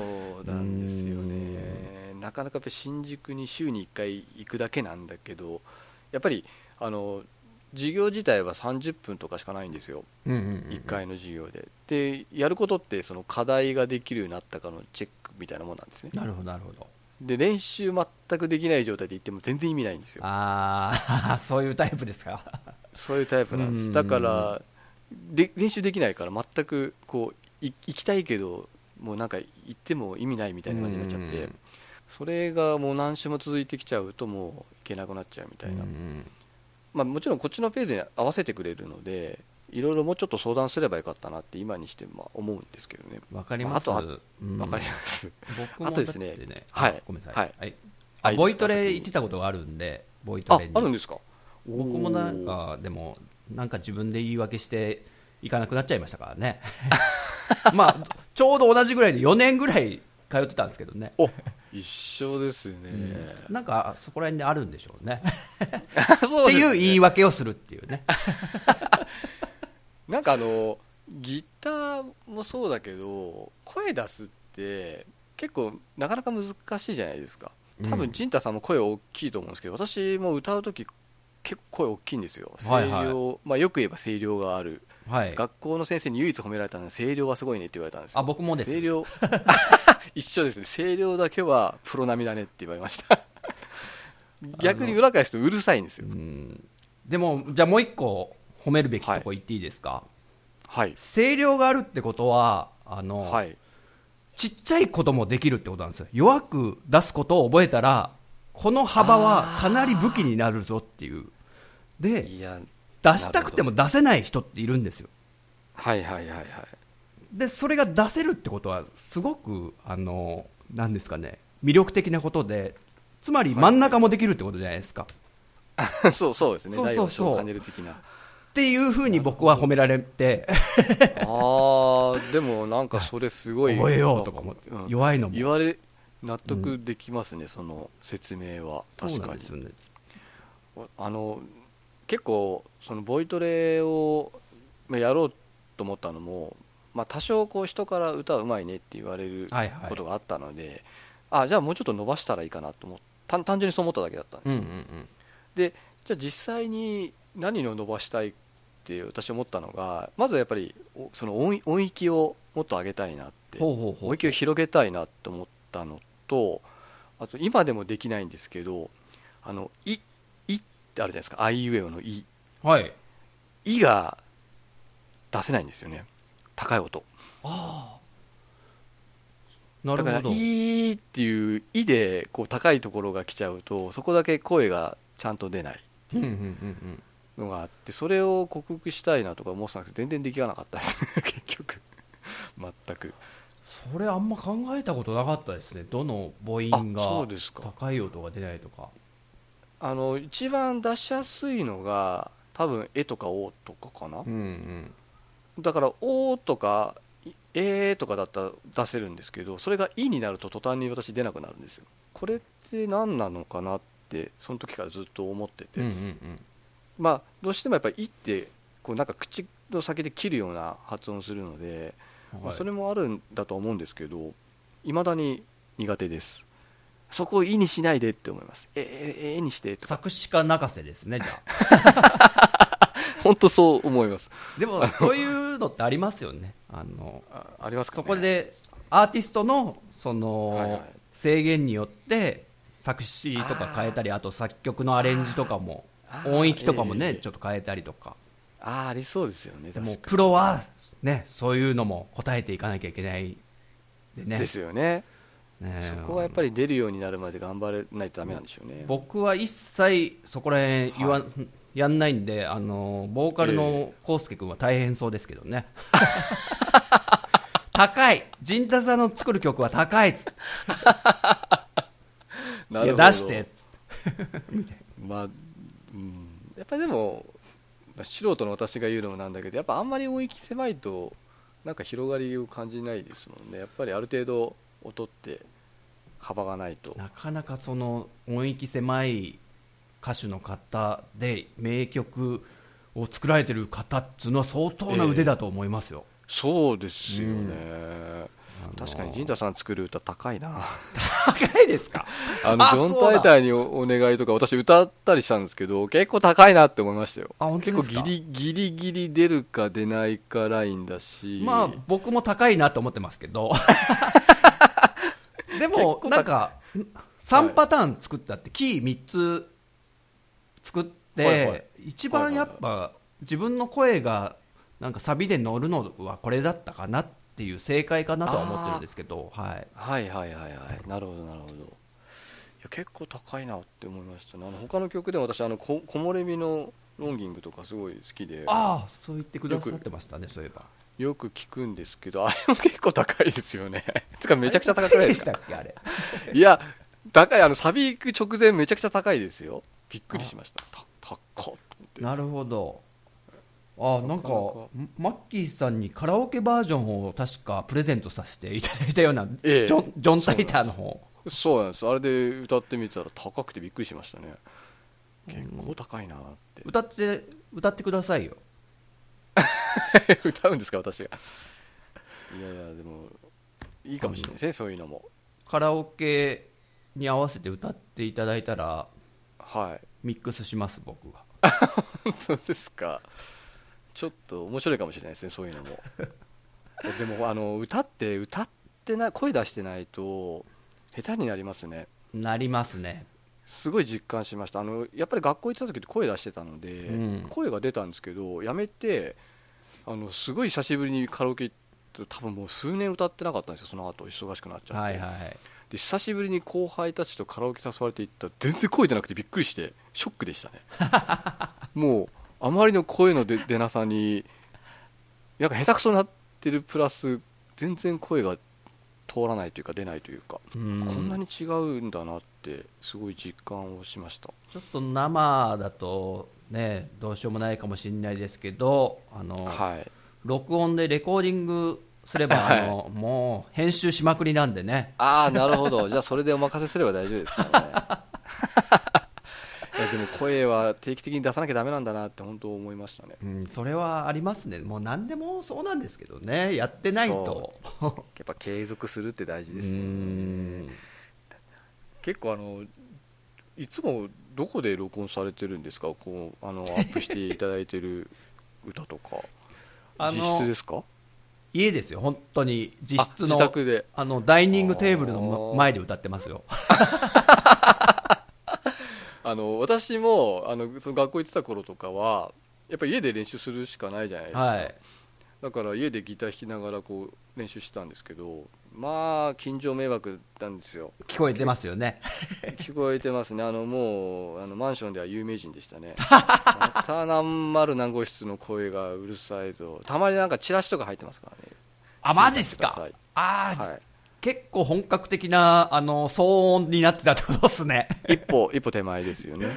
Speaker 1: うなんですよね、なかなかやっぱり新宿に週に1回行くだけなんだけど、やっぱりあの授業自体は30分とかしかないんですよ、
Speaker 3: うんうんうん
Speaker 1: 1回の授業で。で、やることってその課題ができるようになったかのチェックみたいなもんなんですね。
Speaker 2: なるほどなるほど
Speaker 1: で、練習全くできない状態で行っても全然意味ないんですよ、
Speaker 2: ああ そういうタイプですか
Speaker 1: そういうタイプなんで
Speaker 3: うん
Speaker 1: す。だからで練習できないから全くこうい行きたいけどもうなんか行っても意味ないみたいな感じになっちゃって、
Speaker 3: うん
Speaker 1: それがもう何週も続いてきちゃうともういけなくなっちゃうみたいな、
Speaker 3: うん
Speaker 1: まあ、もちろんこっちのペースに合わせてくれるのでいろいろもうちょっと相談すればよかったなって今にしてまあ思うんですけどね
Speaker 2: わかります
Speaker 1: あ
Speaker 2: わ、
Speaker 1: とは
Speaker 2: うん
Speaker 1: わかります、
Speaker 2: 僕
Speaker 1: あ
Speaker 2: も
Speaker 1: と
Speaker 2: だ
Speaker 1: で
Speaker 2: っ
Speaker 1: す
Speaker 2: て
Speaker 1: ね
Speaker 2: ね
Speaker 1: はい
Speaker 2: ごめんなさい、
Speaker 1: はい
Speaker 2: あ
Speaker 1: はい
Speaker 2: ボイトレ行ってたことがあるんでボイト
Speaker 1: あ
Speaker 2: レに
Speaker 1: あるんですか
Speaker 2: 僕もなんかでもなんか自分で言い訳して行かなくなっちゃいましたからね。 まあ、ちょうど同じぐらいで4年ぐらい通ってたんですけどね。
Speaker 1: 一緒ですね。
Speaker 2: なんか、そこら辺であるんでしょうね。
Speaker 1: そ
Speaker 2: っ
Speaker 1: う
Speaker 2: て
Speaker 1: ですね
Speaker 2: いう言い訳をするっていうね。
Speaker 1: なんかあのギターもそうだけど声出すって結構なかなか難しいじゃないですか多
Speaker 3: う
Speaker 1: 分
Speaker 3: ん
Speaker 1: 陣太さんも声大きいと思うんですけど私も歌う時結構声大きいんですよ
Speaker 2: は
Speaker 1: 声
Speaker 2: い
Speaker 1: 量、
Speaker 2: はい
Speaker 1: まあ、よく言えば声量がある、
Speaker 2: はい。
Speaker 1: 学校の先生に唯一褒められたのは声量がすごいねって言われたんですよ
Speaker 2: あ僕もです
Speaker 1: 声量 一緒ですね声量だけはプロ並みだねって言われま した逆に裏返すとうるさいんですよ
Speaker 3: うん
Speaker 2: でも、じゃあもう一個褒めるべきとこ言っていいですか、
Speaker 1: はい
Speaker 2: 声量があるってことは、あの、
Speaker 1: はい
Speaker 2: ちっちゃいこともできるってことなんですよ。弱く出すことを覚えたら、この幅はかなり武器になるぞっていう。で、
Speaker 1: いや
Speaker 2: 出したくても出せない人っているんですよ。
Speaker 1: はいはいはいはい
Speaker 2: で、それが出せるってことは、すごく、あの、なんですかね、魅力的なことで、つまり真ん中もできるってことじゃないですか。
Speaker 1: そうそうですね、
Speaker 2: そうそうそう
Speaker 1: 大和賞を兼ねる的 な。
Speaker 2: っていうふうに僕は褒められて、
Speaker 1: ああ、でもなんかそれすごい、
Speaker 2: 覚えようとか思って
Speaker 1: うん
Speaker 2: 弱いのも
Speaker 1: 言われ、納得できますね、その説明は、
Speaker 2: そう
Speaker 1: 確
Speaker 2: な
Speaker 1: か
Speaker 2: ん
Speaker 1: に
Speaker 2: です。よね。
Speaker 1: あの結構、そのボイトレをまあやろうと思ったのも、まあ、多少こう人から歌うまいねって言われる
Speaker 2: はいはい
Speaker 1: ことがあったので、あじゃあもうちょっと伸ばしたらいいかなと思って、単単純にそう思っただけだったんです
Speaker 3: うんう
Speaker 1: よ。
Speaker 3: ん
Speaker 1: じゃあ実際に何を伸ばしたいって私思ったのがまずはやっぱりおその音音域をもっと上げたいなって
Speaker 2: ほうほうほ
Speaker 1: 音域を広げたいなと思ったのとあと今でもできないんですけどあの「い」いってあるじゃないですか「あいうえお」の「い」
Speaker 2: う。はい。
Speaker 1: 「い」が出せないんですよね高い音
Speaker 2: ああ。な
Speaker 1: だ
Speaker 2: る
Speaker 1: から
Speaker 2: ほ
Speaker 1: 「
Speaker 2: ど。
Speaker 1: い」っていう「い」でこう高いところが来ちゃうとそこだけ声がちゃんと出ない
Speaker 3: うんうんうん
Speaker 1: のがあってそれを克服したいなとか思ってたんですけど全然できなかったです 結局全く
Speaker 2: それあんま考えたことなかったですね。どの母音
Speaker 1: あそう
Speaker 2: が
Speaker 1: ですか
Speaker 2: 高い音が出ないとか。
Speaker 1: あの一番出しやすいのが多分「え」とか「お」とかかな
Speaker 3: うんうん
Speaker 1: だから「お」とか「え」とかだったら出せるんですけどそれが「い」になると途端に私出なくなるんですよこれって何なのかなってその時からずっと思ってて、
Speaker 3: うんうんうん
Speaker 1: まあ、どうしてもやっぱり「い」ってこうなんか口の先で切るような発音するので、まあそれもあるんだと思うんですけどいまだに苦手ですそこを「い」にしないでって思います「ええええにして」とか
Speaker 2: 作詞家泣かせですね、じゃ あ。
Speaker 1: 本当そう思います
Speaker 2: でも、そういうのってありますよね。あの、
Speaker 1: あありますか、ね、
Speaker 2: そこで、アーティストの、そ
Speaker 1: はいは
Speaker 2: の
Speaker 1: い、
Speaker 2: 制限によって、作詞とか変えたり、あと作曲のアレンジとかも
Speaker 1: あ、ー
Speaker 2: 音域とかも
Speaker 1: え
Speaker 2: ね、
Speaker 1: え
Speaker 2: ちょっと変えたりとか。
Speaker 1: あーありそうですよね
Speaker 2: で
Speaker 1: 確か
Speaker 2: も
Speaker 1: に、
Speaker 2: プロは、ね、そういうのも答えていかなきゃいけない。でね。
Speaker 1: ですよね
Speaker 2: ね
Speaker 1: そこはやっぱり出るようになるまで頑張れないとダメなんでしょうね
Speaker 2: 僕は一切そこら辺言わ、やんないんであのボーカルのコウスケ君は大変そうですけどね 高い陣太さんの作る曲は高いっつって
Speaker 1: ないる
Speaker 2: や
Speaker 1: ほど
Speaker 2: 出してっつって
Speaker 1: まあうんやっぱりでもまあ素人の私が言うのもなんだけどやっぱあんまり音域狭いとなんか広がりを感じないですもんねやっぱりある程度音って幅がないと
Speaker 2: なかなかその音域狭い歌手の方で名曲を作られてる方っつうのは相当な腕だと思いますよ、
Speaker 1: そうですよね、
Speaker 2: あのー
Speaker 1: 確かに陣太さん作る歌高いな
Speaker 2: 高いですか
Speaker 1: あの
Speaker 2: あ
Speaker 1: ジョン・
Speaker 2: そうだ
Speaker 1: タイターにおお願いとか私歌ったりしたんですけど結構高いなって思いましたよ
Speaker 2: あ本当
Speaker 1: 結構
Speaker 2: ですか
Speaker 1: ギリギリギリ出るか出ないかラインだし
Speaker 2: まあ僕も高いなと思ってますけ どでも
Speaker 1: 結構高い
Speaker 2: なんか3パターン作ったってキー3つ作っ
Speaker 1: はいはい
Speaker 2: て一番やっぱ自分の声がなんかサビで乗るのはこれだったかなっていう正解かなとは思ってるんですけどはい
Speaker 1: はいはいはいはいなるほどなるほどいや結構高いなって思いましたねあの他の曲でも私あのこ木漏れ日のロンギングとかすごい好きで
Speaker 2: ああそう言ってくださってましたねそういえば
Speaker 1: よく聞くんですけどあれも結構高いですよね つかめちゃくちゃ高くないです
Speaker 2: あ
Speaker 1: か
Speaker 2: れ高いでしたっけあれ
Speaker 1: いや高いあのサビ行く直前めちゃくちゃ高いですよびっくりしましたた高っと思って
Speaker 2: なるほどああなんかマッキーさんにカラオケバージョンを確かプレゼントさせていただいたような、
Speaker 1: ええ
Speaker 2: ジョンジョン・タイターの方
Speaker 1: そうなんですあれで歌ってみたら高くてびっくりしましたね結構高いなって、
Speaker 2: 歌って歌ってくださいよ
Speaker 1: 歌うんですか私がいやいやでもいいかもしれないですねそういうのも
Speaker 2: カラオケに合わせて歌っていただいたら
Speaker 1: はい
Speaker 2: ミックスします僕は
Speaker 1: 本当ですかちょっと面白いかもしれないですねそういうのもでもあの歌って歌ってない声出してないと下手になりますね
Speaker 2: なりますね
Speaker 1: すごい実感しましたあのやっぱり学校行ってた時って声出してたので、
Speaker 2: うん
Speaker 1: 声が出たんですけどやめてあのすごい久しぶりにカラオケ行って多分もう数年歌ってなかったんですよその後忙しくなっちゃって、
Speaker 2: はいはい
Speaker 1: で久しぶりに後輩たちとカラオケ誘われて行ったら全然声出なくてびっくりしてショックでした ねもうあまりの声の出出なさになんか下手くそになってるプラス全然声が通らないというか出ないというか、
Speaker 2: こ
Speaker 1: こん
Speaker 2: ん
Speaker 1: なに違うんだなってすごい実感をしました
Speaker 2: ちょっと生だとねどうしようもないかもしれないですけどあの、
Speaker 1: はい
Speaker 2: 録音でレコーディングすれば、
Speaker 1: はい
Speaker 2: あのもう編集しまくりなんでね
Speaker 1: ああなるほど じゃあそれでお任せすれば大丈夫ですからね いやでも声は定期的に出さなきゃダメなんだなって本当思いましたね
Speaker 2: うん、それはありますね、もう何でもそうなんですけどね、やってないと、
Speaker 1: やっぱ継続するって大事
Speaker 2: う
Speaker 1: ですよ
Speaker 2: ん
Speaker 1: 結構あのいつもどこで録音されてるんですかこうあのアップしていただいてる歌とか
Speaker 2: あ
Speaker 1: 実質
Speaker 2: の
Speaker 1: ですか
Speaker 2: 家ですよ、本当に、実質
Speaker 1: あ
Speaker 2: の
Speaker 1: 自宅で
Speaker 2: あのダイニングテーブルの
Speaker 1: あー
Speaker 2: 前で歌ってますよ、
Speaker 1: あの私もあのその学校行ってた頃とかはやっぱ家で練習するしかないじゃないですか、
Speaker 2: はい、
Speaker 1: だから家でギター弾きながらこう練習してたんですけどまあ近所迷惑なんですよ
Speaker 2: 聞こえてますよね、
Speaker 1: 聞こえてますねあのもうあのマンションでは有名人でした ねまた何丸何号室の声がうるさいとたまになんかチラシとか入ってますからね
Speaker 2: あマジっす
Speaker 1: は
Speaker 2: か
Speaker 1: い、
Speaker 2: あー、
Speaker 1: は
Speaker 2: 結構本格的なあの騒音になってたってことですね、
Speaker 1: い、一歩一歩手前ですよね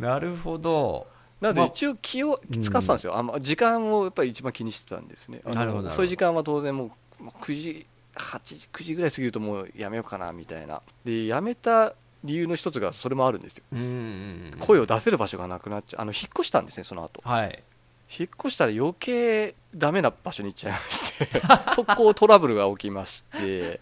Speaker 2: なるほど、
Speaker 1: なの
Speaker 2: ま
Speaker 1: で
Speaker 2: あ
Speaker 1: 一応気を使ってたんですよ、あんま時間をやっぱり一番気にしてたんですねあの
Speaker 2: なるほどなるほど
Speaker 1: そういう時間は当然もうもう9時8時9時ぐらい過ぎるともうやめようかなみたいなでやめた理由の一つがそれもあるんですよ
Speaker 2: うん
Speaker 1: 声を出せる場所がなくなっちゃうあの引っ越したんですねその後
Speaker 2: はい、
Speaker 1: 引っ越したら余計ダメな場所に行っちゃいまして そこトラブルが起きまして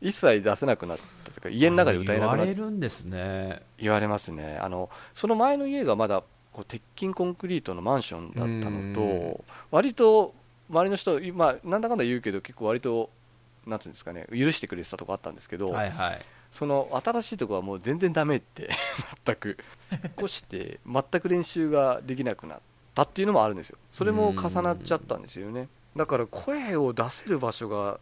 Speaker 1: 一切出せなくなったというか家の中で歌えなくなっ
Speaker 2: 言われるんですね、
Speaker 1: 言われますねあのその前の家がまだこう鉄筋コンクリートのマンションだったの
Speaker 2: うん
Speaker 1: と割と周りの人今なんだかんだ言うけど結構割となんていうんですかね許してくれてたとこあったんですけど、
Speaker 2: はいはい、
Speaker 1: その新しいとこはもう全然ダメって 全く引っ越して全く練習ができなくなったっていうのもあるんですよそれも重なっちゃったんですよねだから声を出せる場所が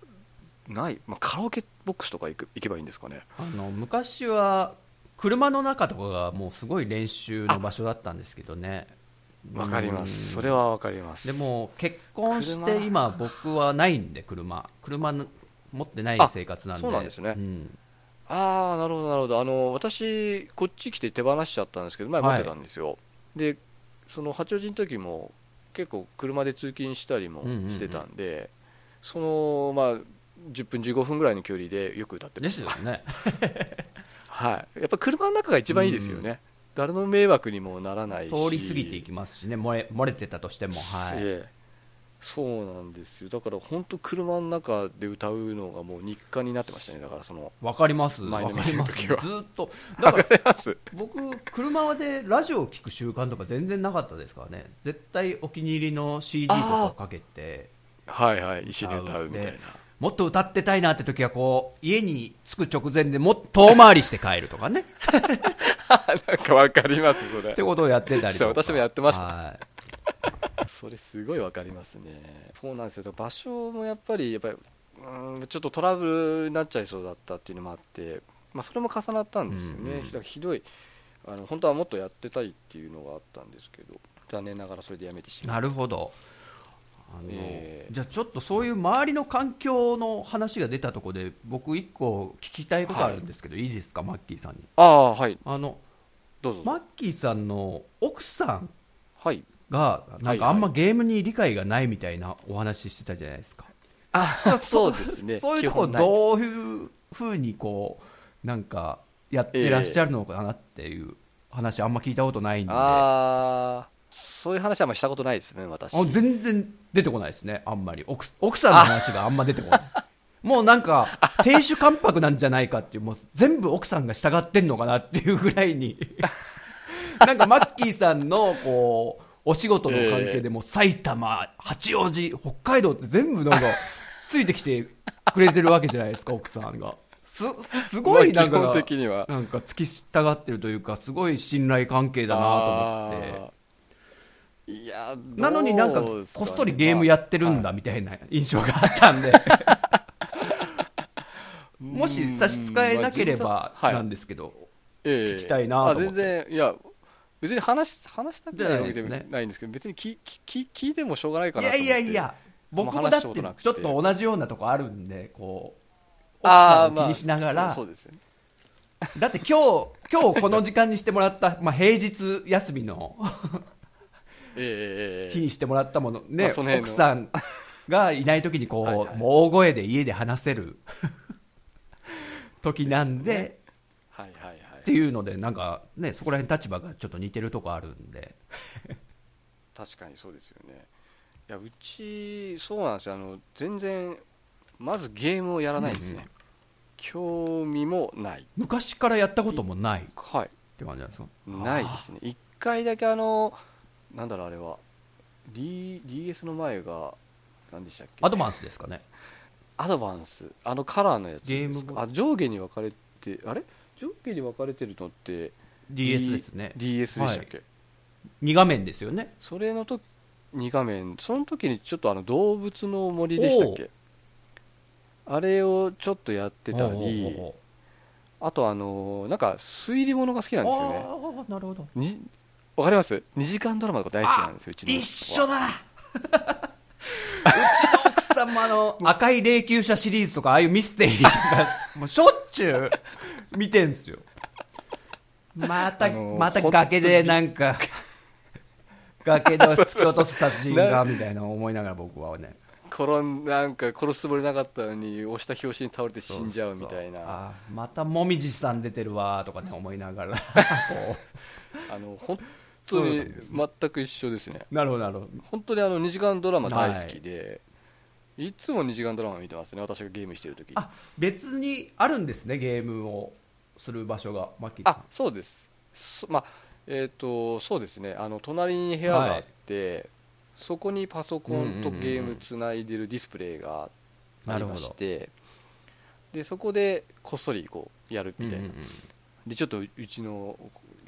Speaker 1: ない、まあ、カラオケボックスとか行く行けばいいんですかね
Speaker 2: あの昔は車の中とかがもうすごい練習の場所だったんですけどね
Speaker 1: わかりま
Speaker 2: うん
Speaker 1: すそれはわかります
Speaker 2: でも結婚して
Speaker 1: 車
Speaker 2: 今僕はないんで車車の持ってない生活なんで
Speaker 1: あそうなんですね
Speaker 2: ん
Speaker 1: ああ、なるほど、なるほど。あの、私、こっち来て手放しちゃったんですけど、前持ってたんですよ。で、その八王子の時も、結構車で通勤したりも
Speaker 2: うんうんうん
Speaker 1: してたんで、その、まあ、10分、15分ぐらいの距離でよく歌ってま。
Speaker 2: ですすよね
Speaker 1: はい。やっぱ車の中が一番いいですよね。誰の迷惑にもならないし。
Speaker 2: 通り過ぎていきますしね漏れ漏れてたとしてもはい、
Speaker 1: ええそうなんですよ。だから、本当車の中で歌うのがもう日課になってましたね。だから、その、
Speaker 2: わかりますわ
Speaker 1: 前
Speaker 2: か
Speaker 1: の
Speaker 2: りま
Speaker 1: 店
Speaker 2: す
Speaker 1: の
Speaker 2: ず
Speaker 1: 時は
Speaker 2: ーっとだから
Speaker 1: ます。
Speaker 2: 僕車でラジオを聞く習慣とか全然なかったですからね絶対お気に入りの CD とかをかけて
Speaker 1: はいはい、一緒に歌うみたいな
Speaker 2: で。もっと歌ってたいなって時はこう家に着く直前でもっと遠回りして帰ると かね
Speaker 1: なんかわかります、それ
Speaker 2: って。ことをやってたりと
Speaker 1: そう
Speaker 2: か
Speaker 1: 私もやってました
Speaker 2: はい
Speaker 1: それすごいわかりますねそうなんですよ場所もやっぱりやっぱりうーんちょっとトラブルになっちゃいそうだったっていうのもあって、まあ、それも重なったんですよね、
Speaker 2: うんうん
Speaker 1: だからひどいあの本当はもっとやってたいっていうのがあったんですけど残念ながらそれでやめてしま
Speaker 2: な
Speaker 1: う
Speaker 2: るほどあの、
Speaker 1: ええ
Speaker 2: じゃあちょっとそういう周りの環境の話が出たところで僕一個聞きたいことあるんですけど、い、いですかマッキーさんに
Speaker 1: ああはい
Speaker 2: あの
Speaker 1: どうぞ
Speaker 2: マッキーさんの奥さん
Speaker 1: はい
Speaker 2: が、なんか
Speaker 1: はい
Speaker 2: あんまゲームに理解がないみたいなお話ししてたじゃないですか。
Speaker 1: あそうですね
Speaker 2: そういうと
Speaker 1: 基
Speaker 2: こ
Speaker 1: 本ないです
Speaker 2: どういうふうにこう、なんかやってらっしゃるのかなっていう話あんま聞いたことないんで。あ
Speaker 1: ああそういう話はあんましたことないですね私
Speaker 2: 全然出てこないですね、あんまり。奥奥さんの話があんま出てこない。もうなんか、亭主関白なんじゃないかっていう、もう全部奥さんが従ってんのかなっていうぐら いに。なんかマッキーさんの、こう、お仕事の関係でもう埼玉、八王子、北海道って全部なんか、ついてきてくれてるわけじゃないですか、奥さんが。す、すごいなんか、
Speaker 1: まあ基本的には
Speaker 2: なんか付き従ってるというか、すごい信頼関係だなと思って。
Speaker 1: ていや
Speaker 2: なのになんか、こっそりゲームやってるんだみたいな印象があった んで、もし差し支えなければなん
Speaker 1: で
Speaker 2: ですけど、
Speaker 1: 聞
Speaker 2: 聞きたいなと思
Speaker 1: 全
Speaker 2: って
Speaker 1: 然いや別に話し話したくないわけでも
Speaker 2: じゃないですね
Speaker 1: ないんですけど別に聞き聞き聞いてもしょうがないか
Speaker 2: い
Speaker 1: なと
Speaker 2: や
Speaker 1: 思って
Speaker 2: いやいや、僕もだってちょっと同じようなとこあるんで、こう、奥
Speaker 1: あ
Speaker 2: さ
Speaker 1: ー
Speaker 2: ん
Speaker 1: ま
Speaker 2: を
Speaker 1: あ
Speaker 2: 気にしながら、
Speaker 1: そうそうですよね
Speaker 2: だって今日、今日この時間にしてもらった、まあ平日休みの
Speaker 1: ええええええ
Speaker 2: 日にしてもらったもの、
Speaker 1: ま
Speaker 2: ね
Speaker 1: あ、その辺
Speaker 2: 奥
Speaker 1: の
Speaker 2: さんがいない時にこう、
Speaker 1: はいはい
Speaker 2: もう大声で家で話せる 時なんで、
Speaker 1: はいはいはい
Speaker 2: っていうので、なんかね、そこら辺立場がちょっと似てるとこあるんで。
Speaker 1: 確かにそうですよねいやうちそうなんですよあの全然まずゲームをやらないんですね、
Speaker 3: うんう
Speaker 1: 興味もない
Speaker 2: 昔からやったこともないっ
Speaker 1: はい
Speaker 2: て感じなんですか
Speaker 1: ないですね一回だけあのなんだろうあれは、D、DS の前が何でしたっけ
Speaker 2: アドバンスですかね。
Speaker 1: アドバンスあのカラーのやつ
Speaker 2: ゲームボー
Speaker 1: あ
Speaker 2: イ
Speaker 1: 上下に分かれてあれ上下に分かれてるのって
Speaker 2: DS ですね。
Speaker 1: DS でしたっけ、
Speaker 2: 2画面ですよね。
Speaker 1: それのと2画面その時にちょっとあの動物の森でしたっけあれをちょっとやってた
Speaker 2: おう
Speaker 1: り
Speaker 2: おう
Speaker 1: あとあのーなんか推理物が好きなんですよね
Speaker 2: おうおうあーなるほど。
Speaker 1: にわかります2時間ドラマとか大好きなんですようちの
Speaker 2: 一緒
Speaker 1: だ
Speaker 2: だうちの奥さんもあの、赤い霊柩車シリーズとか、ああいうミステリー とか、もうしょっちゅう見てんすよ。また、
Speaker 1: あのー
Speaker 2: また崖でなんか、崖で突き 落とす殺人が、みたいな思いながら僕はね。
Speaker 1: 転んなんか殺すつもりなかったのに押した拍子に倒れて死んじゃうみたいな
Speaker 2: あーまたもみじさん出てるわーとかね思いな がらこ
Speaker 1: あの本当
Speaker 2: そう
Speaker 1: に
Speaker 2: なんです
Speaker 1: 全く一緒ですね
Speaker 2: うなるほどなるほど
Speaker 1: 本当にあの2時間ドラマ大好きで、い、つも2時間ドラマ見てますね私がゲームしてる時
Speaker 2: あ別にあるんですねゲームをする場所がマッキー
Speaker 1: あ
Speaker 2: さ
Speaker 1: そうですそまあえっ、とそうですねあの隣に部屋があって、そこにパソコンとゲームつないでるディスプレイが
Speaker 2: ん
Speaker 1: ありましてでそこでこっそりこうやるみたいな、でちょっとうちの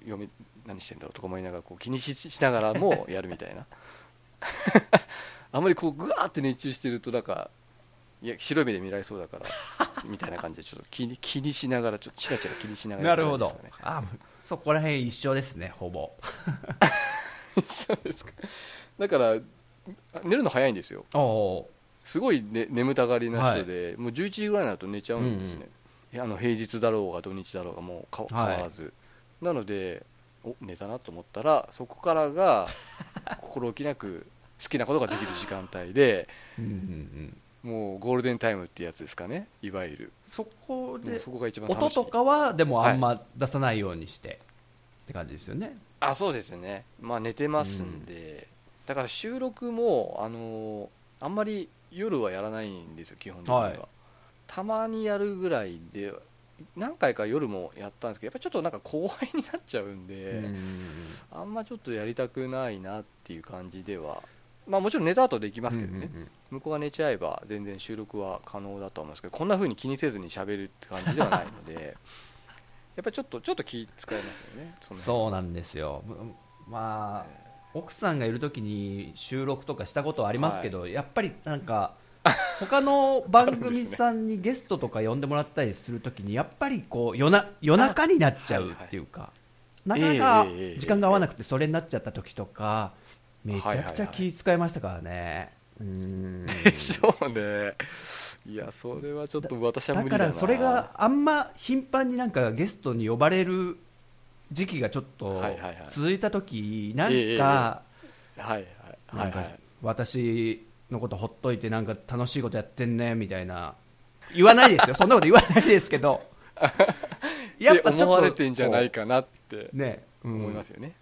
Speaker 1: 嫁何してんだろうとか思いながらこう気にししながらもやるみたいな あんまりこうぐわーって熱中してるとなんかいや白い目で見られそうだからみたいな感じでちょっと気に気にしながらちょっとチラチラ気にしなが
Speaker 2: ん
Speaker 1: らや
Speaker 2: なるほ
Speaker 1: んで
Speaker 2: ど
Speaker 1: すかね
Speaker 2: あそこら辺一緒ですねほぼ
Speaker 1: そうですかだからあ寝るの早いんですよ
Speaker 2: おお
Speaker 1: すごい、ね、眠たがりな人で、もう11時ぐらいになると寝ちゃうんです
Speaker 3: うんう
Speaker 1: ね、いやあの平日だろうが土日だろうがもうか変
Speaker 2: はい
Speaker 1: わらず、なのでお寝たなと思ったらそこからが心置きなく好きなことができる時間帯で
Speaker 2: ー、うんうんうん、
Speaker 1: もうゴールデンタイムってやつですかねいわゆる
Speaker 2: そこ
Speaker 1: もう
Speaker 2: で
Speaker 1: そこが一番楽しい
Speaker 2: 音とかはでもあんま出さないようにして、って感じですよね
Speaker 1: あそうですねまあ寝てますんで、だから収録もあのーあんまり夜はやらないんですよ基本的には、
Speaker 2: はい
Speaker 1: たまにやるぐらいで何回か夜もやったんですけどやっぱちょっとなんか後輩になっちゃうんで、あんまちょっとやりたくないなっていう感じではまあもちろん寝た後できますけどね、向こうが寝ちゃえば全然収録は可能だと思うんですけどこんな風に気にせずに喋るって感じではないので やっぱちょっとちょっと気使いますよねその辺
Speaker 2: そうなんですよむまあ奥さんがいる時に収録とかしたことはありますけど、やっぱりな んか他の番組さんにゲストとか呼んでもらったりする時にやっぱりこう夜な夜中になっちゃうっていうか、
Speaker 1: はい
Speaker 2: なかなか
Speaker 1: ええええええ
Speaker 2: 時間が合わなくてそれになっちゃった時とかめちゃくち
Speaker 1: はいはい
Speaker 2: ゃ
Speaker 1: はい
Speaker 2: 気遣いましたからね、
Speaker 1: でしょうね。いや、それはちょっと私は
Speaker 2: だ
Speaker 1: 無理
Speaker 2: か
Speaker 1: だな。
Speaker 2: らそれが、あんま頻繁になんかゲストに呼ばれる時期がちょっと
Speaker 1: はいはいはい
Speaker 2: 続いた時な
Speaker 1: えええ
Speaker 2: ん
Speaker 1: え
Speaker 2: か
Speaker 1: はいは
Speaker 2: ないん
Speaker 1: は
Speaker 2: か
Speaker 1: い
Speaker 2: 私のことほっといてなんか楽しいことやってんねみたいな言わない ですよそんなこと言わないですけど
Speaker 1: やっぱ思われてんじゃないかなって
Speaker 2: ね、うん
Speaker 1: 思いますよね、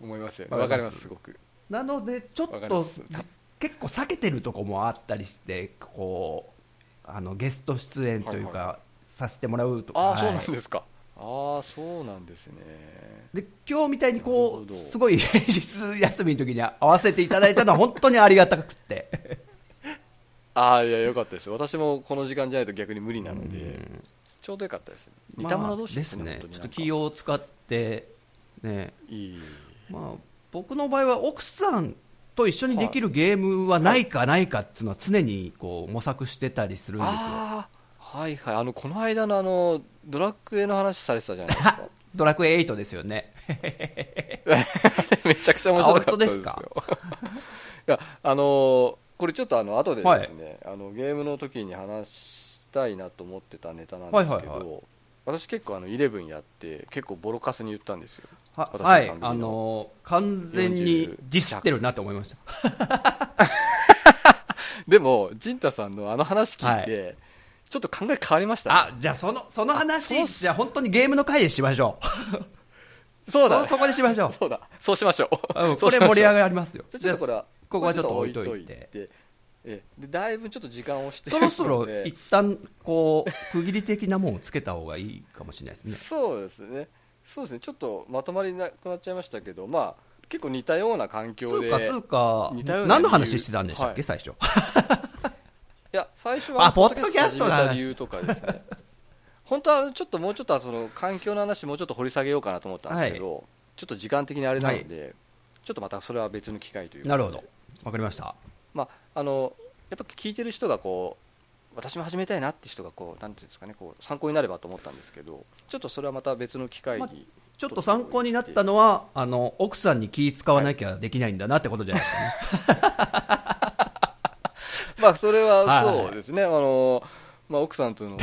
Speaker 1: 思いますよね
Speaker 2: わ
Speaker 1: わ
Speaker 2: か
Speaker 1: か
Speaker 2: り
Speaker 1: り
Speaker 2: ま
Speaker 1: ますすすごく
Speaker 2: なのでちょっ
Speaker 1: わかり
Speaker 2: と
Speaker 1: ます
Speaker 2: じ結構避けてるとこもあったりしてこうあのゲスト出演というか、
Speaker 1: はい
Speaker 2: させてもらうとか
Speaker 1: ああ、
Speaker 2: はい
Speaker 1: そうなんですかああそうなんですね
Speaker 2: で今日みたいにこ
Speaker 1: な
Speaker 2: う
Speaker 1: るほど
Speaker 2: すごい平日休みの時に会わせていただいたのは本当にありがたく て
Speaker 1: ああいやよかったです私もこの時間じゃないと逆に無理なので、ちょうどよかったですね似た者同士
Speaker 2: です
Speaker 1: ね
Speaker 2: ね
Speaker 1: 本当に
Speaker 2: ちょ
Speaker 1: な
Speaker 2: っ
Speaker 1: ん
Speaker 2: と
Speaker 1: か
Speaker 2: 気を使ってね
Speaker 1: いい
Speaker 2: まあ、僕の場合は奥さんと一緒にできるゲームはないかないかっていうのは常にこう模索してたりするんですよ
Speaker 1: ああはいはいあのこの間のあのドラクエの話されてたじゃないです か
Speaker 2: ドラクエ8ですよね
Speaker 1: めちゃくちゃ面白かったですよ
Speaker 2: あ本
Speaker 1: いやあのーこれちょっとあの後でですね、あのゲームの時に話したいなと思ってたネタなんですけど、
Speaker 2: はいはい
Speaker 1: 私結構あの11やって結構ボロカスに言ったんですよ
Speaker 2: は
Speaker 1: 私の
Speaker 2: はい
Speaker 1: 番組の
Speaker 2: あのー完全にディスってるなと思いました
Speaker 1: でも陣太さんのあの話聞いて、ちょっと考え変わりました、ね、
Speaker 2: あじゃあそのその
Speaker 1: そう
Speaker 2: 話
Speaker 1: っす
Speaker 2: じゃあ本当にゲームの回でしましょう
Speaker 1: そうだね
Speaker 2: そ こでしましょう
Speaker 1: そうだそうしましょう、
Speaker 2: うん
Speaker 1: そう
Speaker 2: こ
Speaker 1: し
Speaker 2: れ
Speaker 1: ましょう
Speaker 2: 盛り上がりますよ
Speaker 1: じゃあ ちょっとこれは
Speaker 2: ここはちょっと置いといて
Speaker 1: ええでだいぶちょっと時間をして
Speaker 2: そろそ ろ
Speaker 1: るので
Speaker 2: 一旦こう区切り的なもんをつけた方がいいかもしれないですね
Speaker 1: そうですねそうですねちょっとまとまりなくなっちゃいましたけどまあ結構似たような環境
Speaker 2: つ
Speaker 1: で
Speaker 2: うかつうか
Speaker 1: 似たような理由
Speaker 2: 何の話してたんでしたっけ、
Speaker 1: はい
Speaker 2: 最初
Speaker 1: いや最初
Speaker 2: あ
Speaker 1: は
Speaker 2: ポッドキャスト
Speaker 1: 始め
Speaker 2: の
Speaker 1: た
Speaker 2: 話
Speaker 1: 理由とかですね 本当はちょっともうちょっとはその環境の話もうちょっと掘り下げようかなと思ったんですけど、ちょっと時間的にあれなので、ちょっとまたそれは別の機会ということで
Speaker 2: なるほど、わかりました。
Speaker 1: まあ、あのやっぱ聞いてる人がこう私も始めたいなって人がこうなんていうんですかねこう参考になればと思ったんですけどちょっとそれはまた別の機会に、
Speaker 2: まちょっと参考になったのは、あの奥さんに気使わなきゃできないんだなってことじゃないですかね。
Speaker 1: まあそれは
Speaker 2: は
Speaker 1: い
Speaker 2: はいはい
Speaker 1: そうですね、あのまあ、奥さんと の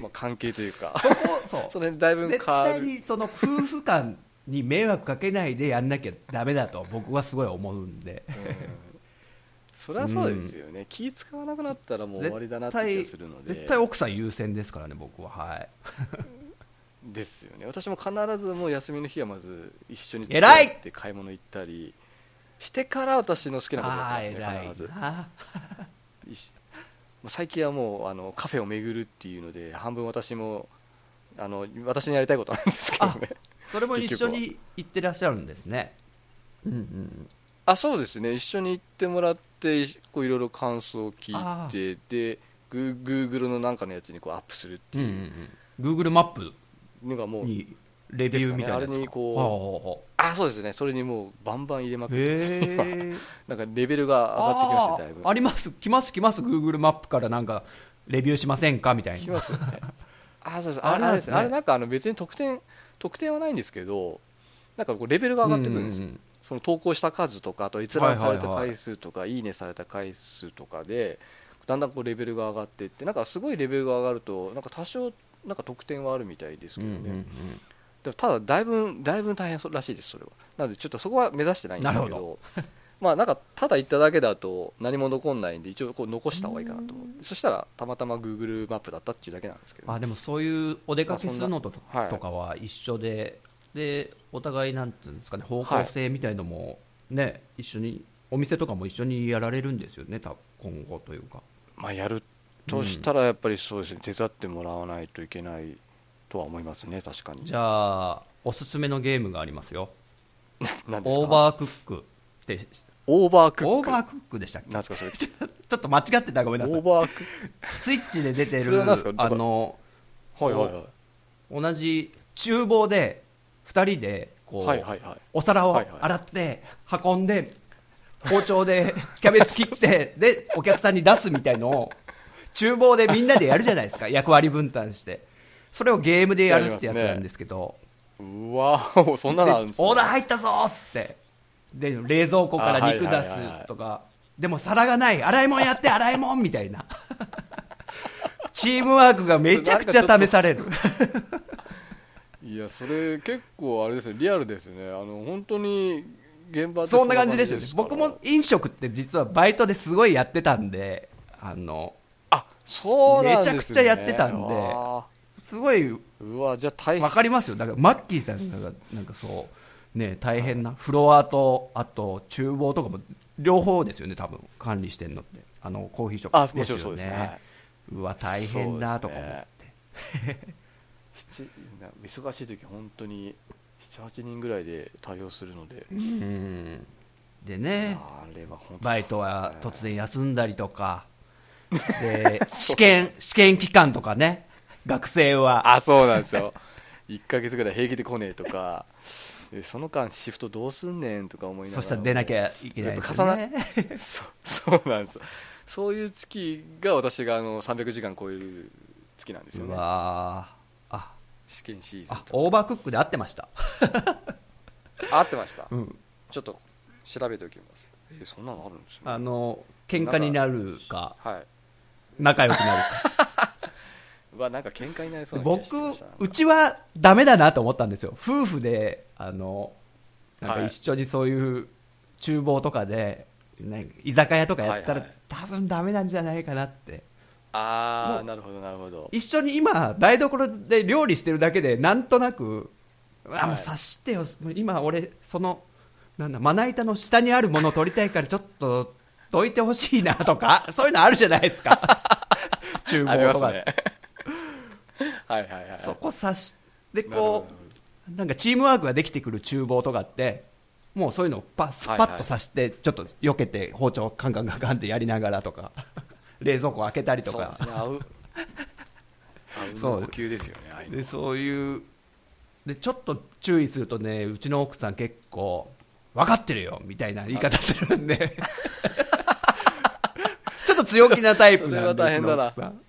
Speaker 1: まあ関係というか
Speaker 2: そこそう
Speaker 1: その辺だいぶ変
Speaker 2: 絶
Speaker 1: わ
Speaker 2: 対
Speaker 1: る
Speaker 2: にその夫婦間に迷惑かけないでやんなきゃだめだと僕はすごい思うんで。
Speaker 1: うんそれはそうですよね、気使わなくなったらもう終わりだなって気がするので
Speaker 2: 絶対奥さん優先ですからね、僕は。はい。
Speaker 1: ですよね私も必ずもう休みの日はまず一緒に付き合
Speaker 2: 偉い
Speaker 1: って買い物行ったりしてから私の好きなことや
Speaker 2: あ
Speaker 1: っ
Speaker 2: ー
Speaker 1: てますね必ず
Speaker 2: 偉い。な。
Speaker 1: いしまあ最近はもうあのカフェを巡るっていうので半分私もあの私のやりたいことなんですけどね
Speaker 2: それも一緒に行ってらっしゃるんですね。
Speaker 3: うんうん
Speaker 1: あそうですね一緒に行ってもらっていこういろいろ感想を
Speaker 2: あ
Speaker 1: 聞いてでグーグーグルのなんかのやつにこうアップするって
Speaker 3: うんう
Speaker 1: い
Speaker 3: んう
Speaker 1: うん
Speaker 2: Google マップ
Speaker 1: のがもう、
Speaker 2: にレビューみたいなやつ
Speaker 1: ですかねあれにこう
Speaker 2: ほほほ
Speaker 1: あそうですねそれにもうバンバン入れまくってます
Speaker 2: へ
Speaker 1: 今
Speaker 2: ー
Speaker 1: なんかレベルが上がってきましただいぶ
Speaker 2: あーあります来ます来ます Google マップからなんかレビューしませんかみたい
Speaker 1: き
Speaker 2: な
Speaker 1: ますよね。あ、そうです。
Speaker 2: あ
Speaker 1: あれ
Speaker 2: れな
Speaker 1: あ
Speaker 2: ん
Speaker 1: れ
Speaker 2: で
Speaker 1: ですす
Speaker 2: ね
Speaker 1: ね。あれなんかあの別に得点得点はないんですけど、なんかこうレベルが上がってくるんですよ。
Speaker 3: うんうんうん
Speaker 1: その投稿した数とかあと閲覧された
Speaker 2: はいはいはい
Speaker 1: 回数とか、いいねされた回数とかでだんだんこうレベルが上がっていってなんかすごいレベルが上がるとなんか多少なんか得点はあるみたいです
Speaker 3: う
Speaker 1: けどね、
Speaker 3: んうん
Speaker 1: でもただだいぶだいぶ大変そうらしいですそれはなのでちょっとそこは目指してないんですけど
Speaker 2: なるほ
Speaker 1: まあなんかただ行っただけだと何も残んないんで一応こう残した方がいいかなと思ってそしたらたまたま Google マップだったっていうだけなんですけどね、
Speaker 2: あでもそういうお出かけするのと,、
Speaker 1: まあそんなはい
Speaker 2: とかは一緒ででお互いなんていうんですかね方向性みたいのもね、一緒にお店とかも一緒にやられるんですよね多今後というか
Speaker 1: まあ、やるとしたらやっぱりそうですね、手伝ってもらわないといけないとは思いますね確かに
Speaker 2: じゃあおすすめのゲームがありますよ
Speaker 1: 何ですか
Speaker 2: オーバークックって
Speaker 1: オーバークック
Speaker 2: オーバークックでしたっけ
Speaker 1: なんですかそれ
Speaker 2: ちょっと間違ってたらごめんなさ
Speaker 1: オ
Speaker 2: い
Speaker 1: ーバークッ
Speaker 2: スイッチで出て
Speaker 1: それ
Speaker 2: る
Speaker 1: は何ですか
Speaker 2: あの
Speaker 1: クはいはいはい
Speaker 2: 同じ厨房で2人でこう、
Speaker 1: はいはいはい
Speaker 2: お皿を
Speaker 1: はいはい
Speaker 2: 洗って運んで包丁でキャベツ切ってでお客さんに出すみたいのを厨房でみんなでやるじゃないです か役割分担してそれをゲームでやるってやつなんですけど
Speaker 1: うわーそんなのあるん
Speaker 2: で
Speaker 1: ですね
Speaker 2: オーダー入ったぞーっつってで冷蔵庫から肉出
Speaker 1: あはいはいはいは
Speaker 2: す
Speaker 1: い
Speaker 2: とかでも皿がない洗い物やって洗い物みた いなチームワークがめちゃくちゃ試される
Speaker 1: いやそれ結構あれですねリアルですねあの本当に現場って
Speaker 2: そんな感じですよね。
Speaker 1: から
Speaker 2: 僕も飲食って実はバイトですごいやってたんで、あの、
Speaker 1: あそうなんです、ね、
Speaker 2: めちゃくちゃやってたんで
Speaker 1: あ
Speaker 2: すごい
Speaker 1: ーうわじゃあ大
Speaker 2: わ
Speaker 1: 変
Speaker 2: かりますよ。だからマッキーさんなんか、なんかそう、ね、大変な。フロアと、あと厨房とかも、両方ですよね、多分管理してんのって。あの、コーヒーショ
Speaker 1: あ
Speaker 2: ップ
Speaker 1: もちろんそうですねはいう
Speaker 2: わ、大変だとか思って。
Speaker 1: 七な忙しい時本当に78人ぐらいで対応するので、
Speaker 3: うん
Speaker 2: でね、
Speaker 1: あれは本当
Speaker 2: バイトは突然休んだりとか、 で、試験、試験期間とかね、学生は。
Speaker 1: あそうなんですよ1ヶ月ぐらい平気で来ねえとかえその間シフトどうすんねんとか思いなが
Speaker 2: そ
Speaker 1: ら
Speaker 2: したら出なきゃいけないですよね。
Speaker 1: そうそうなんですよそういう月が私があの300時間超える月なんですよ
Speaker 2: う
Speaker 1: ね
Speaker 2: わーあ、
Speaker 1: 試験シーズン
Speaker 2: あ、
Speaker 1: と
Speaker 2: オーバークックで合ってました。
Speaker 1: あ合ってました、
Speaker 2: うん
Speaker 1: ちょっと調べておきますえそんなのあるんですね
Speaker 2: あの、喧嘩になるか、
Speaker 1: はい
Speaker 2: 仲良くなるか。
Speaker 1: うわなんか喧嘩にな りそうな気がして
Speaker 2: 僕
Speaker 1: きました、
Speaker 2: うちはダメだなと思ったんですよ。夫婦で、あの、なんか
Speaker 1: はい
Speaker 2: 一緒にそういう厨房とかで、なんか居酒屋とかやったら、
Speaker 1: はいはい
Speaker 2: 多分ダメなんじゃないかなって。
Speaker 1: あ
Speaker 2: も
Speaker 1: あ
Speaker 2: う
Speaker 1: なるほどなるほど
Speaker 2: 一緒に今台所で料理してるだけでなんとなく、
Speaker 1: はい
Speaker 2: あもう察してよもう今俺そのなんだまな板の下にあるものを取りたいからちょっとどいてほしいなと かそういうのあるじゃないですか厨
Speaker 1: あり
Speaker 2: 房
Speaker 1: ま
Speaker 2: と
Speaker 1: す
Speaker 2: か、
Speaker 1: ねはいはいはい
Speaker 2: そこ察しで
Speaker 1: なるほどなる
Speaker 2: こうなんかチームワークができてくる厨房とかってもうそういうのをパスパ
Speaker 1: はいはい
Speaker 2: ッと刺して、ちょっと避けて包丁カンカンカンカンってやりながらとか 冷蔵庫開けたりとか
Speaker 1: そうですね合う合
Speaker 2: そうう
Speaker 1: の呼吸ですよねああいうの
Speaker 2: でそういうでちょっと注意するとねうちの奥さん結構分かってるよみたいな言い方するん でちょっと強気なタイプな
Speaker 1: それは
Speaker 2: んでう
Speaker 1: 大
Speaker 2: ち
Speaker 1: 変
Speaker 2: の
Speaker 1: だな
Speaker 2: 奥さん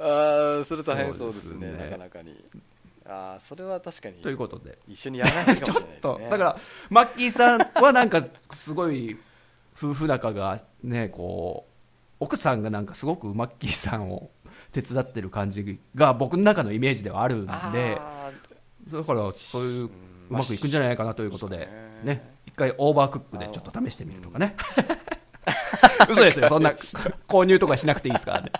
Speaker 1: ああそれ大変そうです
Speaker 2: そう
Speaker 1: ね
Speaker 2: ですね
Speaker 1: なかなかにああそれは確かに
Speaker 2: ということで
Speaker 1: 一緒にやらないかもし れ
Speaker 2: ち
Speaker 1: な
Speaker 2: ょっ
Speaker 1: いです、ね、
Speaker 2: とだからマッキーさんはなんかすごい夫婦仲がねこう奥さんがなんかすごくマッキーさんを手伝ってる感じが僕の中のイメージではあるんで
Speaker 1: あ
Speaker 2: だからそういうう
Speaker 1: まあ
Speaker 2: まくいくんじゃないかなというこ
Speaker 1: そ
Speaker 2: と
Speaker 1: うで
Speaker 2: です
Speaker 1: ね
Speaker 2: ね一回オーバークックでちょっと試してみるとか ね嘘ですよそんな購入とかしなくていいですからね